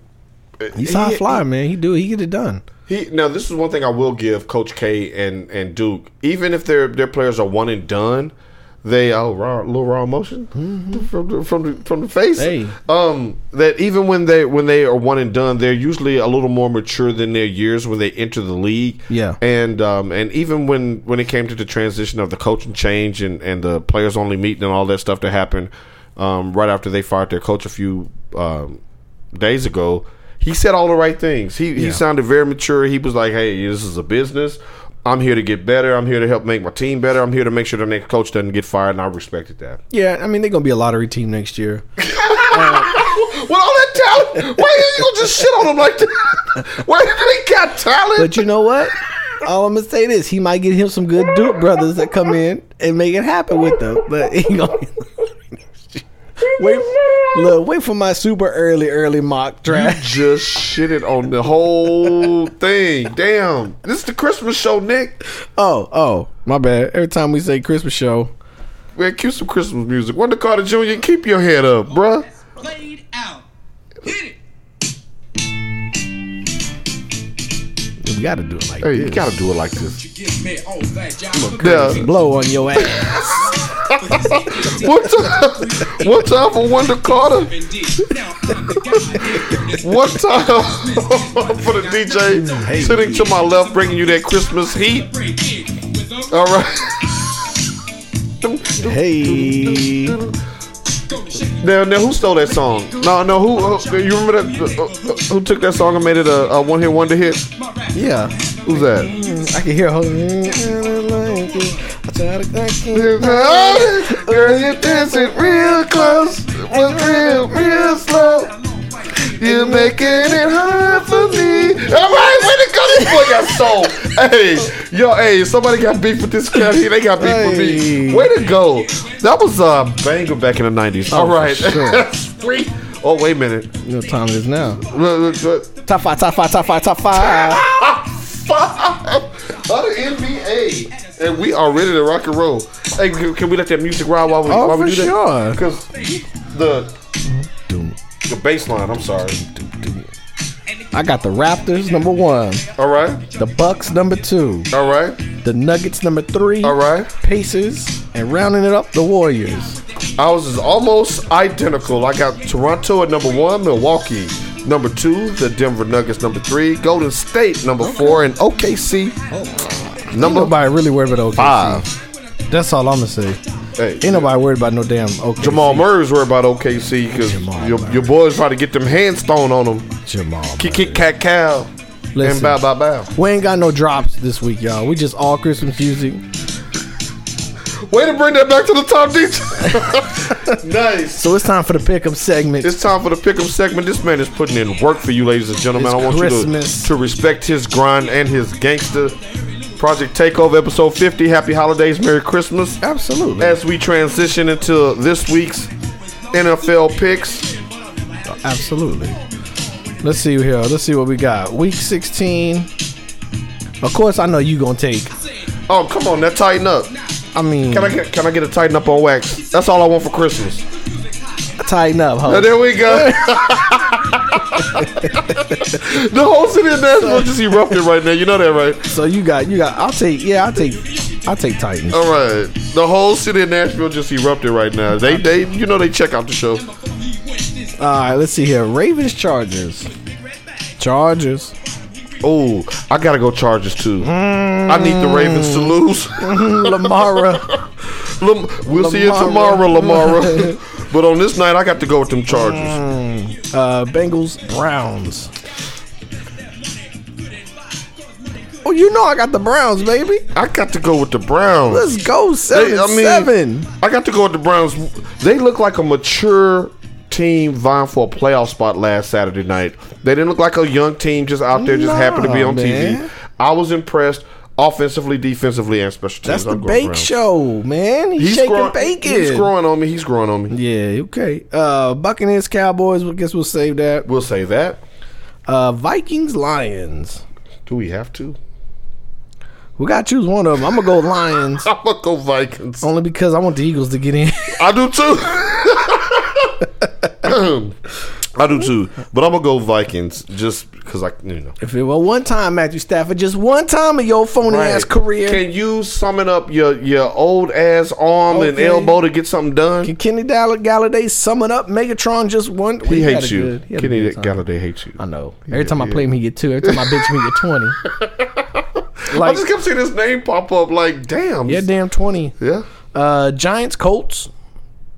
Speaker 2: He's high flyer, man. He do. He get it done.
Speaker 3: He now this is one thing I will give Coach K and and Duke. Even if their their players are one and done, they oh raw little raw emotion from the, from the, from the face.
Speaker 2: Hey.
Speaker 3: Um, that even when they when they are one and done, they're usually a little more mature than their years when they enter the league.
Speaker 2: Yeah.
Speaker 3: and um, and even when when it came to the transition of the coaching change and and the players only meeting and all that stuff that happened, um, right after they fired their coach a few um, days ago, he said all the right things. He he
Speaker 2: Yeah.
Speaker 3: sounded very mature. He was like, "Hey, this is a business. I'm here to get better. I'm here to help make my team better. I'm here to make sure the next coach doesn't get fired." And I respected that.
Speaker 2: Yeah, I mean they're gonna be a lottery team next year.
Speaker 3: With all that talent, why are you gonna just shit on him like that? Why they got talent?
Speaker 2: But you know what? All I'm gonna say this: he might get him some good Duke brothers that come in and make it happen with them. But he gonna wait. Look, wait for my super early, early mock draft.
Speaker 3: just shitted on the whole thing. Damn, this is the Christmas show, Nick.
Speaker 2: Oh, oh, my bad. Every time we say Christmas show,
Speaker 3: Man, cue some Christmas music. Wonder Carter Jr., keep your head up, bruh.
Speaker 1: Played out. Hit it.
Speaker 2: we gotta do it like
Speaker 3: Hey, you
Speaker 2: this.
Speaker 3: gotta do it like this.
Speaker 1: You give me all that job.
Speaker 3: Yeah.
Speaker 2: blow on your ass.
Speaker 3: What's up? What's up for Wonder
Speaker 1: Now
Speaker 3: Carter?
Speaker 1: I'm the guy.
Speaker 3: One time for the DJ sitting to my left, bringing you that Christmas heat.
Speaker 1: Break it with a-
Speaker 3: All right.
Speaker 2: hey,
Speaker 1: gonna shake it.
Speaker 3: Now, now who stole that song? No, no, who? who you remember that? Uh, uh, who took that song and made it a, a one hit wonder hit?
Speaker 1: My rap.
Speaker 2: yeah,
Speaker 3: Who's that?
Speaker 2: Mm, I can hear. her. I try to thank you.
Speaker 3: Oh, Girl, you're dancing real close, but real, real slow. You're making it hard for me. All right, way to go. This boy got soul. Hey, yo, hey, somebody got beef with this cat here. They got beef with me.
Speaker 2: Hey.
Speaker 3: Way to go. That was a uh, banger back in the 90s. All
Speaker 2: for
Speaker 3: right.
Speaker 2: sure.
Speaker 3: Sweet. Oh, wait a minute.
Speaker 2: You know what time it is now.
Speaker 3: Look, look, look. Ah,
Speaker 2: Top five, top five, top five, top five.
Speaker 3: five of the NBA, and we are ready to rock and roll. Hey, can, can we let that music ride while we,
Speaker 2: Oh,
Speaker 3: while we
Speaker 2: for
Speaker 3: do
Speaker 2: sure.
Speaker 3: that? Because the the bass line, I'm sorry.
Speaker 2: I got the Raptors number one,
Speaker 3: All right,
Speaker 2: the Bucks number two,
Speaker 3: all right,
Speaker 2: the Nuggets number three,
Speaker 3: all right.
Speaker 2: Pacers, and rounding it up the Warriors.
Speaker 3: Ours is almost identical. I got Toronto at number one, Milwaukee number two, the Denver Nuggets number three, Golden State number four, and OKC number
Speaker 2: Oh. Nobody really worried about OKC.
Speaker 3: five.
Speaker 2: That's all I'm gonna say.
Speaker 3: Hey,
Speaker 2: Ain't nobody worried about no damn OKC.
Speaker 3: Jamal Murray's worried about OKC because
Speaker 2: Jamal
Speaker 3: your,
Speaker 2: Murray.
Speaker 3: your boys trying to get them hands thrown on them.
Speaker 2: Jamal.
Speaker 3: Kick, kick, cat, cow.
Speaker 2: Listen.
Speaker 3: And bow, bow, bow.
Speaker 2: We ain't got no drops this week, y'all. We just all Christmas music.
Speaker 3: Way to bring that back to the top, DJ. nice.
Speaker 2: So it's time for the pickup segment.
Speaker 3: It's time for the pickup segment. This man is putting in work for you, ladies and gentlemen.
Speaker 2: It's
Speaker 3: I want
Speaker 2: Christmas.
Speaker 3: you to, to respect his grind and his gangster Project Takeover, episode 50. Happy holidays, Merry Christmas.
Speaker 2: Absolutely.
Speaker 3: As we transition into this week's NFL picks,
Speaker 2: Absolutely. Let's see here. Let's see what we got. Week 16. Of course, I know you gonna take.
Speaker 3: oh come on, that tighten up.
Speaker 2: I mean,
Speaker 3: Can I get can I get a tighten up on wax? That's all I want for Christmas.
Speaker 2: tighten up,
Speaker 3: Now,
Speaker 2: huh?
Speaker 3: Oh, there we go. the whole city of Nashville just erupted right now. You know that, right?
Speaker 2: So you got, you got. I'll take. Yeah, I'll take. I'll take Titans.
Speaker 3: All right. The whole city of Nashville just erupted right now. They they you know they check out the show.
Speaker 2: All right, let's see here. Ravens, Chargers, Chargers.
Speaker 3: Oh, I gotta go Chargers too. I need the Ravens to lose.
Speaker 2: Lamara.
Speaker 3: Lam- we'll see you
Speaker 2: Lamara.
Speaker 3: tomorrow, Lamara. but on this night, I got to go with them Chargers.
Speaker 2: Uh, Bengals, Browns. Oh, you know I got the Browns, baby.
Speaker 3: I got to go with the Browns.
Speaker 2: Let's go seven
Speaker 3: They-
Speaker 2: seven.
Speaker 3: I got to go with the Browns. They look like a mature team vying for a playoff spot last Saturday night. They didn't look like a young team just out there just happened to be
Speaker 2: Nah,
Speaker 3: on
Speaker 2: man.
Speaker 3: TV. I was impressed offensively, defensively, and special teams.
Speaker 2: That's the
Speaker 3: I'm going
Speaker 2: bake
Speaker 3: Browns.
Speaker 2: show, man. He's,
Speaker 3: He's
Speaker 2: shaking
Speaker 3: growing,
Speaker 2: bacon.
Speaker 3: he's growing on me. He's growing on me.
Speaker 2: Yeah, okay. Uh, Buccaneers, Cowboys. I guess we'll save that.
Speaker 3: We'll say that.
Speaker 2: Uh, Vikings, Lions.
Speaker 3: Do we have to?
Speaker 2: We gotta choose one of them. I'm gonna go Lions
Speaker 3: I'm gonna go Vikings.
Speaker 2: only because I want the Eagles to get in.
Speaker 3: I do too. I do too, but I'm gonna go Vikings just because I, you know.
Speaker 2: if it were one time, Matthew Stafford, just one time of your phony ass
Speaker 3: Right.
Speaker 2: career, can,
Speaker 3: Can you summon up your your old ass arm and
Speaker 2: Okay.
Speaker 3: elbow to get something done?
Speaker 2: Kenny Dall- Galladay sum it up? Megatron just one.
Speaker 3: he
Speaker 2: had
Speaker 3: hates
Speaker 2: a
Speaker 3: you.
Speaker 2: good- he had a
Speaker 3: Kenny
Speaker 2: good time.
Speaker 3: Galladay hates you.
Speaker 2: I know. Every time I play him, he get two. Every time I bitch him, he get twenty.
Speaker 3: I
Speaker 2: Like
Speaker 3: just kept seeing his name pop up. Like, damn.
Speaker 2: yeah, damn twenty.
Speaker 3: yeah.
Speaker 2: Uh, Giants, Colts.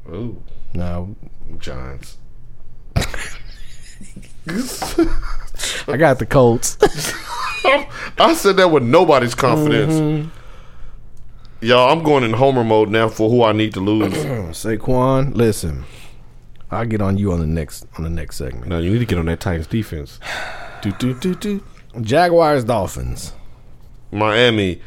Speaker 3: Ooh,
Speaker 2: No,
Speaker 3: Giants.
Speaker 2: I got the Colts.
Speaker 3: I said that with nobody's confidence.
Speaker 2: Mm-hmm.
Speaker 3: Y'all, I'm going in Homer mode now for who I need to lose.
Speaker 2: Saquon, listen. I'll get on you on the next on the next segment.
Speaker 3: now you need to get on that Titans defense. do do do do.
Speaker 2: Jaguars, Dolphins.
Speaker 3: Miami.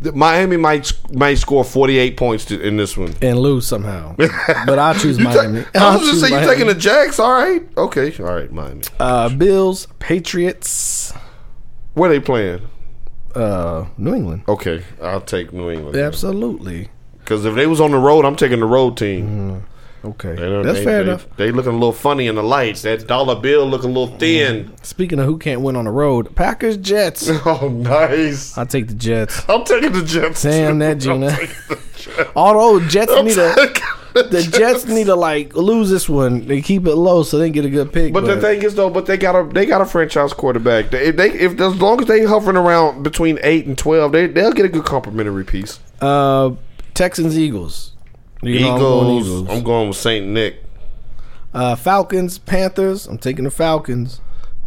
Speaker 3: The- Miami might might score 48 points to, in this one.
Speaker 2: and lose somehow. but I'll choose
Speaker 3: You ta-
Speaker 2: Miami.
Speaker 3: I
Speaker 2: I'll
Speaker 3: was
Speaker 2: choose
Speaker 3: just saying,
Speaker 2: Miami.
Speaker 3: you're taking the Jags? All right. Okay. All right, Miami.
Speaker 2: uh, Bills, Patriots,
Speaker 3: Where they playing?
Speaker 2: uh, New England.
Speaker 3: Okay. I'll take New England.
Speaker 2: Absolutely.
Speaker 3: Because if they was on the road, I'm taking the road team.
Speaker 2: Okay,
Speaker 3: They don't-
Speaker 2: Mm-hmm. that's
Speaker 3: they-
Speaker 2: fair
Speaker 3: they-
Speaker 2: enough.
Speaker 3: They looking a little funny in the lights. That dollar bill looking a little thin.
Speaker 2: Speaking of who can't win on the road, Packers, Jets.
Speaker 3: Oh, nice.
Speaker 2: I take the Jets.
Speaker 3: I'm taking the Jets.
Speaker 2: Uh, Damn that, Gina. Although Jets need a the Jets need to like lose this one. They keep it low so they can get a good pick.
Speaker 3: But the thing is, though, but they got a they got a franchise quarterback. They- If they if as long as they hovering around between eight and twelve, they they'll get a good complimentary piece.
Speaker 2: uh, Texans, Eagles, You know, I'm going
Speaker 3: Eagles, I'm going with Saint Nick.
Speaker 2: Uh, Falcons, Panthers. I'm taking the Falcons.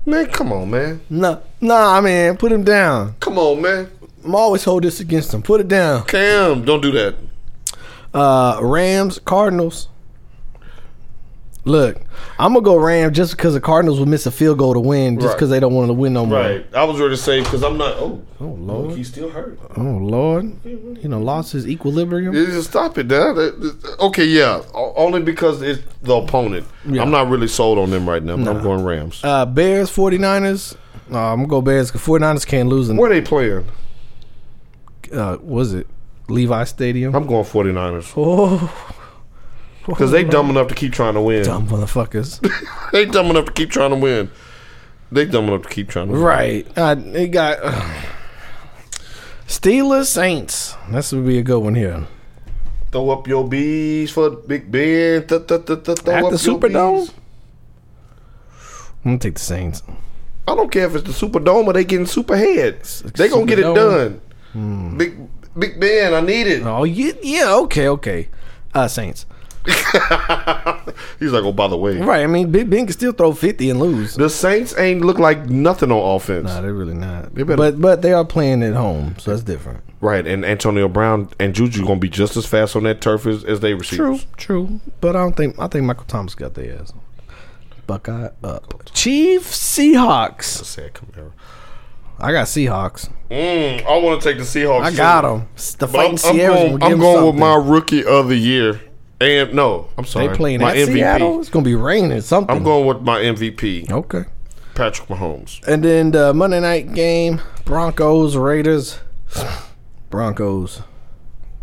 Speaker 3: Man, come on, man,
Speaker 2: No, nah, man, put him down.
Speaker 3: come on, man.
Speaker 2: I'm always hold this against them. Put it down.
Speaker 3: Cam, don't do that.
Speaker 2: Uh, Rams, Cardinals. Look, I'm gonna go Rams just because the Cardinals would miss a field goal to win, just
Speaker 3: Right.
Speaker 2: because they don't want to win no more.
Speaker 3: I was ready to say because I'm not. Oh, oh
Speaker 2: Lord.
Speaker 3: he's still hurt.
Speaker 2: Oh Lord, you know, lost his equilibrium.
Speaker 3: Just stop it, Dad. Okay, yeah, o- only because it's the opponent.
Speaker 2: Yeah.
Speaker 3: I'm not really sold on them right now. But I'm going Rams.
Speaker 2: Uh, Bears, 49ers. Uh, I'm gonna go Bears because 49ers can't lose. In,
Speaker 3: Where they playing?
Speaker 2: uh, was it Levi Stadium?
Speaker 3: I'm going 49ers
Speaker 2: oh,
Speaker 3: because they dumb enough to keep trying to win.
Speaker 2: dumb motherfuckers.
Speaker 3: They dumb enough to keep trying to win. They dumb enough to keep trying to win.
Speaker 2: right. Uh, it got Steelers, Saints. That's would be a good one here.
Speaker 3: Throw up your bees for Big Ben. Th- th- th- th- throw
Speaker 2: At
Speaker 3: up
Speaker 2: the
Speaker 3: your
Speaker 2: Superdome?
Speaker 3: bees.
Speaker 2: I'm gonna take the Saints.
Speaker 3: I don't care if it's the Superdome or they getting Superhead. They gonna get it
Speaker 2: Superdome. Hmm.
Speaker 3: done. Big Big Ben, I need it.
Speaker 2: Oh yeah, yeah, okay, okay. Uh, Saints.
Speaker 3: He's like, oh, by the way,
Speaker 2: Right. I mean, Big Ben can still throw fifty and lose.
Speaker 3: the Saints ain't look like nothing on offense.
Speaker 2: Nah, they're really not.
Speaker 3: They better-
Speaker 2: but but they are playing at home, so that's different.
Speaker 3: Right, and Antonio Brown and Juju gonna be just as fast on that turf as, as they receive.
Speaker 2: True, true. But I don't think I think Michael Thomas got their ass. Buckeye up. Chief Seahawks.
Speaker 3: Sad Camaro.
Speaker 2: I got Seahawks.
Speaker 3: Mm, I want to take the Seahawks.
Speaker 2: I
Speaker 3: too.
Speaker 2: got them. The
Speaker 3: But I'm,
Speaker 2: fighting
Speaker 3: I'm
Speaker 2: Sierras.
Speaker 3: going,
Speaker 2: will give
Speaker 3: I'm
Speaker 2: 'em
Speaker 3: going with my
Speaker 2: something.
Speaker 3: rookie of the year. And no, I'm sorry.
Speaker 2: They playing
Speaker 3: my
Speaker 2: at Seattle. It's gonna be raining. Something.
Speaker 3: I'm going with my MVP,
Speaker 2: Okay.
Speaker 3: Patrick Mahomes.
Speaker 2: And then the Monday night game: Broncos Raiders. Broncos.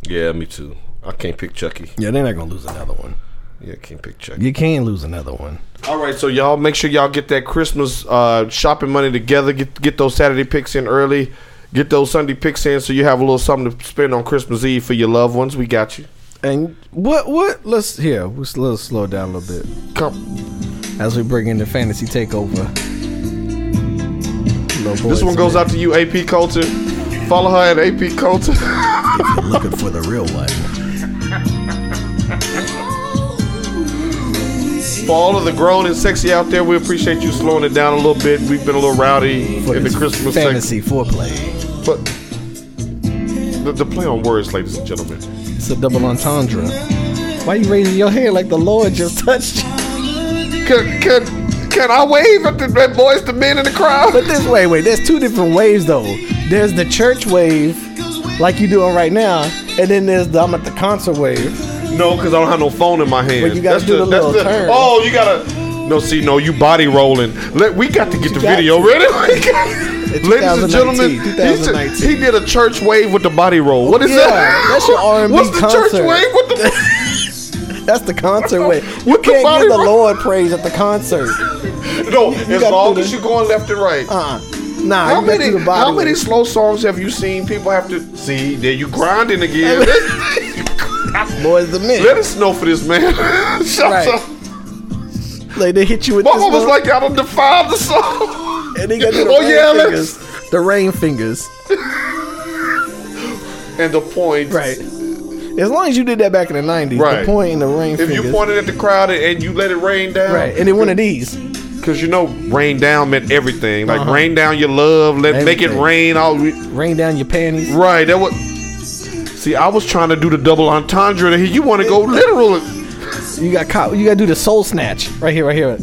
Speaker 3: Yeah, me too. I can't pick Chucky.
Speaker 2: Yeah, they're not gonna lose another one.
Speaker 3: Yeah, I can't pick Chucky.
Speaker 2: You can lose another one.
Speaker 3: All right, so y'all make sure y'all get that Christmas uh, shopping money together. Get get those Saturday picks in early. Get those Sunday picks in so you have a little something to spend on Christmas Eve for your loved ones. We got you.
Speaker 2: And what? What? Let's here. Let's, let's slow it down a little bit
Speaker 3: Come.
Speaker 2: as we bring in the fantasy takeover. Little
Speaker 3: This
Speaker 2: boys
Speaker 3: one goes
Speaker 2: in
Speaker 3: out to you, AP Coulter. Follow her at AP Coulter.
Speaker 2: there looking for the real one.
Speaker 3: for all of the grown and sexy out there, we appreciate you slowing it down a little bit. We've been a little rowdy
Speaker 2: For
Speaker 3: in the
Speaker 2: this
Speaker 3: Christmas section.
Speaker 2: fantasy foreplay.
Speaker 3: But the, the play on words, ladies and gentlemen.
Speaker 2: It's a double entendre. Why you raising your hand like the Lord just touched you?
Speaker 3: Can, can, can I wave at the at boys, the men in the crowd?
Speaker 2: But this way, wait, there's two different waves though. There's the church wave, like you doing right now, and then there's the I'm at the concert wave.
Speaker 3: No, because I don't have no phone in my hand.
Speaker 2: But you gotta do the little turn.
Speaker 3: Oh, you gotta. No, see, no, you body rolling. Let, we got to get the
Speaker 2: got
Speaker 3: video
Speaker 2: to.
Speaker 3: ready. Ladies
Speaker 2: 2019,
Speaker 3: and gentlemen, he, said-
Speaker 2: 2019.
Speaker 3: he did a church wave with the body roll. What is
Speaker 2: Yeah,
Speaker 3: that?
Speaker 2: that's your R&B
Speaker 3: What's the church
Speaker 2: concert.
Speaker 3: wave with the?
Speaker 2: That's the concert wave. You
Speaker 3: With the
Speaker 2: can't
Speaker 3: body
Speaker 2: give the
Speaker 3: roll.
Speaker 2: Lord praise at the concert.
Speaker 3: No, as
Speaker 2: gotta
Speaker 3: long
Speaker 2: do
Speaker 3: as
Speaker 2: the-
Speaker 3: you're going left and right.
Speaker 2: Uh-uh. Nah,
Speaker 3: how
Speaker 2: you gotta
Speaker 3: many
Speaker 2: do the body
Speaker 3: how many
Speaker 2: wave.
Speaker 3: slow songs have you seen? People have to see. There you grinding again.
Speaker 2: boys the men?
Speaker 3: Let us know for this, man. Shout
Speaker 2: Right.
Speaker 3: out.
Speaker 2: Like they hit you with
Speaker 3: My
Speaker 2: this
Speaker 3: mom was
Speaker 2: little-
Speaker 3: like, I don't defile the song.
Speaker 2: and they got the
Speaker 3: oh,
Speaker 2: rain
Speaker 3: yeah, let's-
Speaker 2: fingers. The rain fingers.
Speaker 3: And the point.
Speaker 2: Right. As long as you did that back in the nineties,
Speaker 3: Right.
Speaker 2: the point in the rain
Speaker 3: If
Speaker 2: fingers.
Speaker 3: you pointed at the crowd and- and you let it rain down,
Speaker 2: right, and then one of these.
Speaker 3: Because you know, rain down meant everything. Like rain down your love, let make it
Speaker 2: Uh-huh. Everything.
Speaker 3: rain. All
Speaker 2: Rain down your panties.
Speaker 3: right. That was. See, I was trying to do the double entendre. and You want to go literal,
Speaker 2: You got caught. You got to do the soul snatch right here, right here.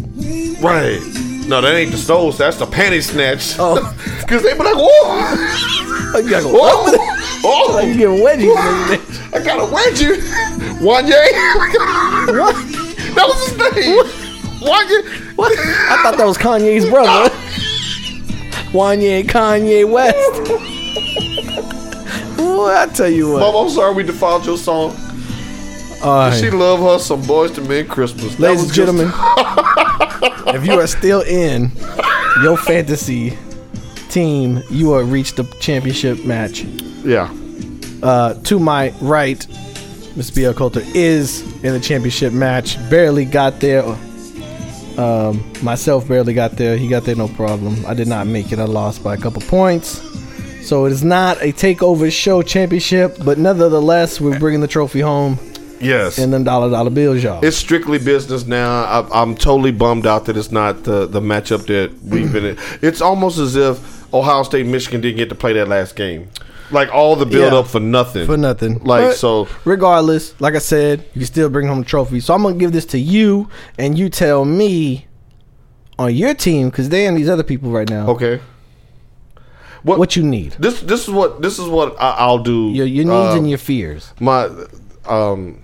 Speaker 3: right? No, that ain't the soul. That's the panty snatch.
Speaker 2: Oh.
Speaker 3: Because they be like, whoa,
Speaker 2: Oh, you got to go. up with it.
Speaker 3: oh, oh.
Speaker 2: Like you getting wedgies.
Speaker 3: I got a wedgie. Wanye. that was his name. Wanye. What?
Speaker 2: I thought that was Kanye's brother. Kanye, Kanye West. Boy, I tell you what.
Speaker 3: Mom, I'm sorry we defiled your song. She love her some boys to men Christmas. That
Speaker 2: Ladies and
Speaker 3: was
Speaker 2: gentlemen,
Speaker 3: just-
Speaker 2: if you are still in your fantasy team, you are reached the championship match.
Speaker 3: yeah.
Speaker 2: Uh, to my right, Miss BL Coulter is in the championship match. Barely got there. Um, myself barely got there. He got there no problem. I did not make it. I lost by a couple points. So it is not a takeover show championship, but nonetheless, we're bringing the trophy home
Speaker 3: Yes.
Speaker 2: in them dollar dollar bills, y'all.
Speaker 3: it's strictly business now. I, I'm totally bummed out that it's not the, the matchup that we've been in. It's almost as if Ohio State Michigan didn't get to play that last game. Like all the build
Speaker 2: Yeah.
Speaker 3: up for nothing.
Speaker 2: for nothing.
Speaker 3: Like
Speaker 2: But
Speaker 3: so
Speaker 2: regardless, like I said, you can still bring home the trophy. So I'm gonna give this to you, and you tell me on your team because they and these other people right now.
Speaker 3: okay.
Speaker 2: What you need?
Speaker 3: This this is what this is what I, I'll do.
Speaker 2: Your your needs
Speaker 3: uh,
Speaker 2: and your fears.
Speaker 3: my um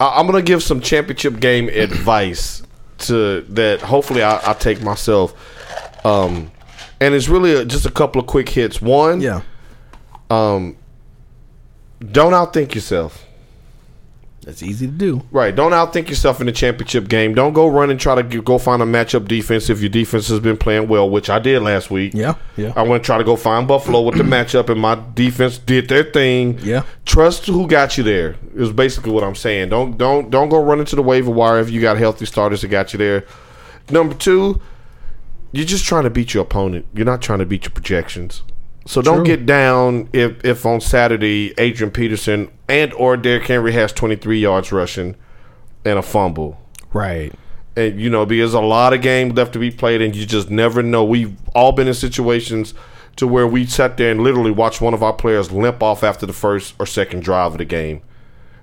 Speaker 3: I, I'm gonna give some championship game advice to that hopefully I, I take myself um and it's really a, just a couple of quick hits one
Speaker 2: Yeah,
Speaker 3: don't outthink yourself
Speaker 2: that's easy to do.
Speaker 3: Right. Don't outthink yourself in the championship game. Don't go run and try to g go find a matchup defense if your defense has been playing well, which I did last week.
Speaker 2: Yeah, yeah.
Speaker 3: I went to try to go find Buffalo with the matchup, and my defense did their thing.
Speaker 2: Yeah.
Speaker 3: Trust who got you there is basically what I'm saying. Don't don't don't go run into the waiver wire if you got healthy starters that got you there. Number two, you're just trying to beat your opponent. You're not trying to beat your projections. So don't
Speaker 2: True.
Speaker 3: get down if if on Saturday Adrian Peterson and or Derrick Henry has 23 yards rushing and a fumble.
Speaker 2: Right.
Speaker 3: And you know, because a lot of game left to be played and you just never know. We've all been in situations to where we sat there and literally watched one of our players limp off after the first or second drive of the game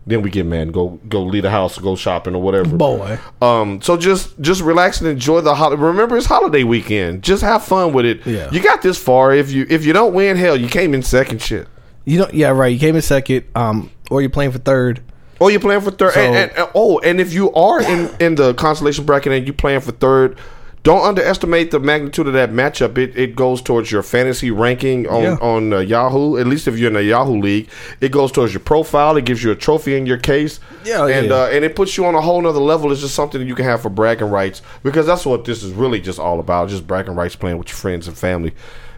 Speaker 3: Then we get mad and go go leave the house, go shopping or whatever.
Speaker 2: Boy.
Speaker 3: Um, so just just relax and enjoy the holiday. Remember, it's holiday weekend. Just have fun with it.
Speaker 2: Yeah.
Speaker 3: You got this far. If you if you don't win, hell, you came in second. Shit.
Speaker 2: You don't. Yeah, right. You came in second, um, or you're playing for third.
Speaker 3: Oh, you're playing for third.
Speaker 2: So-
Speaker 3: and, and- and- oh, and if you are in, in the consolation bracket and you're playing for third, don't underestimate the magnitude of that matchup. It, it goes towards your fantasy ranking on
Speaker 2: Yeah.
Speaker 3: on uh, Yahoo. At least if you're in the Yahoo league, it goes towards your profile. It gives you a trophy in your case.
Speaker 2: Yeah,
Speaker 3: and
Speaker 2: yeah.
Speaker 3: Uh, and it puts you on a whole nother level. It's just something that you can have for bragging rights because that's what this is really just all about. Just bragging rights, playing with your friends and family.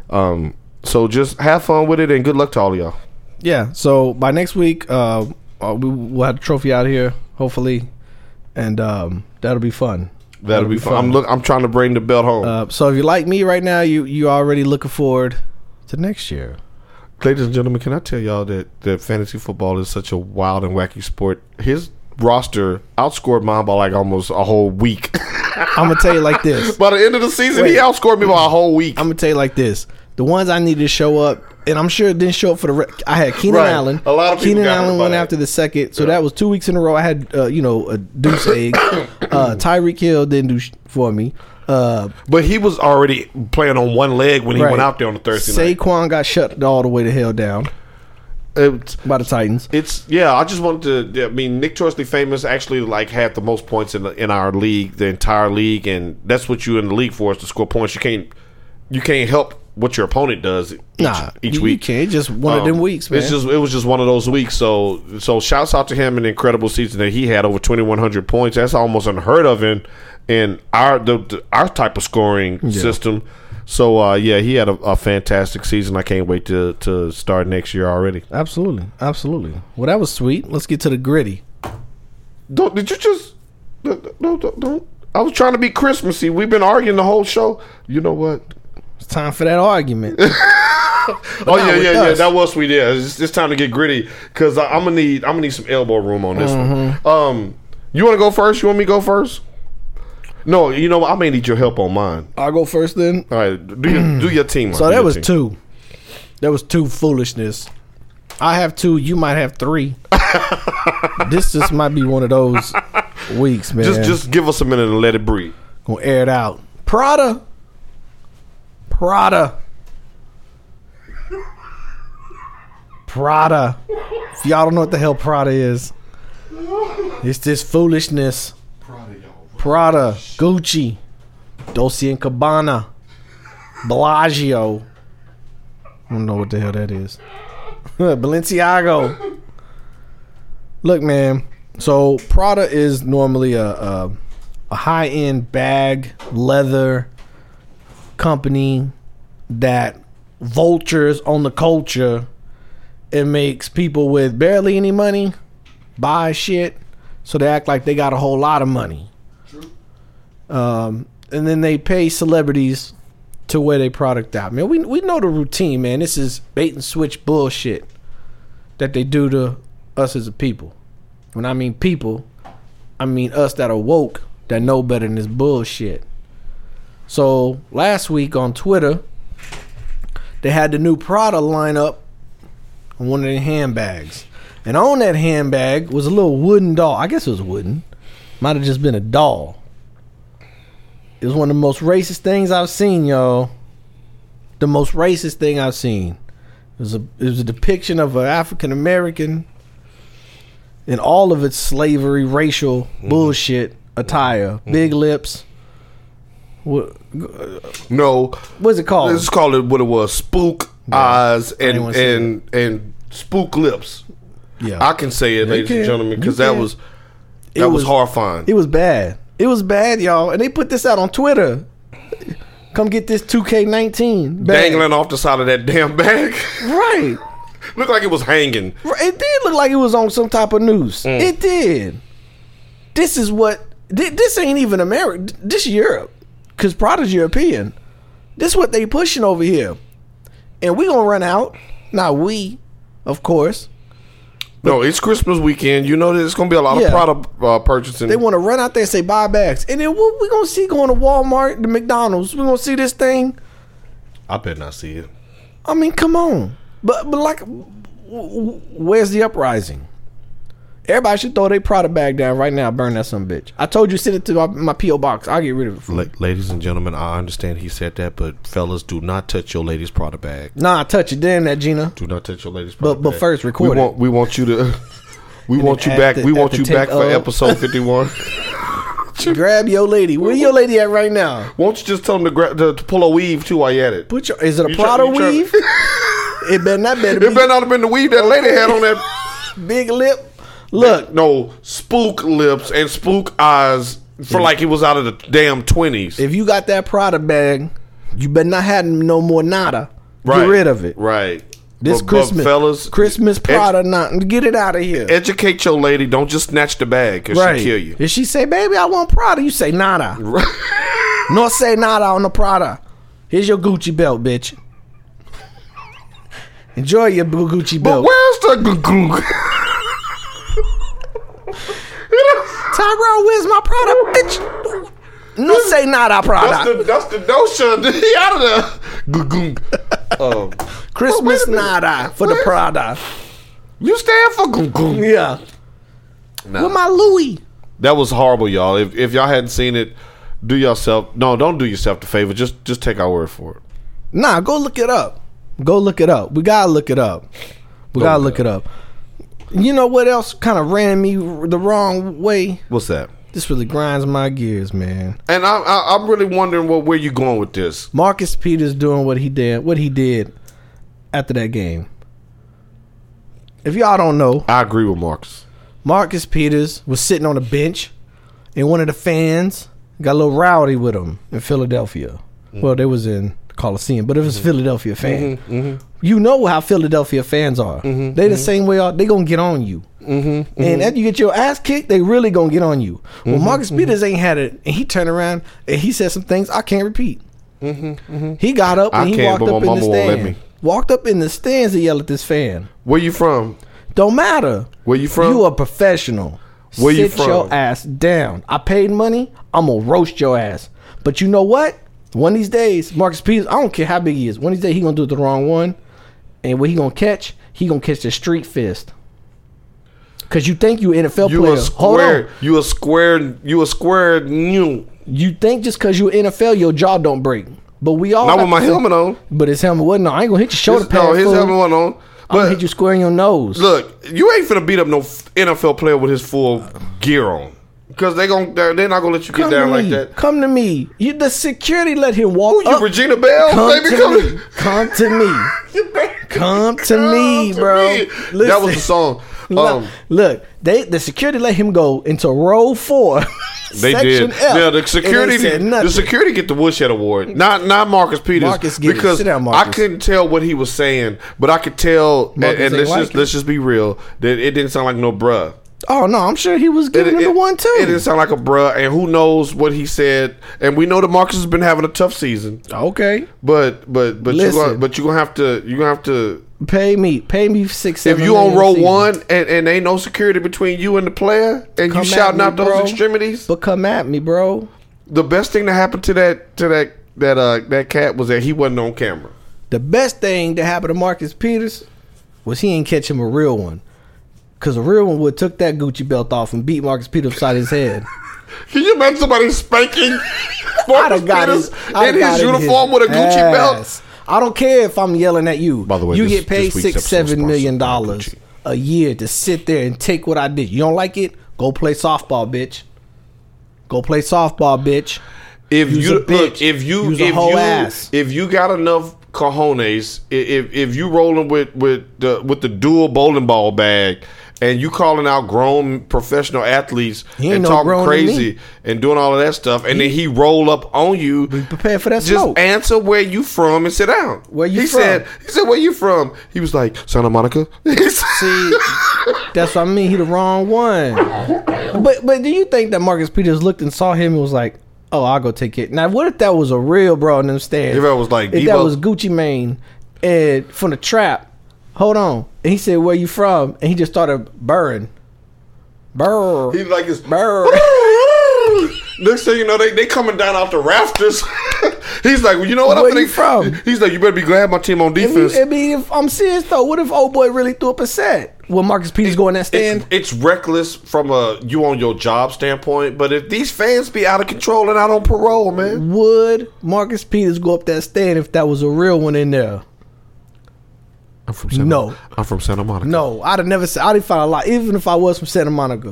Speaker 3: Um, so just have fun with it and good luck to all of y'all.
Speaker 2: Yeah. So by next week, uh, uh, we will have the trophy out here, hopefully, and um, that'll be fun.
Speaker 3: That'll, be, fun. I'm look. I'm trying to bring the belt home.
Speaker 2: Uh, so if you're like me right now, you you already looking forward to next year.
Speaker 3: Ladies and gentlemen, can I tell y'all that, that fantasy football is such a wild and wacky sport? His roster outscored mine by like almost a whole week.
Speaker 2: I'm gonna tell you like this.
Speaker 3: by the end of the season, he
Speaker 2: Wait.
Speaker 3: outscored me by a whole week.
Speaker 2: I'm gonna tell you like this. The ones I needed to show up, and I'm sure it didn't show up for the. Re- I had Keenan
Speaker 3: Right.
Speaker 2: Allen.
Speaker 3: A lot of people
Speaker 2: Keenan
Speaker 3: got hurt
Speaker 2: Allen
Speaker 3: by
Speaker 2: went
Speaker 3: that.
Speaker 2: after the second, so that was two weeks in a row. I had uh, you know a Deuce egg. uh, Tyreek Hill didn't do sh- for me. Uh,
Speaker 3: but he was already playing on one leg when he
Speaker 2: right.
Speaker 3: went out there on the Thursday night.
Speaker 2: Saquon got shut all the way to hell down
Speaker 3: It's,
Speaker 2: by the Titans.
Speaker 3: it's yeah. I just wanted to. I mean, Nick Torsley famous actually like had the most points in the, in our league, the entire league, and that's what you in the league for is to score points. You can't you can't help what your opponent does each,
Speaker 2: Nah,
Speaker 3: each
Speaker 2: you-
Speaker 3: week.
Speaker 2: you can't. It's Just one of
Speaker 3: Um,
Speaker 2: them weeks, man.
Speaker 3: It's just it was just one of those weeks. So so shouts out to him an incredible season that he had over twenty one hundred points. That's almost unheard of in in our the, the- our type of scoring system. So uh, yeah, he had a, a fantastic season. I can't wait to to start next year already.
Speaker 2: absolutely, absolutely. Well, that was sweet. Let's get to the gritty.
Speaker 3: Don't did you just don't, don't, don't- don't- I was trying to be Christmassy. We've been arguing the whole show. You know what?
Speaker 2: It's time for that argument.
Speaker 3: oh
Speaker 2: not
Speaker 3: yeah,
Speaker 2: with
Speaker 3: yeah, yeah.
Speaker 2: us.
Speaker 3: That was sweet. Yeah, it's, it's time to get gritty because I'm gonna need I'm gonna need some elbow room on this
Speaker 2: Mm-hmm.
Speaker 3: one. Um, you want to go first? You want me to go first? No, you know what? I may need your help on mine.
Speaker 2: I'll go first then.
Speaker 3: All right, do your do your team.
Speaker 2: Mm. So
Speaker 3: Mark,
Speaker 2: that
Speaker 3: do your
Speaker 2: was
Speaker 3: team.
Speaker 2: two. That was two foolishness. I have two. You might have three. this just might be one of those weeks, man.
Speaker 3: Just just give us a minute and let it breathe.
Speaker 2: gonna air it out. Prada. Prada. Prada. If y'all don't know what the hell Prada is, it's this foolishness. Prada, Gucci, Dolce and Cabana, Bellagio. I don't know what the hell that is. Balenciago. Look, man. So Prada is normally a a, a high end bag leather company that vultures on the culture. It makes people with barely any money buy shit, so they act like they got a whole lot of money. Um, and then they pay celebrities to wear their product out. Man, we we know the routine, man. This is bait and switch bullshit that they do to us as a people. When I mean people, I mean us that are woke that know better than this bullshit. So last week on Twitter, they had the new Prada lineup on one of the handbags. And on that handbag was a little wooden doll. I guess it was wooden. Might have just been a doll. It was one of the most racist things I've seen, y'all. The most racist thing I've seen. It was a it was a depiction of an African American in all of its slavery, racial bullshit attire. Big lips. What
Speaker 3: No,
Speaker 2: what's it called?
Speaker 3: let's call it what it was: spook eyes and
Speaker 2: wanna see
Speaker 3: and and spook lips.
Speaker 2: yeah.
Speaker 3: I can say it, ladies
Speaker 2: can.
Speaker 3: and gentlemen,
Speaker 2: You
Speaker 3: because that
Speaker 2: can.
Speaker 3: was
Speaker 2: It
Speaker 3: that
Speaker 2: was-
Speaker 3: was, horrifying.
Speaker 2: It was bad. It was bad, y'all. And they put this out on Twitter. Come get this 2K19. bag.
Speaker 3: Dangling off the side of that damn bag,
Speaker 2: Right.
Speaker 3: looked like it was hanging.
Speaker 2: Right. It did look like it was on some type of news. It did. This is what. thi- This ain't even America. This Europe. Because Prada's European. This what they pushing over here. And we going to run out. Not we, of course.
Speaker 3: No, it's Christmas weekend. You know that it's going to be a lot
Speaker 2: Yeah.
Speaker 3: of product uh, purchasing.
Speaker 2: They want to run out there and say buy bags. And then what we going to see going to Walmart, the McDonald's? we going to see this thing
Speaker 3: I bet not see it.
Speaker 2: I mean, come on. But but like, w- w- where's the uprising? Everybody should throw their product bag down right now. Burn that some bitch. I told you send it to my, my PO box. I'll get rid of it. For you.
Speaker 5: La- ladies and gentlemen, I understand he said that, but fellas, do not touch your lady's product bag.
Speaker 2: Nah, touch it. Damn that, Gina.
Speaker 5: Do not touch your lady's
Speaker 2: But
Speaker 5: product
Speaker 2: but
Speaker 5: bag.
Speaker 2: first,
Speaker 3: We
Speaker 2: record it.
Speaker 3: want we want you to we want you
Speaker 2: at
Speaker 3: back.
Speaker 2: the-
Speaker 3: we
Speaker 2: at
Speaker 3: want
Speaker 2: the
Speaker 3: you back for
Speaker 2: 10th of-
Speaker 3: episode fifty one.
Speaker 2: Grab your lady. Where your lady at right now?
Speaker 3: Won't you just tell them to, gra- to, to pull a weave too while you at it?
Speaker 2: Put your. Is it a
Speaker 3: You
Speaker 2: Prada
Speaker 3: try- you try-
Speaker 2: weave? it better not better
Speaker 3: It
Speaker 2: be
Speaker 3: better not have been the weave that lady had on that.
Speaker 2: big lip. Look,
Speaker 3: No, spook lips and spook eyes for like it was out of the damn twenties.
Speaker 2: if you got that Prada bag, you better not have no more nada. Get rid of it.
Speaker 3: Right.
Speaker 2: This
Speaker 3: But- but
Speaker 2: Christmas,
Speaker 3: fellas,
Speaker 2: Christmas
Speaker 3: ed-
Speaker 2: Prada, not get it out of here.
Speaker 3: educate your lady. Don't just snatch the bag because
Speaker 2: right.
Speaker 3: she'll kill you.
Speaker 2: If she say, "Baby, I want Prada," you say, "Nada." Nor say nada on the Prada. Here's your Gucci belt, bitch. Enjoy your Gu- Gucci belt.
Speaker 3: Where's the goo goo?
Speaker 2: Tyrone, where's my Prada, bitch? No say nada
Speaker 3: That's
Speaker 2: Prada.
Speaker 3: the that's the notion. He out of the goo goo. Oh,
Speaker 2: Christmas
Speaker 3: Wait a minute.
Speaker 2: nada for the
Speaker 3: Where-
Speaker 2: Prada.
Speaker 3: you stand for goo goo.
Speaker 2: Yeah.
Speaker 3: Nah.
Speaker 2: With my Louis.
Speaker 3: That was horrible, y'all. If if y'all hadn't seen it, do yourself no, don't do yourself the favor. Just just take our word for it.
Speaker 2: Nah, go look it up. Go look it up. We gotta look it up. We gotta look it up. You know what else kind of ran me the wrong way?
Speaker 3: What's that?
Speaker 2: This really grinds my gears, man.
Speaker 3: And I, I I'm really wondering what where you going with this.
Speaker 2: Marcus Peters doing what he did, what he did after that game. If y'all don't know,
Speaker 3: I agree with Marcus.
Speaker 2: Marcus Peters was sitting on a bench, and one of the fans got a little rowdy with him in Philadelphia.
Speaker 3: Mm-hmm.
Speaker 2: Well, they was in the Coliseum, but it was a Philadelphia fan.
Speaker 3: Mm-hmm.
Speaker 2: You know how Philadelphia fans are. They the same way. Are, they gonna get on you.
Speaker 3: Mm-hmm.
Speaker 2: And after you get your ass kicked, they really gonna get on you.
Speaker 3: Mm-hmm.
Speaker 2: Well, Marcus Peters ain't had it, and he turned around and he said some things I can't repeat. He got up and
Speaker 3: Mm-hmm. I
Speaker 2: he walked
Speaker 3: can't, but my
Speaker 2: up in the
Speaker 3: mama won't let
Speaker 2: stand.
Speaker 3: me.
Speaker 2: Walked up in the stands and yelled at this fan.
Speaker 3: Where you from?
Speaker 2: Don't matter.
Speaker 3: Where you from?
Speaker 2: You a professional.
Speaker 3: Where you
Speaker 2: Sit your
Speaker 3: from?
Speaker 2: ass down. I paid money. I'm gonna roast your ass. But you know what? One of these days, Marcus Peters. I don't care how big he is. One of these days, he gonna do it the wrong one, and what he gonna catch? He gonna catch the street fist. Cause you think you NFL
Speaker 3: You
Speaker 2: player.
Speaker 3: a
Speaker 2: Hold on.
Speaker 3: square. You a square. You a square. New.
Speaker 2: You think just cause you NFL, your jaw don't break. But we all
Speaker 3: Not
Speaker 2: got
Speaker 3: with my
Speaker 2: the-
Speaker 3: helmet on.
Speaker 2: But his helmet wasn't. on. I ain't gonna hit your shoulder
Speaker 3: His,
Speaker 2: pad.
Speaker 3: no, his
Speaker 2: fool.
Speaker 3: helmet wasn't on.
Speaker 2: I'm gonna hit
Speaker 3: But
Speaker 2: you square in your nose.
Speaker 3: look, you ain't finna beat up no f- NFL player with his full gear on. Because they gon' they're, they're not gonna let you get
Speaker 2: Come to
Speaker 3: down like
Speaker 2: me.
Speaker 3: that.
Speaker 2: Come to me. You, the security let him walk
Speaker 3: Who you,
Speaker 2: up.
Speaker 3: Regina Bell?
Speaker 2: Come
Speaker 3: Baby,
Speaker 2: to
Speaker 3: come-
Speaker 2: me. Come to me. Come to me,
Speaker 3: to
Speaker 2: bro.
Speaker 3: me. That
Speaker 2: Listen.
Speaker 3: was the song.
Speaker 2: Look-
Speaker 3: Um,
Speaker 2: Look, they the security let him go into row four.
Speaker 3: they
Speaker 2: section
Speaker 3: did.
Speaker 2: F,
Speaker 3: yeah, the
Speaker 2: and
Speaker 3: security.
Speaker 2: They said nothing.
Speaker 3: The security get the Woodshed Award. Not not Marcus Peters.
Speaker 2: Marcus get it.
Speaker 3: because
Speaker 2: Sit down, Marcus.
Speaker 3: I couldn't tell what he was saying, but I could tell. and-
Speaker 2: Marcus ain't
Speaker 3: and let's
Speaker 2: like
Speaker 3: just
Speaker 2: it.
Speaker 3: let's just be real. That it didn't sound like no bruh.
Speaker 2: oh no, I'm sure he was
Speaker 3: It,
Speaker 2: giving him the one too.
Speaker 3: It didn't sound like a bruh. And who knows what he said? And we know that Marcus has been having a tough season.
Speaker 2: okay,
Speaker 3: But but but you
Speaker 2: Listen.
Speaker 3: gonna, but you gonna have to you gonna have to
Speaker 2: pay me, pay me six.
Speaker 3: if
Speaker 2: seven
Speaker 3: you on
Speaker 2: million
Speaker 3: row
Speaker 2: a season.
Speaker 3: one and, and ain't no security between you and the player and
Speaker 2: Come at
Speaker 3: you shouting
Speaker 2: me,
Speaker 3: out those
Speaker 2: bro.
Speaker 3: extremities,
Speaker 2: but come at me, bro.
Speaker 3: the best thing that happened to that to that that uh that cat was that he wasn't on camera.
Speaker 2: The best thing that happened to Marcus Peters was he ain't catch him a real one. Cause a real one would took that Gucci belt off and beat Marcus Peters upside his head.
Speaker 3: Can you imagine somebody spanking Marcus
Speaker 2: got
Speaker 3: Peters
Speaker 2: his- I'da
Speaker 3: in his
Speaker 2: got
Speaker 3: uniform with a Gucci belt?
Speaker 2: ass. I don't care if I'm yelling at you.
Speaker 5: By the way,
Speaker 2: you
Speaker 5: this-
Speaker 2: get paid
Speaker 5: this week's
Speaker 2: six,
Speaker 5: episode
Speaker 2: seven million
Speaker 5: is sponsored by
Speaker 2: dollars
Speaker 5: Gucci.
Speaker 2: a year to sit there and take what I did. You don't like it? Go play softball, bitch. Go play softball, bitch.
Speaker 3: If
Speaker 2: You's
Speaker 3: you
Speaker 2: a bitch.
Speaker 3: look, if you
Speaker 2: You's
Speaker 3: if
Speaker 2: a hoe
Speaker 3: you
Speaker 2: ass.
Speaker 3: if you got enough cojones, i- if if you rolling with with the with the dual bowling ball bag. And you calling out grown professional athletes
Speaker 2: He ain't
Speaker 3: and
Speaker 2: no grown
Speaker 3: talking
Speaker 2: to me.
Speaker 3: crazy and doing all of that stuff, and then he roll up on you.
Speaker 2: Prepare for that
Speaker 3: just
Speaker 2: smoke.
Speaker 3: answer where you from and sit down.
Speaker 2: Where you
Speaker 3: he
Speaker 2: from?
Speaker 3: Said, he said, "Where you from?" He was like, "Santa Monica." He said-
Speaker 2: See, that's what I mean. He the wrong one. But but do you think that Marcus Peters looked and saw him and was like, "Oh, I'll go take it." Now, what if that was a real bro in them stands?
Speaker 3: If that was like
Speaker 2: if that
Speaker 3: Debo-
Speaker 2: was Gucci Mane and from the trap. Hold on, and he said, "Where you from?" And he just started burring, burr,
Speaker 3: He's like, it's,
Speaker 2: burr.
Speaker 3: next thing you know, they they coming down off the rafters. He's like, well, you know what?
Speaker 2: Where
Speaker 3: I'm
Speaker 2: you from?
Speaker 3: He's like, you better be glad my team on
Speaker 2: If you-
Speaker 3: defense.
Speaker 2: I mean, if I'm serious though, what if old boy really threw up a set? Will Marcus Peters go in that stand?
Speaker 3: it's, it's reckless from a you on your job standpoint, but if these fans be out of control and out on parole, man,
Speaker 2: Would Marcus Peters go up that stand if that was a real one in there?
Speaker 5: I'm from Santa,
Speaker 2: No.
Speaker 5: I'm from Santa Monica.
Speaker 2: No, I'd have never said. I'd have found a lot, even if I was from Santa Monica.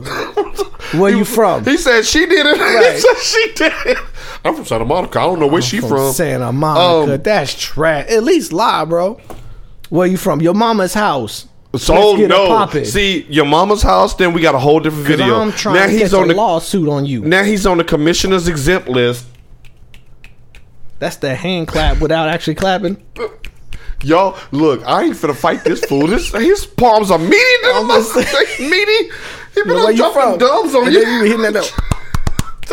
Speaker 2: Where you from?
Speaker 3: he said she did it.
Speaker 2: Right.
Speaker 3: he said she did it. I'm from Santa Monica. I don't know where she from.
Speaker 2: Santa Monica.
Speaker 3: Um,
Speaker 2: That's trash. At least lie, bro. Where you from? Your mama's house.
Speaker 3: So
Speaker 2: Let's get it
Speaker 3: no,
Speaker 2: poppin'.
Speaker 3: see your mama's house. Then we got a whole different
Speaker 2: 'Cause
Speaker 3: video.
Speaker 2: I'm trying
Speaker 3: now
Speaker 2: to
Speaker 3: he's
Speaker 2: catch
Speaker 3: on
Speaker 2: a
Speaker 3: the
Speaker 2: lawsuit on you.
Speaker 3: now he's on the commissioner's exempt list.
Speaker 2: That's the hand clap without actually clapping.
Speaker 3: Y'all, look, I ain't finna fight this fool. This his palms are meaty.
Speaker 2: I'm just
Speaker 3: They meaty. He been
Speaker 2: Where
Speaker 3: up
Speaker 2: you from?
Speaker 3: dropping dubs on
Speaker 2: And
Speaker 3: you.
Speaker 2: then you be hitting that.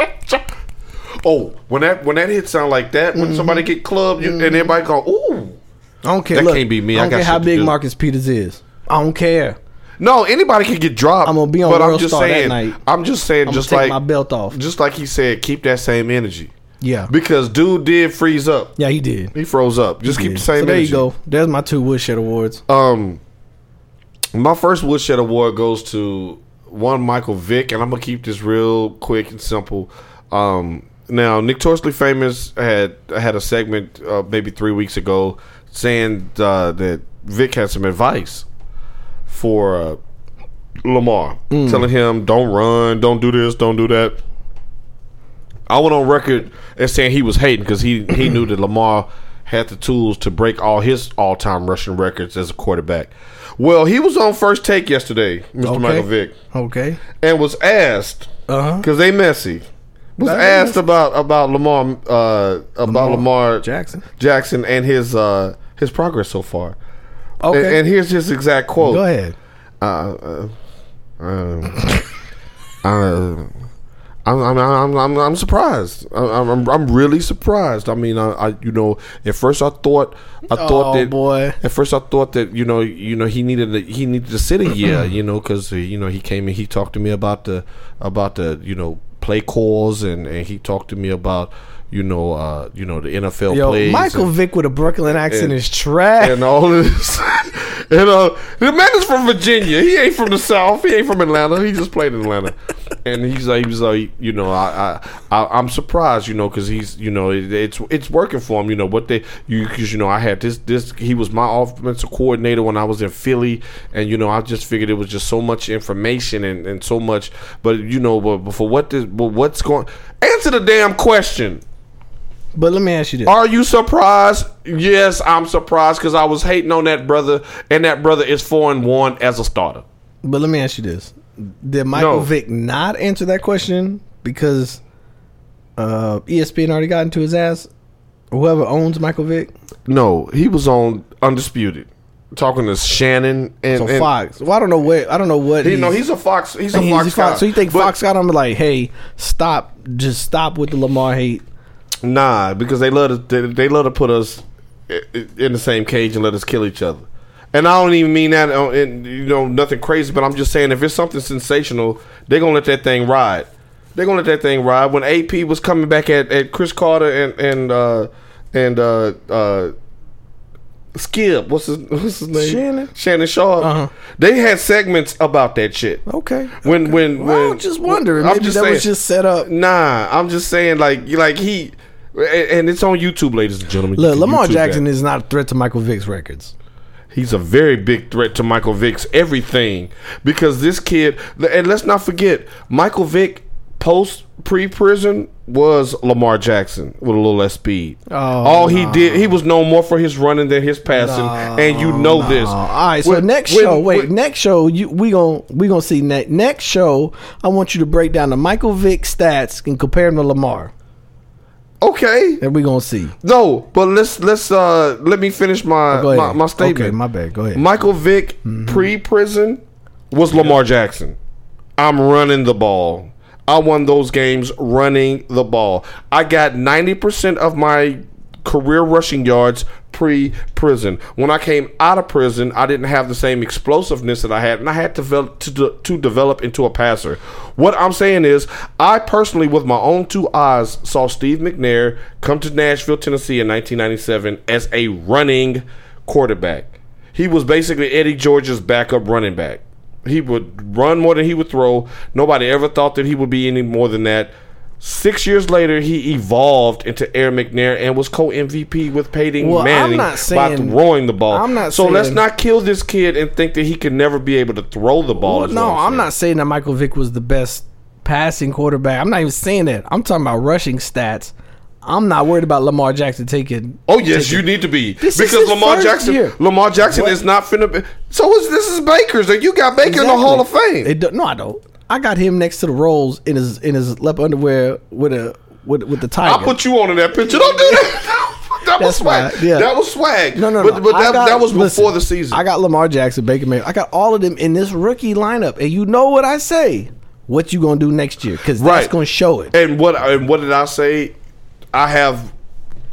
Speaker 3: Oh, when that when that hit sound like that, when somebody
Speaker 2: Mm-hmm.
Speaker 3: get clubbed, you, and everybody go, ooh.
Speaker 2: I don't care.
Speaker 3: That
Speaker 2: look,
Speaker 3: can't be me.
Speaker 2: I
Speaker 3: I
Speaker 2: don't
Speaker 3: got
Speaker 2: care how
Speaker 3: shit to
Speaker 2: big
Speaker 3: do.
Speaker 2: Marcus Peters is. I don't care.
Speaker 3: No, anybody can get dropped.
Speaker 2: I'm gonna be on
Speaker 3: but I'm
Speaker 2: World
Speaker 3: just
Speaker 2: Star that
Speaker 3: saying,
Speaker 2: night.
Speaker 3: I'm just saying,
Speaker 2: I'm
Speaker 3: just
Speaker 2: gonna
Speaker 3: like
Speaker 2: take my belt off.
Speaker 3: just like he said, keep that same energy
Speaker 2: Yeah.
Speaker 3: because dude did freeze up.
Speaker 2: Yeah, he did.
Speaker 3: He froze up. Just keep
Speaker 2: Yeah.
Speaker 3: the same
Speaker 2: so there
Speaker 3: energy.
Speaker 2: you go. There's my two Woodshed awards.
Speaker 3: Um, my first Woodshed Award goes to one Michael Vick, and I'm gonna keep this real quick and simple. Um, now notoriously famous had had a segment uh, maybe three weeks ago saying uh, that Vick had some advice for uh, Lamar,
Speaker 2: Mm.
Speaker 3: telling him don't run, don't do this, don't do that. I went on record as saying he was hating because he he knew that Lamar had the tools to break all his all time rushing records as a quarterback. Well, he was on first take yesterday, Mr.
Speaker 2: Okay.
Speaker 3: Michael Vick,
Speaker 2: Okay.
Speaker 3: and was asked
Speaker 2: Uh huh.
Speaker 3: because they messy. Was
Speaker 2: That
Speaker 3: asked about about Lamar uh, about Lamar,
Speaker 2: Jackson.
Speaker 3: Jackson and his uh, his progress so far.
Speaker 2: Okay.
Speaker 3: And, and here's his exact quote.
Speaker 2: Go ahead.
Speaker 3: Uh, uh, um, uh, I'm, I'm, I'm, I'm, I'm surprised. I'm, I'm, I'm really surprised. I mean, I, I, you know, at first I thought, I
Speaker 2: Oh,
Speaker 3: thought that,
Speaker 2: boy.
Speaker 3: at first I thought that, you know, you know, he needed, to, he needed to sit a year, you know, because you know he came and he talked to me about the, about the, you know, play calls and, and he talked to me about, you know, uh, you know, the NFL
Speaker 2: Yo,
Speaker 3: plays.
Speaker 2: Michael
Speaker 3: and,
Speaker 2: Vick with a Brooklyn accent
Speaker 3: and-
Speaker 2: is trash.
Speaker 3: and all of this. and uh, the man is from Virginia. He ain't from the South. He ain't from Atlanta. He just played in Atlanta. And he's like, he was like, you know, I, I, I I'm surprised, you know, because he's, you know, it, it's it's working for him. You know what they, you because you know, I had this this. He was my offensive coordinator when I was in Philly, and you know, I just figured it was just so much information and, and so much. But you know, but, but for what this, but what's going? Answer the damn question.
Speaker 2: but let me ask you this.
Speaker 3: Are you surprised? Yes, I'm surprised because I was hating on that brother, and that brother is four and one as a starter.
Speaker 2: But let me ask you this: Did Michael
Speaker 3: No.
Speaker 2: Vick not answer that question because uh, ESPN already got into his ass? Whoever owns Michael Vick,
Speaker 3: No, he was on undisputed, talking to Shannon and,
Speaker 2: so
Speaker 3: and-
Speaker 2: Fox. Well, I don't know what I don't know what.
Speaker 3: You know, he's a Fox. He's a
Speaker 2: he's
Speaker 3: Fox. guy.
Speaker 2: So you think
Speaker 3: But-
Speaker 2: Fox got him like, hey, stop, just stop with the Lamar hate?
Speaker 3: Nah, because they love to they, they love to put us i- i- in the same cage and let us kill each other. And I don't even mean that, uh, in, you know, nothing crazy. But I'm just saying, if it's something sensational, they're gonna let that thing ride. They're gonna let that thing ride. When AP was coming back at, at Chris Carter and and uh, and uh, uh, Skip, what's his what's his name?
Speaker 2: Shannon?
Speaker 3: Shannon Shaw.
Speaker 2: Uh-huh.
Speaker 3: They had segments about that shit.
Speaker 2: Okay.
Speaker 3: When when
Speaker 2: Well, I
Speaker 3: when
Speaker 2: was just wondering. Maybe that was just set up.
Speaker 3: Nah, I'm just saying like like he and and it's on YouTube, ladies and gentlemen. You
Speaker 2: Look,
Speaker 3: can
Speaker 2: Lamar
Speaker 3: YouTube
Speaker 2: Jackson
Speaker 3: that.
Speaker 2: is not a threat to Michael Vick's records.
Speaker 3: he's a very big threat to Michael Vick's everything because this kid and let's not forget Michael Vick post pre prison was Lamar Jackson with a little less speed.
Speaker 2: Oh,
Speaker 3: All he did he was known more for his running than his passing, and you know this.
Speaker 2: Oh, all right. So
Speaker 3: When-
Speaker 2: next
Speaker 3: when-
Speaker 2: show, wait,
Speaker 3: when-
Speaker 2: next show, you we gon' we gonna see next next show. I want you to break down the Michael Vick stats and compare them to Lamar,
Speaker 3: okay,
Speaker 2: and we gonna see.
Speaker 3: No, but let's let's uh let me finish my
Speaker 2: Oh, Go
Speaker 3: my,
Speaker 2: ahead.
Speaker 3: my statement.
Speaker 2: Okay, my bad. Go ahead. Mm-hmm.
Speaker 3: Michael Vick pre-prison was Lamar Jackson. I'm running the ball. I won those games running the ball. I got 90% of my career rushing yards pre prison. When I came out of prison, I didn't have the same explosiveness that I had, and I had to develop, to, de- to develop into a passer. What I'm saying is, I personally, with my own two eyes, saw Steve McNair come to Nashville, Tennessee in 1997 as a running quarterback. He was basically Eddie George's backup running back. He would run more than he would throw. Nobody ever thought that he would be any more than that. Six years later, he evolved into Air McNair and was co MVP with Peyton
Speaker 2: Well, I'm
Speaker 3: Manning
Speaker 2: not
Speaker 3: by
Speaker 2: saying-
Speaker 3: throwing the ball.
Speaker 2: I'm not
Speaker 3: so let's
Speaker 2: saying-
Speaker 3: not kill this kid and think that he can never be able to throw the ball.
Speaker 2: Well,
Speaker 3: is
Speaker 2: no,
Speaker 3: what
Speaker 2: I'm
Speaker 3: saying.
Speaker 2: not saying that Michael Vick was the best passing quarterback. I'm not even saying that. I'm talking about rushing stats. I'm not worried about Lamar Jackson taking.
Speaker 3: Oh yes, you need to be
Speaker 2: This is
Speaker 3: because
Speaker 2: his
Speaker 3: Lamar
Speaker 2: first
Speaker 3: Jackson.
Speaker 2: year.
Speaker 3: Lamar Jackson is not finna. Be, so is, this is Baker's, and you got Baker in the Hall of Fame.
Speaker 2: It do- no, I don't. I got him next to the rolls in his in his leopard underwear with a with with the tiger.
Speaker 3: I put you on in that picture. Don't do that. that was
Speaker 2: That's
Speaker 3: swag.
Speaker 2: fine, yeah.
Speaker 3: That was swag.
Speaker 2: No, no,
Speaker 3: but,
Speaker 2: no.
Speaker 3: But
Speaker 2: I
Speaker 3: that,
Speaker 2: got-
Speaker 3: that was
Speaker 2: listen,
Speaker 3: before the season.
Speaker 2: I got Lamar Jackson, Baker Mayfield. I got all of them in this rookie lineup, and you know what I say? What you gonna do next year? Because
Speaker 3: Right.
Speaker 2: that's gonna show it.
Speaker 3: and what and what did I say? I have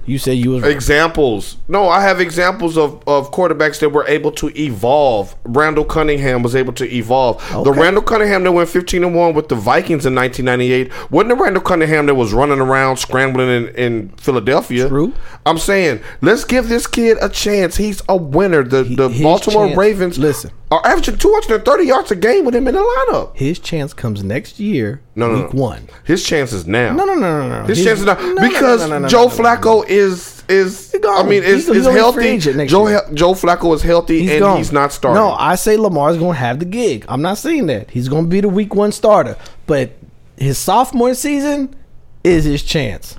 Speaker 2: You say you was
Speaker 3: examples. No, I have examples of, of quarterbacks that were able to evolve. Randall Cunningham was able to evolve.
Speaker 2: Okay.
Speaker 3: The Randall Cunningham that went 15 and 1 with the Vikings in 1998 wasn't the Randall Cunningham that was running around scrambling in, in Philadelphia.
Speaker 2: True.
Speaker 3: I'm saying, let's give this kid a chance. He's a winner. The, the
Speaker 2: his
Speaker 3: Baltimore
Speaker 2: chance-
Speaker 3: Ravens
Speaker 2: listen.
Speaker 3: are averaging 230 yards a game with him in the lineup.
Speaker 2: his chance comes next year,
Speaker 3: No, no,
Speaker 2: week
Speaker 3: no.
Speaker 2: one.
Speaker 3: His chance is now.
Speaker 2: No, no, no, no, no.
Speaker 3: His
Speaker 2: He's-
Speaker 3: chances are
Speaker 2: no, no,
Speaker 3: because
Speaker 2: no, no, no, no,
Speaker 3: Joe
Speaker 2: no, no, no.
Speaker 3: Flacco is is
Speaker 2: He gone.
Speaker 3: I mean
Speaker 2: He's-
Speaker 3: is,
Speaker 2: he's
Speaker 3: is
Speaker 2: gonna be free
Speaker 3: healthy.
Speaker 2: agent next
Speaker 3: Joe
Speaker 2: year.
Speaker 3: Hel- Joe Flacco is healthy and
Speaker 2: gone.
Speaker 3: he's not starting.
Speaker 2: No, I say Lamar's going to have the gig. I'm not saying that. He's going to be the week one starter. But his sophomore season is his chance.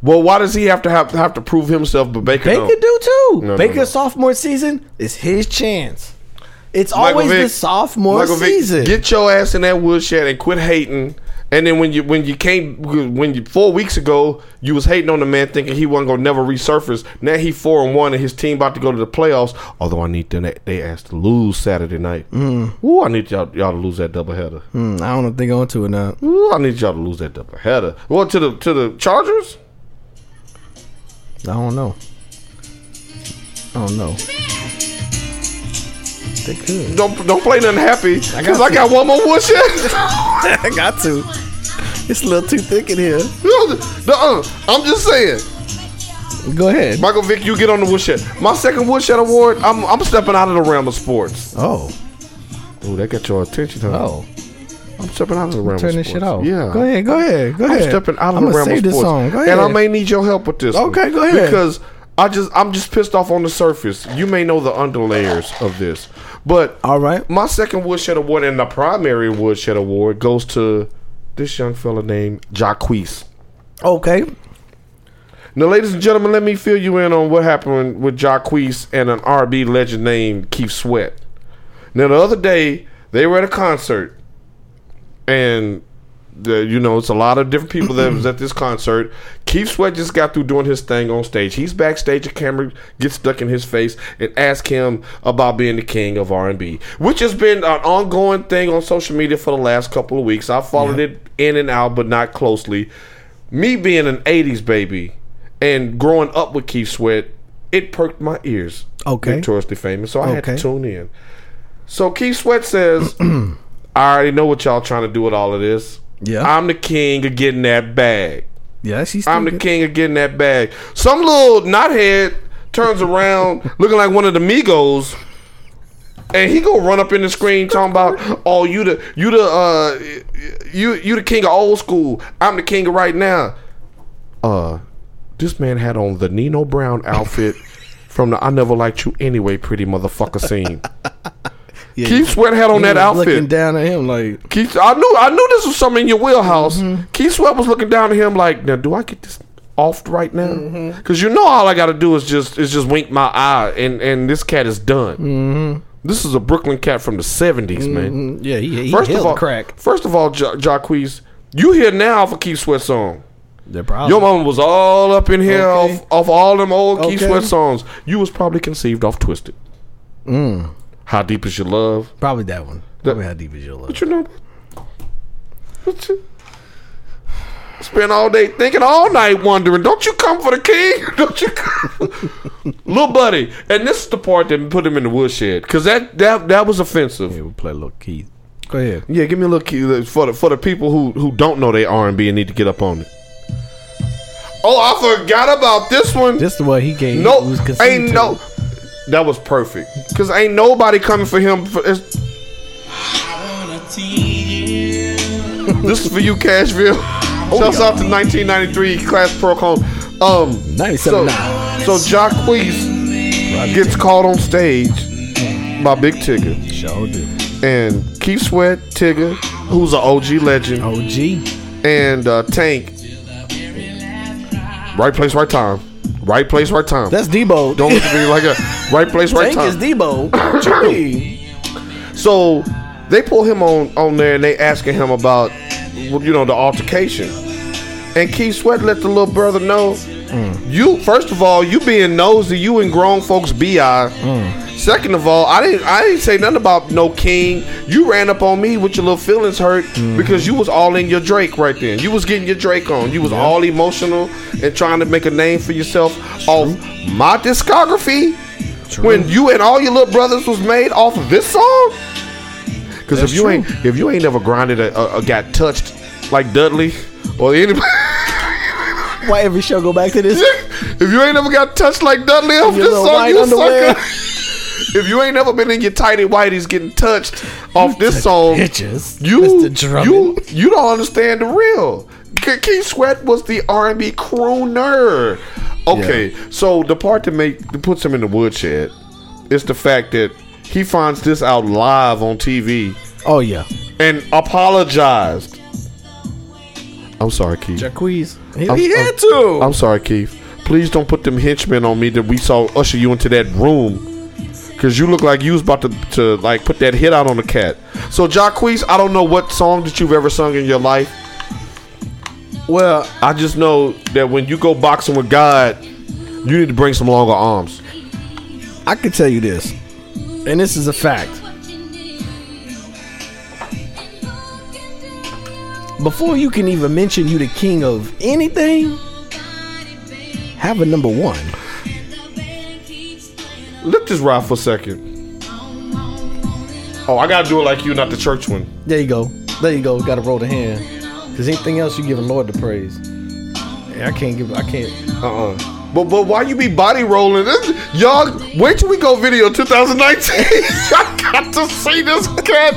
Speaker 3: well, why does he have to have have to prove himself? But Baker,
Speaker 2: Baker
Speaker 3: don't?
Speaker 2: do too.
Speaker 3: No, no,
Speaker 2: Baker's
Speaker 3: no.
Speaker 2: sophomore season is his chance. It's
Speaker 3: Michael
Speaker 2: always the
Speaker 3: Vick-
Speaker 2: sophomore
Speaker 3: Michael Vick,
Speaker 2: season.
Speaker 3: get your ass in that woodshed and quit hating. And then when you when you came when you four weeks ago you was hating on the man thinking he wasn't gonna never resurface. Now he four and one and his team about to go to the playoffs. Although I need them they asked to lose Saturday night. Mm. Ooh, I need y'all y'all to lose that doubleheader.
Speaker 2: Mm, I don't know if they're going to or not.
Speaker 3: Ooh, I need y'all to lose that double header. Well, to the to the Chargers.
Speaker 2: I don't know. I don't know. They could.
Speaker 3: Don't don't play nothing happy because I, got one more woodshed.
Speaker 2: I got to. It's a little too thick in here.
Speaker 3: uh, I'm just saying,
Speaker 2: Go ahead.
Speaker 3: Michael Vick, you get on the woodshed. My second woodshed award. I'm I'm stepping out of the realm of sports.
Speaker 2: Oh.
Speaker 3: Oh, that got your attention. Huh?
Speaker 2: Oh.
Speaker 3: I'm stepping out of the realm.
Speaker 2: Turn
Speaker 3: of
Speaker 2: this
Speaker 3: sports.
Speaker 2: shit off.
Speaker 3: Yeah.
Speaker 2: Go ahead. Go ahead. Go
Speaker 3: I'm
Speaker 2: ahead.
Speaker 3: stepping out of
Speaker 2: I'ma
Speaker 3: the realm
Speaker 2: save
Speaker 3: of sports,
Speaker 2: this song. Go ahead.
Speaker 3: and I may need your help with this. one.
Speaker 2: Okay, go ahead.
Speaker 3: Because I just I'm just pissed off on the surface. You may know the underlayers of this, but
Speaker 2: All right.
Speaker 3: My second Woodshed Award and the primary Woodshed Award goes to this young fella named Jacquees.
Speaker 2: Okay.
Speaker 3: Now, ladies and gentlemen, let me fill you in on what happened with Jacquees and an RB legend named Keith Sweat. Now, the other day, they were at a concert, and the, you know, it's a lot of different people that was at this concert. Keith Sweat just got through doing his thing on stage. He's backstage. A camera gets stuck in his face and ask him about being the king of R and B, which has been an ongoing thing on social media for the last couple of weeks. I followed it in and out, but not closely. Me being an '80s baby and growing up with Keith Sweat, it perked my ears.
Speaker 2: Okay.
Speaker 3: notoriously famous, so I had to
Speaker 2: Okay.
Speaker 3: tune in. So Keith Sweat says. I already know what y'all trying to do with all of this.
Speaker 2: Yeah.
Speaker 3: I'm the king of getting that bag.
Speaker 2: Yeah, she's.
Speaker 3: I'm the king of getting that bag. Some little knothead turns around looking like one of the Migos. And he go run up in the screen talking about, oh, you the you the uh you you the king of old school. I'm the king of right now. Uh this man had on the Nino Brown outfit from the I Never Liked You Anyway pretty motherfucker scene. Keith Sweat had on that outfit.
Speaker 2: Looking down at him like,
Speaker 3: Keith, I knew, I knew this was something in your wheelhouse.
Speaker 2: Mm-hmm.
Speaker 3: Keith Sweat was looking down at him like, "Now, do I get this off right now?
Speaker 2: Mm-hmm.
Speaker 3: Because you know, all I got to do is just is just wink my eye, and and this cat is done. This is a Brooklyn cat from the 70s man.
Speaker 2: mm, yeah, Mm-hmm. he, he
Speaker 3: First
Speaker 2: held
Speaker 3: of all,
Speaker 2: crack.
Speaker 3: first of all, ja- Jacquees, you here now for Keith Sweat song?
Speaker 2: The problem.
Speaker 3: Your mama was all up in here
Speaker 2: Uh-huh. Okay.
Speaker 3: off, off all them old Keith
Speaker 2: Okay.
Speaker 3: Sweat songs. You was probably conceived off Twisted.
Speaker 2: Mm.
Speaker 3: How deep is your love?
Speaker 2: probably that one. Probably how deep is your love.
Speaker 3: What you know? What you? Spend all day thinking, all night wondering. Don't you come for the king? Don't you come, little buddy? And this is the part that put him in the woodshed because that that that was offensive.
Speaker 2: Yeah, we play little Keith. Go ahead.
Speaker 3: Yeah, give me a little key for the for the people who who don't know their R and B and need to get up on it. Oh, I forgot about this one.
Speaker 2: This is what he gave.
Speaker 3: no,
Speaker 2: was conceived
Speaker 3: ain't
Speaker 2: to.
Speaker 3: no. That was perfect because ain't nobody coming for him. For, it's- this is for you, Cashville. Shouts out to 1993 Class Pro Cone. Um,
Speaker 2: 97.
Speaker 3: So, so Jacquees gets called on stage by Big Tigger.
Speaker 2: Sure do.
Speaker 3: and Keith Sweat, Tigger, who's an OG legend,
Speaker 2: Oh. OG.
Speaker 3: and uh, Tank. Right place, right time. Right place, right time.
Speaker 2: That's Debo.
Speaker 3: Don't look at me like a right place, right
Speaker 2: Tank
Speaker 3: time.
Speaker 2: is Debo. What you mean?
Speaker 3: So they pull him on on there and they asking him about well, you know the altercation. And Keith Sweat let the little brother know you first of all you being nosy you and grown folks bi. Second of all I didn't I didn't say nothing about no king. You ran up on me with your little feelings hurt because you was all in your Drake right then. You was getting your Drake on. You was all emotional and trying to make a name for yourself off my discography when you and all your little brothers was made off of this song? Because if
Speaker 2: That's
Speaker 3: you
Speaker 2: true.
Speaker 3: ain't if you ain't never grinded a, a, a got touched like Dudley or anybody,
Speaker 2: Why every show go back to this?
Speaker 3: if you ain't never got touched like Dudley off
Speaker 2: Your
Speaker 3: this
Speaker 2: little
Speaker 3: song,
Speaker 2: white
Speaker 3: you
Speaker 2: underwear.
Speaker 3: sucker. If you ain't never been in your tighty whities getting touched off this song,
Speaker 2: Bitches.
Speaker 3: you
Speaker 2: Mr. Drummond.
Speaker 3: you you don't understand the real. K- Keith Sweat was the R and B crooner. Okay, so the part that make that puts him in the woodshed is the fact that he finds this out live on TV
Speaker 2: Oh, yeah.
Speaker 3: and apologized. I'm sorry, Keith.
Speaker 2: Jacquees. He,
Speaker 3: I'm-
Speaker 2: he
Speaker 3: I'm-
Speaker 2: had to.
Speaker 3: I'm sorry, Keith. Please don't put them henchmen on me that we saw usher you into that room. Cause you look like you was about to, to like put that hit out on the cat. So Jacquees, I don't know what song that you've ever sung in your life. Well, I just know that when you go boxing with God, you need to bring some longer arms.
Speaker 2: I can tell you this, and this is a fact. Before you can even mention you the king of anything, have a number one.
Speaker 3: Let this ride for a second. Oh, I gotta do it like you, not the church one.
Speaker 2: There you go. There you go. Got to roll the hand. Cause anything else you give the Lord the praise. Yeah, I can't give. I can't.
Speaker 3: Uh-uh. But but why you be body rolling? This, y'all, wait till we go video 2019. I got to see this cat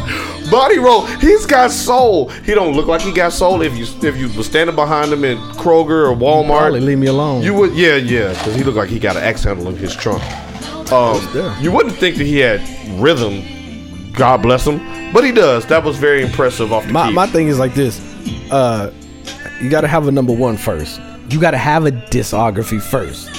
Speaker 3: body roll. He's got soul. He don't look like he got soul. If you if you was standing behind him in Kroger or
Speaker 2: Probably
Speaker 3: Walmart,
Speaker 2: leave me alone.
Speaker 3: you would yeah yeah because he looked like he got an axe handle in his trunk. Um,
Speaker 2: Yeah.
Speaker 3: you wouldn't think that he had rhythm. God bless him, but he does. That was very impressive off the
Speaker 2: My,
Speaker 3: key.
Speaker 2: my thing is like this. Uh, you got to have a number one first. You got to have a discography first.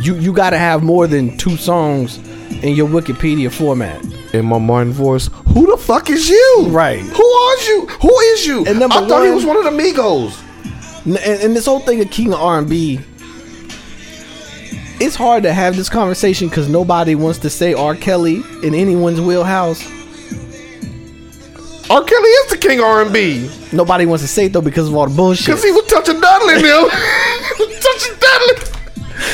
Speaker 2: You you got to have more than two songs in your Wikipedia format.
Speaker 3: in my Martin voice, who the fuck is you?
Speaker 2: Right.
Speaker 3: Who are you? Who is you?
Speaker 2: And number
Speaker 3: I thought he
Speaker 2: one-
Speaker 3: was one of the Migos.
Speaker 2: N- And, and this whole thing of King of R&B, it's hard to have this conversation because nobody wants to say R. Kelly in anyone's wheelhouse.
Speaker 3: R. Kelly is the king R and B
Speaker 2: Nobody wants to say it though because of all the bullshit.
Speaker 3: because he was touching Dudley now. He was touching Dudley.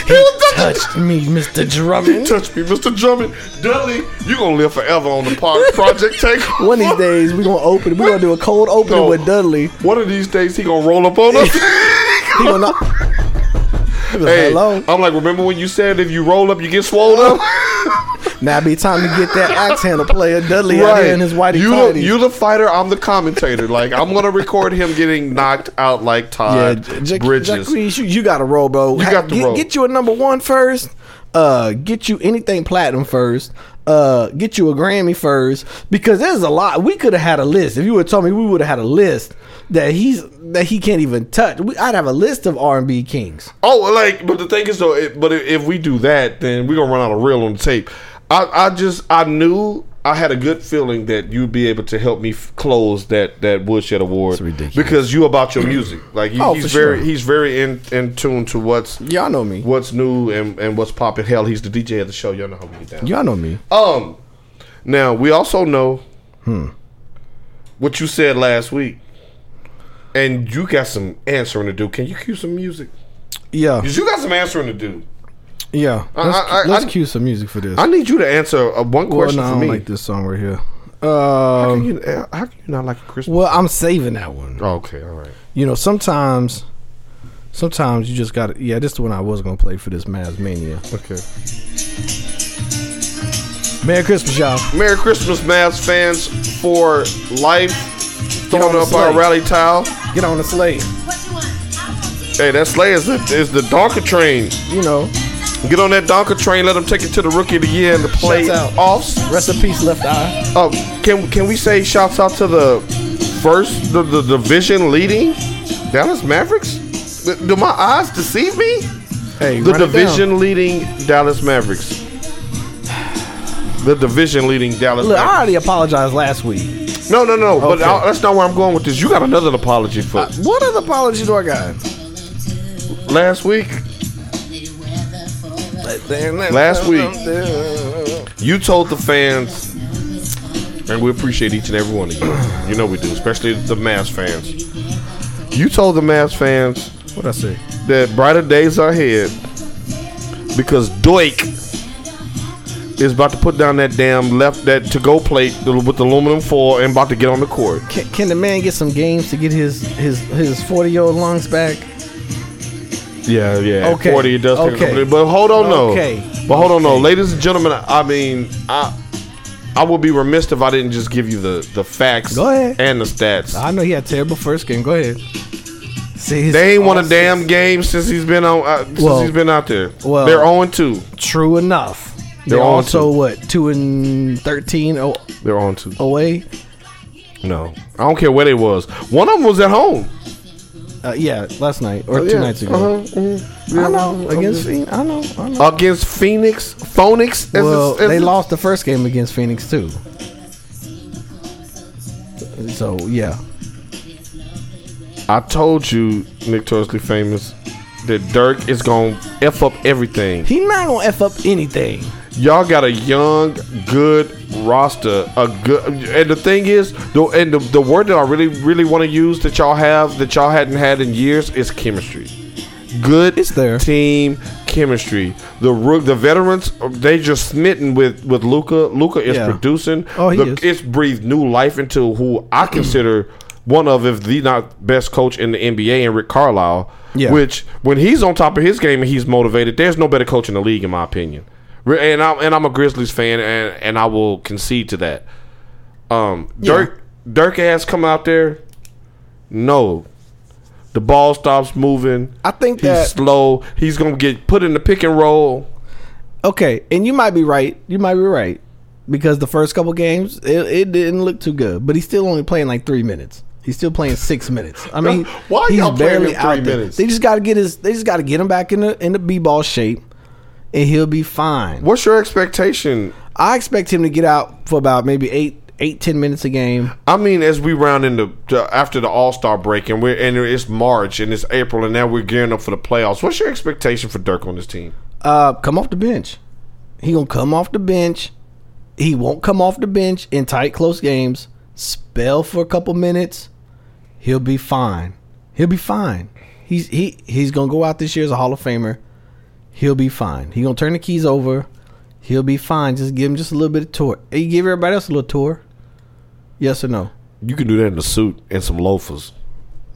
Speaker 3: He was touching.
Speaker 2: touched me, Mr.
Speaker 3: You
Speaker 2: Drummond.
Speaker 3: touched me, Mr. Drummond. Dudley, you gonna live forever on the park project take.
Speaker 2: One of these days we're gonna open. We're gonna do a cold opening
Speaker 3: No.
Speaker 2: with Dudley. He
Speaker 3: One of these days, he gonna roll up on us.
Speaker 2: gonna knock. He gonna,
Speaker 3: hey,
Speaker 2: Hello.
Speaker 3: I'm like, remember when you said if you roll up, you get swole up?
Speaker 2: Now be time to get that axe handle player Dudley out here in his whitey
Speaker 3: you the,
Speaker 2: tighty.
Speaker 3: you the fighter. I'm the commentator. Like I'm gonna record him getting knocked out like
Speaker 2: Yeah,
Speaker 3: Todd
Speaker 2: Jack,
Speaker 3: Bridges.
Speaker 2: you, you got to roll, bro.
Speaker 3: You got to
Speaker 2: get,
Speaker 3: roll.
Speaker 2: Get you a number one first. Uh, get you anything platinum first. Uh, get you a Grammy first because there's a lot. We could have had a list if you would have told me. We would have had a list that he's that he can't even touch. We, I'd have a list of R and B kings.
Speaker 3: Oh, well, like, but the thing is though, it, but if, if we do that, then we're gonna run out of reel on the tape. I, I just, I knew, I had a good feeling that you'd be able to help me f- close that that Woodshed Award
Speaker 2: ridiculous.
Speaker 3: because you about your music. Like, you,
Speaker 2: Oh,
Speaker 3: he's
Speaker 2: for
Speaker 3: very,
Speaker 2: sure.
Speaker 3: he's very in in tune to what's
Speaker 2: Y'all know me.
Speaker 3: what's new and and what's popping. Hell, he's the DJ of the show. Y'all know how we get down.
Speaker 2: Y'all know me.
Speaker 3: Um, Hmm. now we also know what you said last week, And you got some answering to do. Can you cue some music?
Speaker 2: Yeah,
Speaker 3: 'Cause you got some answering to do.
Speaker 2: yeah.
Speaker 3: I-
Speaker 2: Let's,
Speaker 3: I- I-
Speaker 2: let's
Speaker 3: I-
Speaker 2: cue some music for this.
Speaker 3: I need you to answer uh, one
Speaker 2: well,
Speaker 3: question
Speaker 2: no, I
Speaker 3: for
Speaker 2: don't
Speaker 3: me.
Speaker 2: like this song right here.
Speaker 3: How, can
Speaker 2: Um,
Speaker 3: you, uh, how can you not like a Christmas?
Speaker 2: well, I'm saving that one.
Speaker 3: Oh, okay, all right.
Speaker 2: You know, sometimes, sometimes you just got to. Yeah, this is the one I was gonna play for this Maz Mania.
Speaker 3: Okay.
Speaker 2: Merry Christmas, y'all.
Speaker 3: Merry Christmas, Mavs fans for life. Throwing
Speaker 2: on the
Speaker 3: up our
Speaker 2: sleigh.
Speaker 3: rally towel.
Speaker 2: Get on the sleigh.
Speaker 4: What you want? I want these.
Speaker 3: Hey, that sleigh is the, is the Donker train.
Speaker 2: You know,
Speaker 3: Get on that Donker train. Let them take it to the rookie of the year and the
Speaker 2: Shouts out.
Speaker 3: playoffs.
Speaker 2: rest in peace, left eye.
Speaker 3: Uh, can can we say shouts out to the first the, the division leading Dallas Mavericks? Th- Do my eyes deceive me?
Speaker 2: Hey, run
Speaker 3: The
Speaker 2: it down.
Speaker 3: division leading Dallas Mavericks. The division leading Dallas
Speaker 2: Look, I
Speaker 3: Mavericks.
Speaker 2: already apologized last week.
Speaker 3: No, no, no. But
Speaker 2: Okay.
Speaker 3: I, that's not where I'm going with this. You got another apology for
Speaker 2: What other apology do I got?
Speaker 3: last week. Last
Speaker 2: week.
Speaker 3: You told the fans, and we appreciate each and every one of you. You know we do, especially the Mavs fans. You told the Mavs fans
Speaker 2: What I say?
Speaker 3: that brighter days are ahead because Doik is about to put down that damn left that to go plate with the aluminum foil and about to get on the court.
Speaker 2: Can, can the man get some games to get his his his forty year old lungs back?
Speaker 3: Yeah, yeah.
Speaker 2: Okay.
Speaker 3: Forty, it does take a
Speaker 2: Okay.
Speaker 3: couple of- But hold on, no.
Speaker 2: Okay.
Speaker 3: But hold on, no, ladies and gentlemen. I mean, I I would be remiss if I didn't just give you the the facts
Speaker 2: Go ahead.
Speaker 3: and the stats.
Speaker 2: I know he had terrible first game. Go ahead. See, his-
Speaker 3: They ain't won a damn game since he's been on. Uh, since
Speaker 2: Well-
Speaker 3: he's been out there.
Speaker 2: well-
Speaker 3: They're on two.
Speaker 2: True enough. They're,
Speaker 3: They're on
Speaker 2: also
Speaker 3: to-
Speaker 2: what two and thirteen o-
Speaker 3: They're on two.
Speaker 2: away.
Speaker 3: No, I don't care where they was. One of them was at home.
Speaker 2: Uh, Oh, yeah, last night or two
Speaker 3: Yeah.
Speaker 2: nights ago.
Speaker 3: Uh-huh. Mhm.
Speaker 2: I
Speaker 3: Yeah.
Speaker 2: know against Phoenix. I know. I know.
Speaker 3: against Phoenix. Phoenix. as
Speaker 2: well,
Speaker 3: it's- as
Speaker 2: they
Speaker 3: it's-
Speaker 2: lost the first game against Phoenix too. So yeah,
Speaker 3: I told you, notoriously famous, that Dirk is gonna f up everything.
Speaker 2: he not gonna f up anything.
Speaker 3: Y'all got a young, good roster. A good, and the thing is, the and the, the word that I really, really want to use that y'all have that y'all hadn't had in years is chemistry. Good
Speaker 2: It's there.
Speaker 3: team chemistry. The rook, the veterans, they just smitten with with Luca. Luca is
Speaker 2: Yeah.
Speaker 3: producing.
Speaker 2: Oh, he
Speaker 3: The-
Speaker 2: is.
Speaker 3: It's breathed new life into who I consider one of, if the not best coach in the NBA, and Rick Carlisle.
Speaker 2: Yeah.
Speaker 3: Which which when he's on top of his game and he's motivated, there's no better coach in the league, in my opinion. Re- And I'm and I'm a Grizzlies fan, and and I will concede to that. Um, Dirk Dirk has come out there. No, the ball stops moving.
Speaker 2: I think
Speaker 3: he's
Speaker 2: that-
Speaker 3: slow. He's gonna get put in the pick and roll.
Speaker 2: Okay, and you might be right. You might be right because the first couple games it, it didn't look too good, but he's still only playing like three minutes. He's still playing six minutes. I mean,
Speaker 3: Why
Speaker 2: he's
Speaker 3: y'all playing him three
Speaker 2: out there.
Speaker 3: minutes?
Speaker 2: They just got to get his. They just got to get him back in the in the b ball shape, and he'll be fine.
Speaker 3: What's your expectation?
Speaker 2: I expect him to get out for about maybe eight eight ten minutes a game.
Speaker 3: I mean, as we round into to, after the All Star break, and we're and it's March and it's April, and now we're gearing up for the playoffs. What's your expectation for Dirk on this team?
Speaker 2: Uh, come off the bench. He gonna come off the bench. He won't come off the bench in tight, close games. Spell for a couple minutes. He'll be fine. He'll be fine. He's he he's gonna go out this year as a Hall of Famer. He'll be fine. He gonna turn the keys over. He'll be fine. Just give him just a little bit of tour. Hey, give everybody else a little tour. Yes or no?
Speaker 3: You can do that in a suit and some loafers.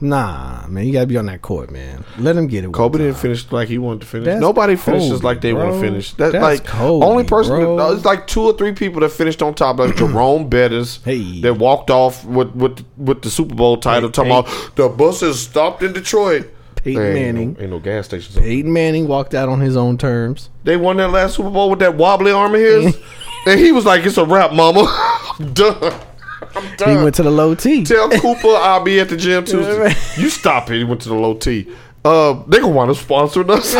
Speaker 2: Nah, man. You gotta be on that court, man. Let him get it. one
Speaker 3: Kobe
Speaker 2: time.
Speaker 3: didn't finish like he wanted to finish.
Speaker 2: That's
Speaker 3: Nobody
Speaker 2: Kobe,
Speaker 3: finishes like they want
Speaker 2: bro.
Speaker 3: to finish. That,
Speaker 2: That's
Speaker 3: like
Speaker 2: Kobe,
Speaker 3: only person.
Speaker 2: bro.
Speaker 3: That, it's like two or three people that finished on top, like Jerome Bettis,
Speaker 2: Hey.
Speaker 3: that walked off with with with the Super Bowl title,
Speaker 2: Hey,
Speaker 3: talking about the buses stopped in Detroit.
Speaker 2: Peyton
Speaker 3: There ain't no-
Speaker 2: Manning.
Speaker 3: ain't no gas stations. up
Speaker 2: Peyton Manning walked out on his own terms.
Speaker 3: They won that last Super Bowl with that wobbly arm of his, and he was like, "It's a wrap, mama. I'm done. I'm
Speaker 2: He
Speaker 3: done."
Speaker 2: went to the low T.
Speaker 3: Tell Cooper I'll be at the gym Tuesday.
Speaker 2: right.
Speaker 3: you stop it. He went to the low T. Uh, they gonna want to sponsor us.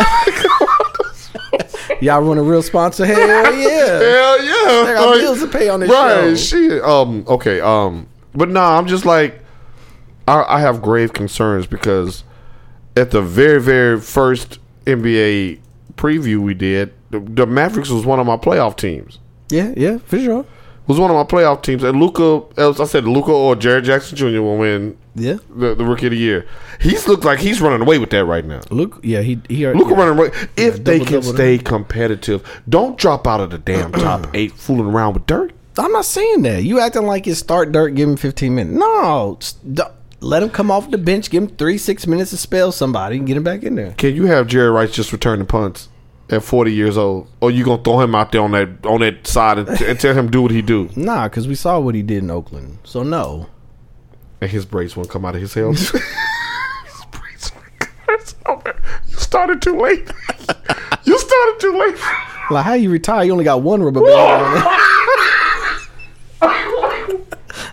Speaker 2: Y'all want a real sponsor? Hell yeah.
Speaker 3: Hell yeah.
Speaker 2: They got bills to pay on this
Speaker 3: right,
Speaker 2: show.
Speaker 3: shit. Um, okay. Um, but nah, I'm just like, I, I have grave concerns because at the very, very first NBA preview we did, the, the Mavericks was one of my playoff teams.
Speaker 2: yeah, yeah, for sure.
Speaker 3: Was one of my playoff teams, and Luca. As I said, Luca or Jared Jackson Jr. will win
Speaker 2: Yeah.
Speaker 3: the, the rookie of the year. He's looked like he's running away with that right now.
Speaker 2: Luke. Yeah. He. He.
Speaker 3: Look running away. If they
Speaker 2: double,
Speaker 3: can
Speaker 2: double
Speaker 3: stay competitive, don't drop out of the damn top eight fooling around with Dirk.
Speaker 2: I'm not saying that. You acting like it's start Dirk, give him 15 minutes. No, s- d- let him come off the bench, give him three, six minutes to spell somebody and get him back in there.
Speaker 3: Can you have Jerry Rice just return the punts at forty years old, or you gonna throw him out there on that on that side and, and tell him do what he do?
Speaker 2: Nah, because we saw what he did in Oakland. So no,
Speaker 3: And his braids won't come out of his helmet. his braids won't come out of his helmet. You started too late. you started too late.
Speaker 2: like how you retire, you only got one rubber band. on it.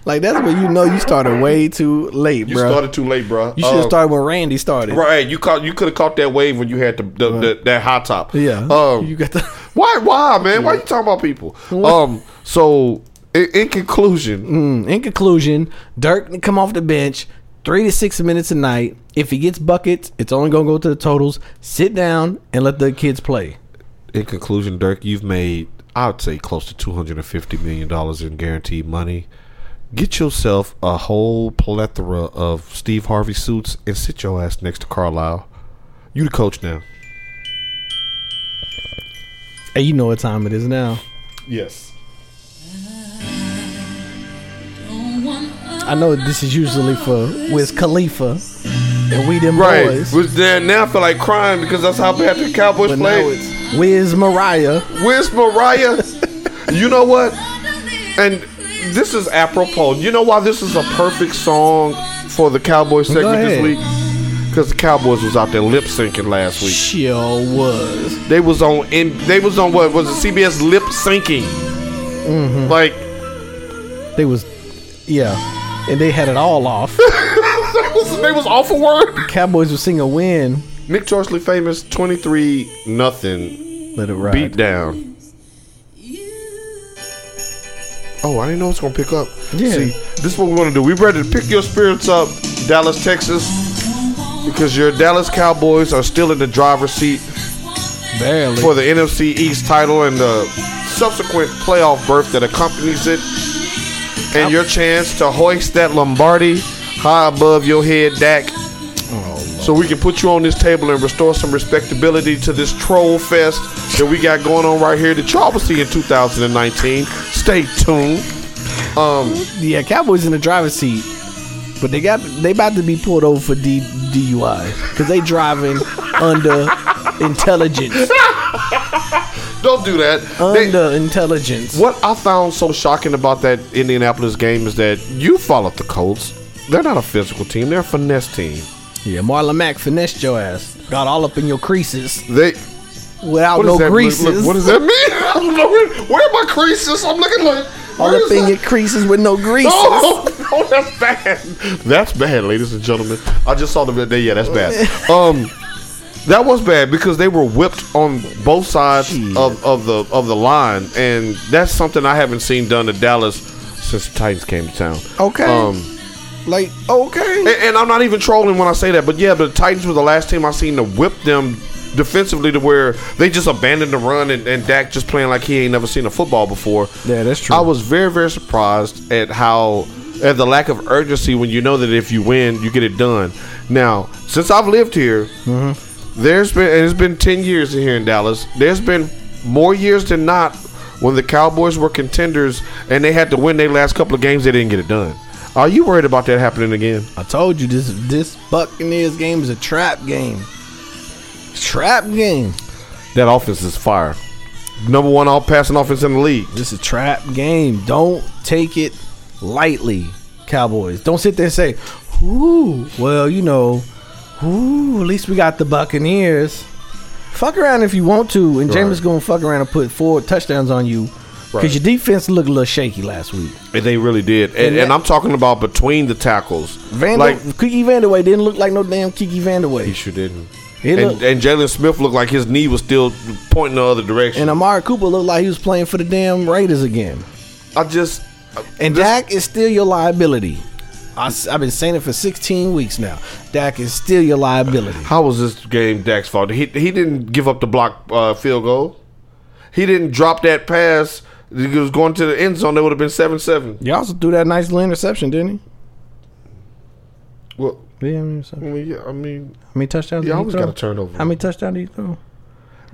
Speaker 2: like that's where you know you started way too late,
Speaker 3: You
Speaker 2: bro.
Speaker 3: started uh, too late, bro.
Speaker 2: you should have started when Randy started.
Speaker 3: Right, you caught. You could have caught that wave when you had the, the, the that hot top.
Speaker 2: Yeah,
Speaker 3: Um,
Speaker 2: you got the
Speaker 3: Why? Why, man? Why you talking about people? Um. So, in, in conclusion,
Speaker 2: In conclusion, Dirk can come off the bench three to six minutes a night. If he gets buckets, it's only gonna go to the totals. Sit down and let the kids play.
Speaker 5: In conclusion, Dirk, you've made I would say close to two hundred and fifty million dollars in guaranteed money. Get yourself a whole plethora of Steve Harvey suits and sit your ass next to Carlisle. You the coach now.
Speaker 2: Hey, you know what time it is now.
Speaker 3: yes.
Speaker 2: I know this is usually for Wiz Khalifa and we them
Speaker 3: Right.
Speaker 2: boys.
Speaker 3: Which then now I feel like crying because that's how bad the Cowboys
Speaker 2: But now
Speaker 3: played.
Speaker 2: it's Wiz Mariah.
Speaker 3: Where's Mariah? you know what? And this is apropos. You know why this is a perfect song for the Cowboys segment this
Speaker 2: ahead.
Speaker 3: week? Because the Cowboys was out there lip syncing last week.
Speaker 2: She was.
Speaker 3: They was on in they was on what was it CBS lip syncing. Like
Speaker 2: They was yeah. And they had it all off.
Speaker 3: they was they was awful word.
Speaker 2: Cowboys was singing win.
Speaker 3: Nick Chorsley famous twenty three nothing
Speaker 2: Let it ride.
Speaker 3: beat down. Oh, I didn't know it's gonna pick up.
Speaker 2: Yeah.
Speaker 3: See, this is what we want to do. We ready to pick your spirits up, Dallas, Texas, because your Dallas Cowboys are still in the driver's seat
Speaker 2: Barely.
Speaker 3: for the NFC East title and the subsequent playoff berth that accompanies it, and your chance to hoist that Lombardi high above your head, Dak. So we can put you on this table and restore some respectability to this troll fest that we got going on right here that y'all will see in 2019. Stay tuned.
Speaker 2: Yeah, Cowboys in the driver's seat, but they got they about to be pulled over for D, DUI because they driving under intelligence,
Speaker 3: Don't do that. They-
Speaker 2: under intelligence.
Speaker 3: What I found so shocking about that Indianapolis game is that you followed the Colts. They're not a physical team; they're a finesse team.
Speaker 2: Yeah, Marlon Mack finessed your ass, got all up in your creases
Speaker 3: They
Speaker 2: without
Speaker 3: what
Speaker 2: no
Speaker 3: is that?
Speaker 2: greases,
Speaker 3: Look, look, what does that mean? I don't know. Where, where are my creases? I'm looking like
Speaker 2: all
Speaker 3: where
Speaker 2: up
Speaker 3: is
Speaker 2: in
Speaker 3: that?
Speaker 2: your creases with no greases.
Speaker 3: Oh, no, that's bad. That's bad, ladies and gentlemen. I just saw the video. Yeah, that's bad. Um, that was bad because they were whipped on both sides of, of the of the line, and that's something I haven't seen done to Dallas since the Titans came to town.
Speaker 2: Okay.
Speaker 3: Um,
Speaker 2: Like okay,
Speaker 3: And, and I'm not even trolling when I say that, but yeah, the Titans were the last team I seen to whip them defensively to where they just abandoned the run and, and Dak just playing like he ain't never seen a football before.
Speaker 2: Yeah, that's true.
Speaker 3: I was very, very surprised at how at the lack of urgency when you know that if you win, you get it done. Now, since I've lived here,
Speaker 2: Mm-hmm.
Speaker 3: there's been and it's been ten years here in Dallas. There's been more years than not when the Cowboys were contenders and they had to win their last couple of games, they didn't get it done. Are you worried about that happening again?
Speaker 2: I told you this this Buccaneers game is a trap game. Trap game.
Speaker 3: That offense is fire. Number one all passing offense in the league.
Speaker 2: This is a trap game. Don't take it lightly, Cowboys. Don't sit there and say, "Ooh, well, you know, ooh, at least we got the Buccaneers." Fuck around if you want to, and James gonna fuck around and put four touchdowns on you because
Speaker 3: Right.
Speaker 2: your defense looked a little shaky last week.
Speaker 3: And they really did. And,
Speaker 2: that-
Speaker 3: and, I'm talking about between the tackles.
Speaker 2: Vander,
Speaker 3: like
Speaker 2: Kiki Vanderway didn't look like no damn Kiki
Speaker 3: he
Speaker 2: Vanderway,
Speaker 3: sure didn't.
Speaker 2: He
Speaker 3: and
Speaker 2: looked-
Speaker 3: and Jalen Smith looked like his knee was still pointing the other direction.
Speaker 2: and Amari Cooper looked like he was playing for the damn Raiders again.
Speaker 3: I just
Speaker 2: And
Speaker 3: this-
Speaker 2: Dak is still your liability. I, have been saying it for 16 weeks now. Dak is still your liability.
Speaker 3: How was this game Dak's fault? He he didn't give up the block uh, field goal. He didn't drop that pass. He was going to the end zone. They would have been seven seven.
Speaker 2: You also threw that nice little interception, didn't he?
Speaker 3: Well,
Speaker 2: Yeah, I mean, so-
Speaker 3: I
Speaker 2: how
Speaker 3: mean, yeah, I mean,
Speaker 2: many touchdowns?
Speaker 3: you
Speaker 2: did
Speaker 3: always
Speaker 2: he
Speaker 3: got
Speaker 2: throw?
Speaker 3: a turnover.
Speaker 2: How many touchdowns did he throw?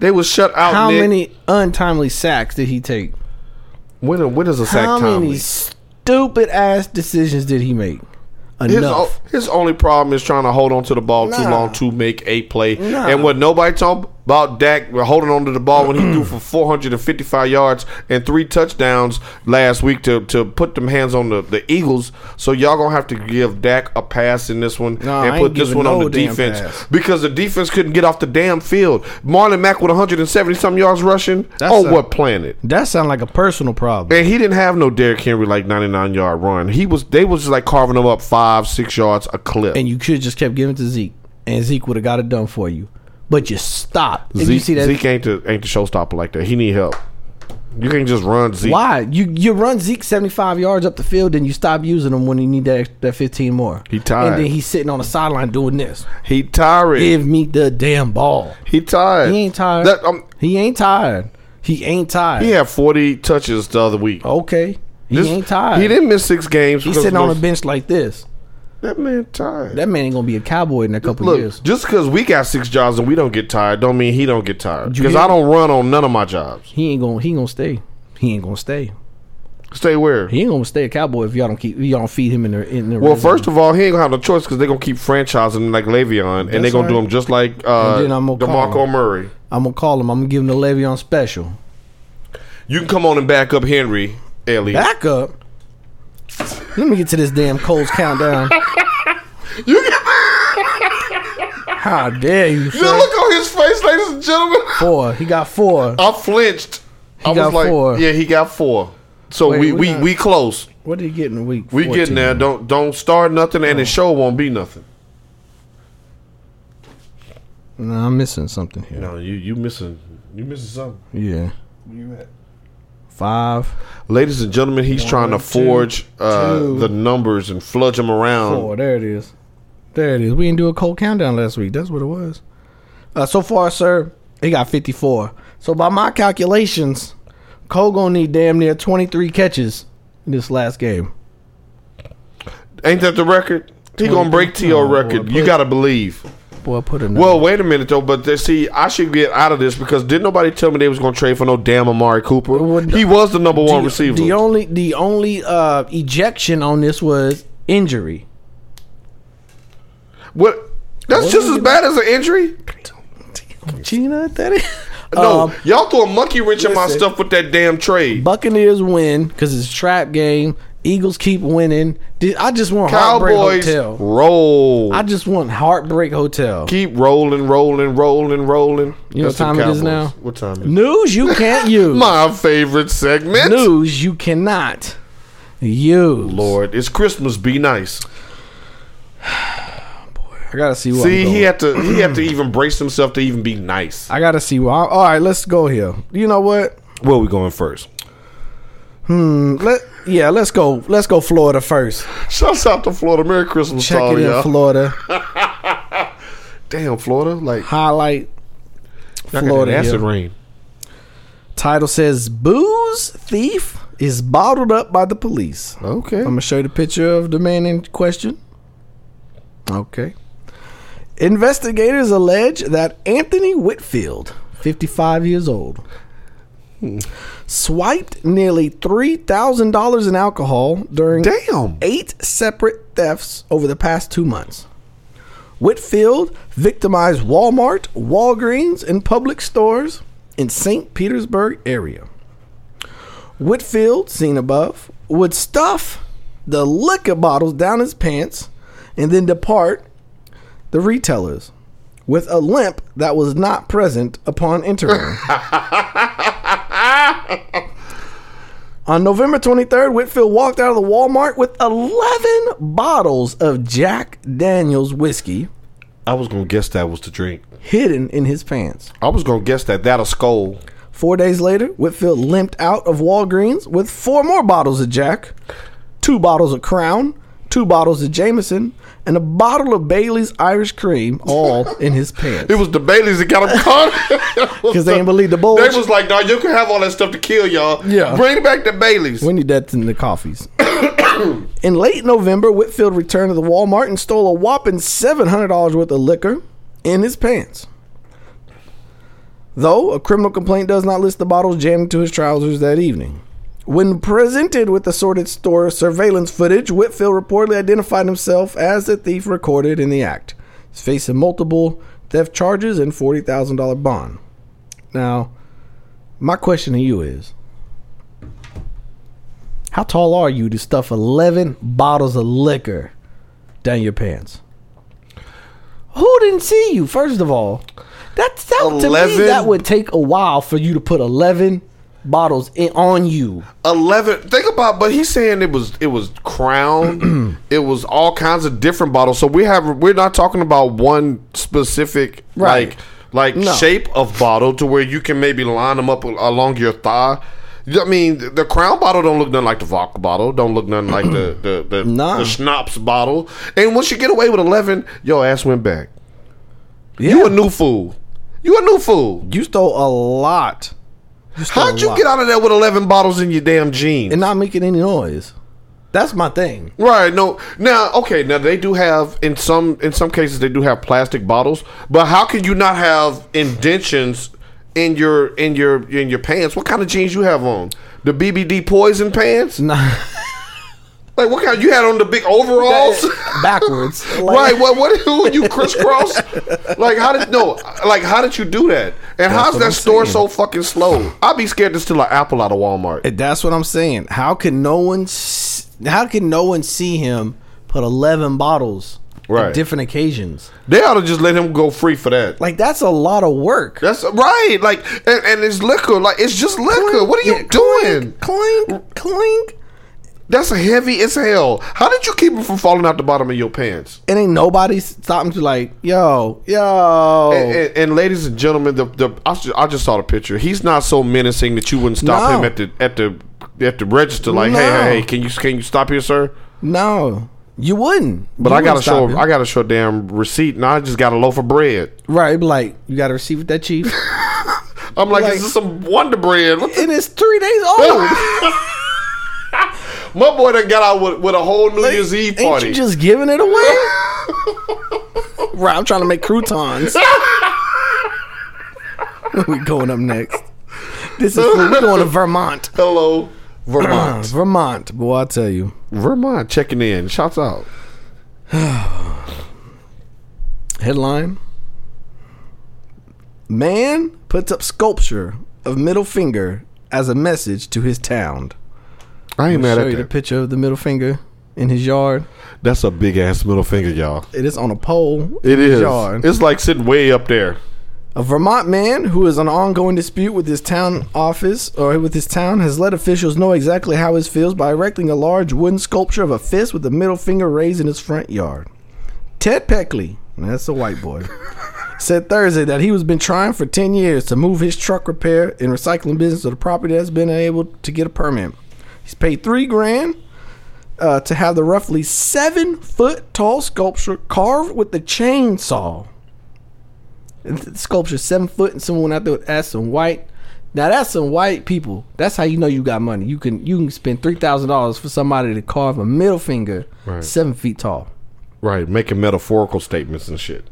Speaker 3: They was shut out.
Speaker 2: How
Speaker 3: Nick.
Speaker 2: many untimely sacks did he take?
Speaker 3: When when is a sack
Speaker 2: How
Speaker 3: timely?
Speaker 2: many stupid ass decisions did he make?
Speaker 3: His,
Speaker 2: Enough.
Speaker 3: o- his only problem is trying to hold on to the ball too
Speaker 2: Nah.
Speaker 3: long to make a play.
Speaker 2: Nah.
Speaker 3: And what nobody talk about Dak we're holding on to the ball when he threw for 455 yards and three touchdowns last week to, to put them hands on the, the Eagles. So y'all gonna have to give Dak a pass in this one
Speaker 2: Nah, I
Speaker 3: and
Speaker 2: ain't
Speaker 3: put this
Speaker 2: giving
Speaker 3: one on
Speaker 2: no
Speaker 3: the
Speaker 2: damn
Speaker 3: defense
Speaker 2: pass.
Speaker 3: because the defense couldn't get off the damn field. Marlon Mack with 170 some yards rushing.
Speaker 2: That's
Speaker 3: on
Speaker 2: a-
Speaker 3: what planet?
Speaker 2: that sounds like a personal problem.
Speaker 3: And he didn't have no Derrick Henry like 99 yard run. He was they was just like carving him up five six yards a clip.
Speaker 2: And you could just kept giving it to Zeke, and Zeke would have got it done for you. But you stopped. And
Speaker 3: Zeke,
Speaker 2: you see that?
Speaker 3: Zeke ain't the ain't the showstopper like that. He need help. You can't just run Zeke.
Speaker 2: Why you you run Zeke seventy five yards up the field and you stop using him when you need that that fifteen more?
Speaker 3: He tired.
Speaker 2: and then he's sitting on the sideline doing this.
Speaker 3: He tired.
Speaker 2: Give me the damn ball.
Speaker 3: he tired.
Speaker 2: He ain't tired.
Speaker 3: That, um,
Speaker 2: He ain't tired. He ain't tired.
Speaker 3: he had forty touches the other week.
Speaker 2: Okay. Oh, He
Speaker 3: This-
Speaker 2: ain't tired.
Speaker 3: He didn't miss six games.
Speaker 2: He's
Speaker 3: because
Speaker 2: sitting
Speaker 3: of
Speaker 2: on a
Speaker 3: those-
Speaker 2: bench like this.
Speaker 3: That man tired.
Speaker 2: That man ain't gonna be a cowboy in a couple
Speaker 3: Look,
Speaker 2: years.
Speaker 3: just because we got six jobs and we don't get tired, don't mean he don't get tired.
Speaker 2: You
Speaker 3: Because
Speaker 2: hear
Speaker 3: I
Speaker 2: me?
Speaker 3: don't run on none of my jobs.
Speaker 2: He ain't gonna he ain't gonna stay. He ain't gonna stay.
Speaker 3: Stay where.
Speaker 2: He ain't gonna stay a cowboy if y'all don't keep if y'all don't feed him in the in the
Speaker 3: well, first of all, he ain't gonna have no choice because they're gonna keep franchising him like Le'Veon, and they're
Speaker 2: That's
Speaker 3: gonna do
Speaker 2: right.
Speaker 3: him just like uh,
Speaker 2: And then I'm gonna call
Speaker 3: Demarco
Speaker 2: him.
Speaker 3: Murray.
Speaker 2: I'm gonna call him. I'm gonna give him the Le'Veon special.
Speaker 3: You can come on and back up Henry, Elliott.
Speaker 2: Back up. Let me get to this damn Coles countdown. How dare you,
Speaker 3: The
Speaker 2: sir?
Speaker 3: look on his face, ladies and gentlemen.
Speaker 2: Four. He got four.
Speaker 3: I flinched. I was
Speaker 2: got
Speaker 3: like,
Speaker 2: four.
Speaker 3: yeah, he got four. So
Speaker 2: Wait,
Speaker 3: we
Speaker 2: we
Speaker 3: we,
Speaker 2: not-
Speaker 3: we close.
Speaker 2: What did he get in the week?
Speaker 3: We
Speaker 2: 14?
Speaker 3: getting there. Don't don't start nothing, and the show won't be nothing.
Speaker 2: No, I'm missing something here.
Speaker 3: No, you you missing you missing something.
Speaker 2: Yeah.
Speaker 3: Where you at?
Speaker 2: Five.
Speaker 3: Ladies and gentlemen, he's trying to
Speaker 2: two,
Speaker 3: forge uh,
Speaker 2: two.
Speaker 3: the numbers and fudge them around.
Speaker 2: Four. Oh, There it is. There it is. We didn't do a cold countdown last week. That's what it was. Uh, so far, sir, he got 54. So by my calculations, Cole gonna need damn near 23 catches in this last game.
Speaker 3: Ain't that the record? He gonna break T.O.
Speaker 2: Oh, boy,
Speaker 3: record. You
Speaker 2: please.
Speaker 3: gotta believe.
Speaker 2: Boy, put a
Speaker 3: Well, wait a minute though. But they, see, I should get out of this because didn't nobody tell me they was gonna trade for no damn Amari Cooper?
Speaker 2: Well,
Speaker 3: he was the number one
Speaker 2: the,
Speaker 3: receiver.
Speaker 2: The only the only uh, ejection on this was injury.
Speaker 3: What? That's
Speaker 2: What
Speaker 3: just
Speaker 2: is
Speaker 3: as
Speaker 2: it?
Speaker 3: bad as an injury.
Speaker 2: Gina, that is.
Speaker 3: No,
Speaker 2: Um,
Speaker 3: y'all threw a monkey wrench in my
Speaker 2: listen.
Speaker 3: stuff with that damn trade.
Speaker 2: Buccaneers win because it's a trap game. Eagles keep winning. Did- I just want Heartbreak
Speaker 3: Cowboys
Speaker 2: Hotel.
Speaker 3: roll.
Speaker 2: I just want Heartbreak Hotel.
Speaker 3: keep rolling, rolling, rolling, rolling.
Speaker 2: You know
Speaker 3: That's the
Speaker 2: what time it is
Speaker 3: Cowboys.
Speaker 2: now?
Speaker 3: What time? Is it?
Speaker 2: News you can't use.
Speaker 3: My favorite segment.
Speaker 2: News you cannot use.
Speaker 3: Lord, it's Christmas. Be nice.
Speaker 2: I gotta see what.
Speaker 3: See,
Speaker 2: I'm
Speaker 3: he
Speaker 2: going.
Speaker 3: had to. He had to even brace himself to even be nice.
Speaker 2: I gotta see. Where I'm, all right, let's go here. You know what? Mm,
Speaker 3: Where we going first?
Speaker 2: Let yeah, let's go. Let's go Florida first.
Speaker 3: Shouts out to Florida. Merry Christmas
Speaker 2: Check
Speaker 3: to all
Speaker 2: it in
Speaker 3: y'all.
Speaker 2: Florida.
Speaker 3: Damn, Florida. Like
Speaker 2: Highlight.
Speaker 3: Florida.
Speaker 2: Florida.
Speaker 3: Acid
Speaker 2: here.
Speaker 3: rain.
Speaker 2: Title says booze thief is bottled up by the police.
Speaker 3: Okay.
Speaker 2: I'm gonna show you the picture of the man in question. Okay. Investigators allege that Anthony Whitfield, 55 years old,
Speaker 3: Hmm.
Speaker 2: swiped nearly $3,000 in alcohol during
Speaker 3: Damn.
Speaker 2: eight separate thefts over the past two months. Whitfield victimized Walmart, Walgreens, and public stores in St. Petersburg area. Whitfield, seen above, would stuff the liquor bottles down his pants and then depart the retailers with a limp that was not present upon entering. On November 23rd, Whitfield walked out of the Walmart with 11 bottles of Jack Daniels whiskey
Speaker 3: I was gonna guess that was the drink.
Speaker 2: hidden in his pants.
Speaker 3: I was gonna guess that that a skull.
Speaker 2: Four days later, Whitfield limped out of Walgreens with four more bottles of Jack, two bottles of Crown, two bottles of Jameson, and a bottle of Bailey's Irish Cream, all in his pants.
Speaker 3: It was the Baileys that got him caught.
Speaker 2: Because they ain't believe the bulge.
Speaker 3: They was like, nah, you can have all that stuff to kill y'all.
Speaker 2: Yeah.
Speaker 3: Bring back the Baileys.
Speaker 2: We need that in the coffees. in late November, Whitfield returned to the Walmart and stole a whopping $700 worth of liquor in his pants. Though a criminal complaint does not list the bottles jammed to his trousers that evening. When presented with assorted store surveillance footage, Whitfield reportedly identified himself as the thief recorded in the act. He's facing multiple theft charges and $40,000 bond. Now, my question to you is How tall are you to stuff 11 bottles of liquor down your pants? Who didn't see you, first of all? That's that, to me,
Speaker 3: 11?
Speaker 2: that would take a while for you to put 11 bottles in, on you.
Speaker 3: Eleven. Think about, but he's saying it was it was Crown, it was all kinds of different bottles. So we have we're not talking about one specific
Speaker 2: Right.
Speaker 3: like like
Speaker 2: No.
Speaker 3: shape of bottle to where you can maybe line them up al- along your thigh. You- I mean, the- the Crown bottle don't look nothing like the Vodka bottle. Don't look nothing like the the the,
Speaker 2: Nah.
Speaker 3: the Schnapps bottle. And once you get away with eleven, your ass went back.
Speaker 2: Yeah.
Speaker 3: You a new fool. You a new fool.
Speaker 2: You stole a lot.
Speaker 3: How'd you
Speaker 2: lot.
Speaker 3: get out of there with eleven bottles in your damn jeans?
Speaker 2: and not making any noise. That's my thing.
Speaker 3: Right. No. Now, okay. Now they do have in some in some cases they do have plastic bottles, but how can you not have indentions in your in your in your pants? What kind of jeans you have on? The BBD poison pants?
Speaker 2: Nah.
Speaker 3: Like what kind? You had on the big overalls?
Speaker 2: Backwards. Like,
Speaker 3: right. What? What? Who you crisscross? like how did no? Like how did you do that? And how's
Speaker 2: what
Speaker 3: that
Speaker 2: I'm
Speaker 3: store
Speaker 2: saying.
Speaker 3: so fucking slow? I'd be scared to steal an apple out of Walmart.
Speaker 2: That's what I'm saying. How can no one? s- How can no one see him put 11 bottles
Speaker 3: Right.
Speaker 2: at different occasions?
Speaker 3: They ought to just let him go free for that.
Speaker 2: Like that's a lot of work.
Speaker 3: That's right. Like, and, and it's liquor. Like, it's just liquor. what are you
Speaker 2: Yeah,
Speaker 3: doing?
Speaker 2: Clink, clink.
Speaker 3: That's heavy as hell. How did you keep it from falling out the bottom of your pants?
Speaker 2: And ain't nobody stopping to like, yo, yo.
Speaker 3: And, and, and ladies and gentlemen, the, the I, just, I just saw the picture. He's not so menacing that you wouldn't stop
Speaker 2: No.
Speaker 3: him at the at the at the register. Like, hey,
Speaker 2: No.
Speaker 3: hey, hey, can you can you stop here, sir?
Speaker 2: no, you wouldn't.
Speaker 3: But
Speaker 2: You
Speaker 3: I gotta
Speaker 2: wouldn't stop
Speaker 3: show
Speaker 2: him.
Speaker 3: I gotta show a damn receipt, and I just got a loaf of bread.
Speaker 2: right, be like you got to receive that chief.
Speaker 3: I'm like,
Speaker 2: Like-
Speaker 3: is this some Wonder Bread? What the,
Speaker 2: and it's three days old.
Speaker 3: my boy done got out with, with a whole New Year's Eve
Speaker 2: Ain't
Speaker 3: party.
Speaker 2: you just giving it away? right, I'm trying to make croutons. Where we going up next? This is we're going to Vermont.
Speaker 3: Hello, Vermont.
Speaker 2: Vermont, boy, I tell you.
Speaker 3: Vermont checking in. Shouts out.
Speaker 2: Headline: Man puts up sculpture of middle finger as a message to his town.
Speaker 3: I ain't mad
Speaker 2: Show
Speaker 3: at
Speaker 2: you the
Speaker 3: that.
Speaker 2: picture of the middle finger in his yard.
Speaker 3: That's a big ass middle finger, y'all.
Speaker 2: It is on a pole.
Speaker 3: It
Speaker 2: in his
Speaker 3: is.
Speaker 2: yard.
Speaker 3: It's like sitting way up there.
Speaker 2: A Vermont man who is in an ongoing dispute with his town office or with his town has let officials know exactly how his feels by erecting a large wooden sculpture of a fist with the middle finger raised in his front yard. Ted Peckley, that's a white boy, said Thursday that he was been trying for 10 years to move his truck repair and recycling business to the property that's been unable to get a permit. He's paid 3 grand uh, to have the roughly 7 foot tall sculpture carved with a chainsaw sculpture seven foot and someone out there that's some white now that's some white people that's how you know you got money you can you can spend three thousand dollars for somebody to carve a middle finger seven feet tall
Speaker 3: Right, making metaphorical statements and shit.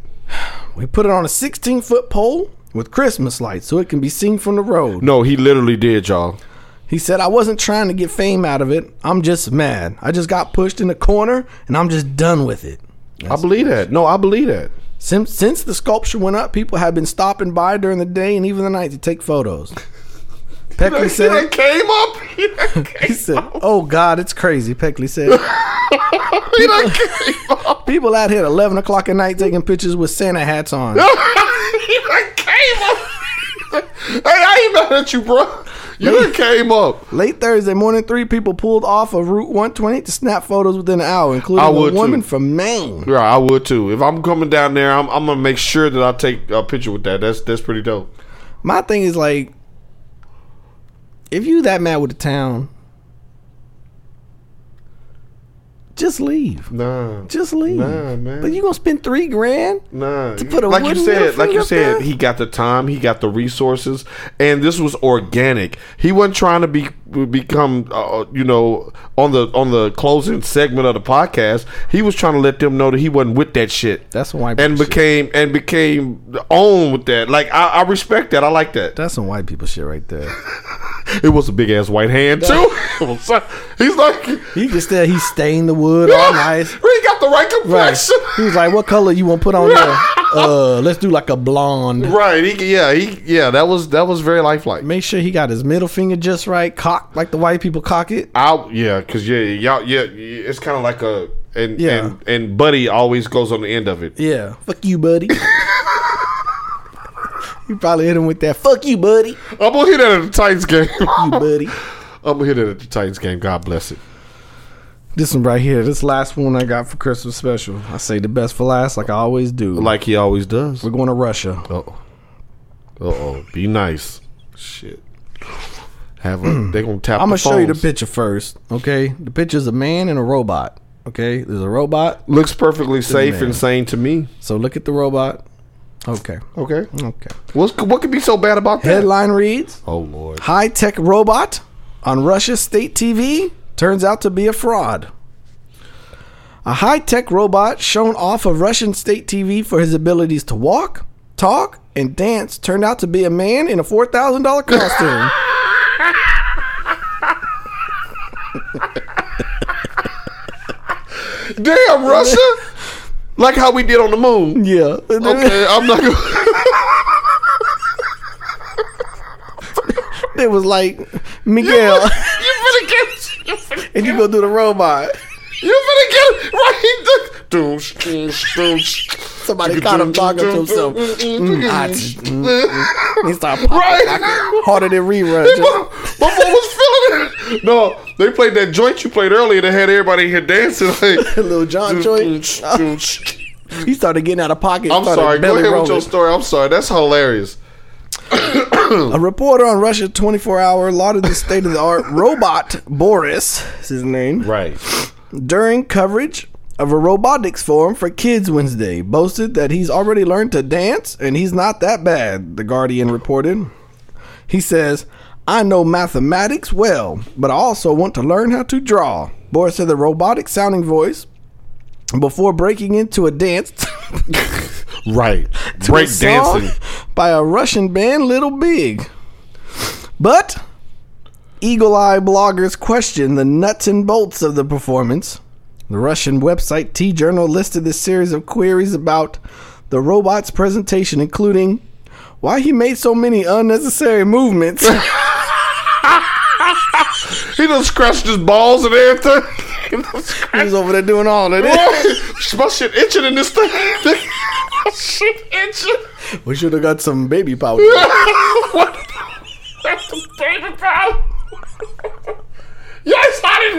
Speaker 2: we put it on a 16 foot pole with christmas lights so it can be seen from the road
Speaker 3: No, he literally did, y'all.
Speaker 2: he said i wasn't trying to get fame out of it i'm just mad i just got pushed in the corner and i'm just done with it
Speaker 3: I believe that. No, I believe that.
Speaker 2: Since, since the sculpture went up, people have been stopping by during the day and even the night to take photos. Peckley
Speaker 3: See
Speaker 2: said,
Speaker 3: that came up. He done came-
Speaker 2: He said, "Oh God, it's crazy." Peckley said,
Speaker 3: he done came up.
Speaker 2: "People out here at eleven o'clock at night taking pictures with Santa hats on."
Speaker 3: He done came up. hey, I ain't mad at you, bro. You done came up.
Speaker 2: Late Thursday morning, three people pulled off of Route One Twenty to snap photos within an hour, including
Speaker 3: I
Speaker 2: a
Speaker 3: would,
Speaker 2: woman
Speaker 3: too.
Speaker 2: from Maine.
Speaker 3: Yeah, I would too. If I'm coming down there, I'm, I'm gonna make sure that I take a picture with that. That's that's pretty dope.
Speaker 2: My thing is like, if you that mad with the town, Just leave.
Speaker 3: Nah.
Speaker 2: Just leave.
Speaker 3: Nah, man.
Speaker 2: But you gonna spend three grand?
Speaker 3: Nah,
Speaker 2: To put a
Speaker 3: like you
Speaker 2: wooden
Speaker 3: said,
Speaker 2: middle
Speaker 3: like
Speaker 2: finger
Speaker 3: you
Speaker 2: up
Speaker 3: said,
Speaker 2: there?
Speaker 3: he got the time, he got the resources, and this was organic. He wasn't trying to be become, uh, you know, on the on the closing segment of the podcast. He was trying to let them know that he wasn't with that shit.
Speaker 2: That's some white
Speaker 3: and
Speaker 2: people shit.
Speaker 3: became and became on with that. Like I, I respect that. I like that.
Speaker 2: That's some white people shit right there.
Speaker 3: It was a big ass white hand too. It was so- He's like,
Speaker 2: You can tell he stained the wood all nice.
Speaker 3: he got the right
Speaker 2: Right.
Speaker 3: complexion.
Speaker 2: He was like, "What color you want to put on there? Uh, let's do like a blonde.
Speaker 3: Right. He, yeah. He, yeah. That was that was very lifelike.
Speaker 2: Make sure he got his middle finger just right, cocked like the white people cock it.
Speaker 3: I yeah, cause yeah, y'all yeah, yeah, it's kind of like a and
Speaker 2: Yeah.
Speaker 3: and and Buddy always goes on the end of it.
Speaker 2: Yeah, fuck you, buddy. you probably hit him with that. Fuck you, buddy.
Speaker 3: I'm gonna hit that at the Titans game.
Speaker 2: You, buddy.
Speaker 3: I'm gonna hit that at the Titans game. God bless it.
Speaker 2: This one right here, this last one I got for Christmas special. I say the best for last, like I always do. Like
Speaker 3: Like he always does.
Speaker 2: we're going to Russia.
Speaker 3: oh, uh oh, be nice. Shit. Have a, they gonna tap?
Speaker 2: I'm
Speaker 3: the
Speaker 2: gonna show you the
Speaker 3: phones.
Speaker 2: picture first. Okay, the picture's a man and a robot. Okay, there's a robot.
Speaker 3: Looks perfectly safe and sane to me.
Speaker 2: So look at the robot. Okay,
Speaker 3: Okay.
Speaker 2: okay.
Speaker 3: What's what could be so bad about that?
Speaker 2: Headline reads:
Speaker 3: Oh lord.
Speaker 2: High tech robot on Russia's state TV turns out to be a fraud. A high tech robot shown off of Russian state TV for his abilities to walk, talk, and dance turned out to be a man in a four thousand dollar costume.
Speaker 3: Damn Russia. like how we did on the moon.
Speaker 2: yeah.
Speaker 3: Okay, I'm not gonna.
Speaker 2: It was like Miguel,
Speaker 3: you finna get. You finna
Speaker 2: and you go do the robot.
Speaker 3: You better get it right. Doosh, doosh, doosh.
Speaker 2: Somebody caught him talking to himself. Mm, I just- mm, mm. He started popping
Speaker 3: Right.
Speaker 2: harder than reruns.
Speaker 3: My boy was feeling it. No, they played that joint you played earlier that had everybody in here dancing. Like,
Speaker 2: Little John joint.
Speaker 3: Doosh, doosh.
Speaker 2: He started getting out of pocket.
Speaker 3: I'm
Speaker 2: started
Speaker 3: sorry. Go
Speaker 2: belly
Speaker 3: ahead with
Speaker 2: rolling.
Speaker 3: your story. I'm sorry. That's hilarious.
Speaker 2: A reporter on Russia 24 Hour lauded the state of the art robot Boris, is his name,
Speaker 3: Right.
Speaker 2: during coverage of a robotics forum for kids Wednesday. Boasted that he's already learned to dance and he's not that bad, The Guardian reported. He says, I know mathematics well, but I also want to learn how to draw. Boris said the robotic sounding voice before breaking into a dance.
Speaker 3: Right.
Speaker 2: to a song by a Russian band, Little Big. But eagle eye bloggers question the nuts and bolts of the performance. The Russian website T Journal listed this series of queries about the robot's presentation, including why he made so many unnecessary movements.
Speaker 3: He done scratched his balls and everything. He done
Speaker 2: he
Speaker 3: scratched-
Speaker 2: was over there doing all of that.
Speaker 3: My shit itching in this thing. My shit itching.
Speaker 2: We should have got some baby powder.
Speaker 3: what? That's the baby powder. yeah, it's not in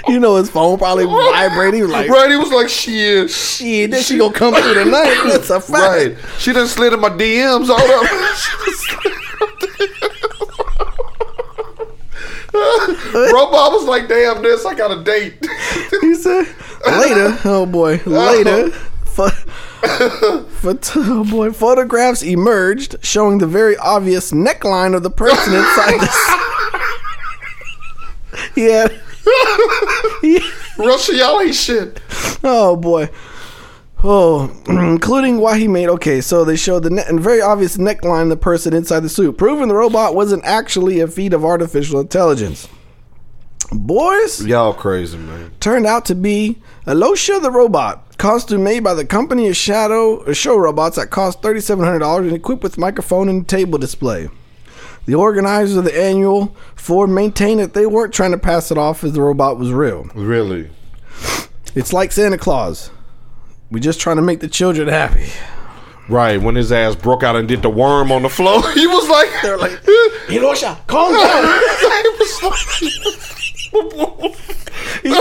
Speaker 3: here.
Speaker 2: you know his phone probably vibrating like
Speaker 3: Right, he was like, shit. Shit,
Speaker 2: then she gonna come through the night. That's a fact.
Speaker 3: Right. She done slid in my DMs. Hold up. Robot was like, damn this, I got a date.
Speaker 2: He said later. Oh boy, later.
Speaker 3: Uh-huh.
Speaker 2: Pho- phot- oh boy, photographs emerged showing the very obvious neckline of the person inside this. yeah.
Speaker 3: Russia, y'all ain't shit.
Speaker 2: Oh boy. Oh, including why he made. Okay, so they showed the ne- and very obvious neckline of the person inside the suit, proving the robot wasn't actually a feat of artificial intelligence. Boys,
Speaker 5: Y'all crazy, man.
Speaker 2: turned out to be Alosha the robot, costume made by the company of Shadow uh, Show Robots that cost $3,700 and equipped with microphone and table display. The organizers of the annual Ford maintained that they weren't trying to pass it off as the robot was real.
Speaker 3: Really?
Speaker 2: It's like Santa Claus. We're just trying to make the children happy.
Speaker 3: Right, when his ass broke out and did the worm on the floor, he was like, they're like,
Speaker 2: Alosha, calm down.
Speaker 3: he said, he said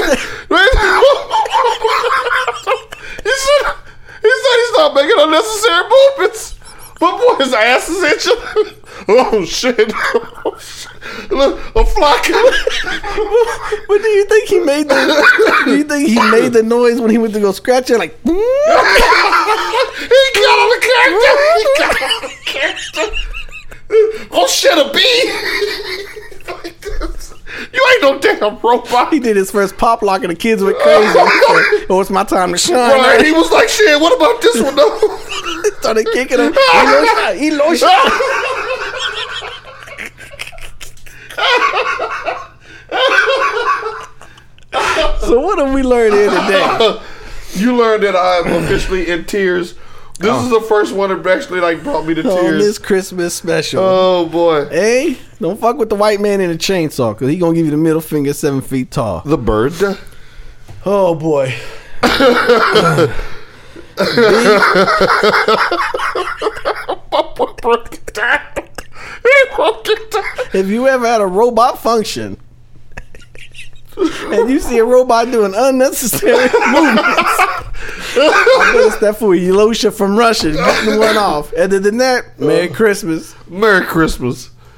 Speaker 3: he's not making unnecessary movements. But boy, his ass is itching. oh shit. Look, a fly coming.
Speaker 2: But do you think he made the? do you think he made the noise when he went to go scratch it? Like,
Speaker 3: he got on the character. He got on the character. Oh shit, a bee. Like this. you ain't no damn robot.
Speaker 2: he did his first pop lock and the kids went crazy. oh, it's my time to shine.
Speaker 3: Right, he was like, shit, what about this one though?
Speaker 2: started kicking him. He lost shot. He lost shot. So what have we learned here today?
Speaker 3: you learned that I am officially in tears. This is the first one that actually like brought me to
Speaker 2: On this
Speaker 3: tears.
Speaker 2: Christmas special.
Speaker 3: Oh boy.
Speaker 2: hey, don't fuck with the white man in a chainsaw, cause he gonna give you the middle finger seven feet tall.
Speaker 3: The bird.
Speaker 2: Oh boy.
Speaker 3: broke it down. He broke it down.
Speaker 2: If you ever had a robot function and you see a robot doing unnecessary movements, I noticed that fool Yelosha from Russia got the one off. Other than that, Merry Christmas.
Speaker 3: Merry Christmas.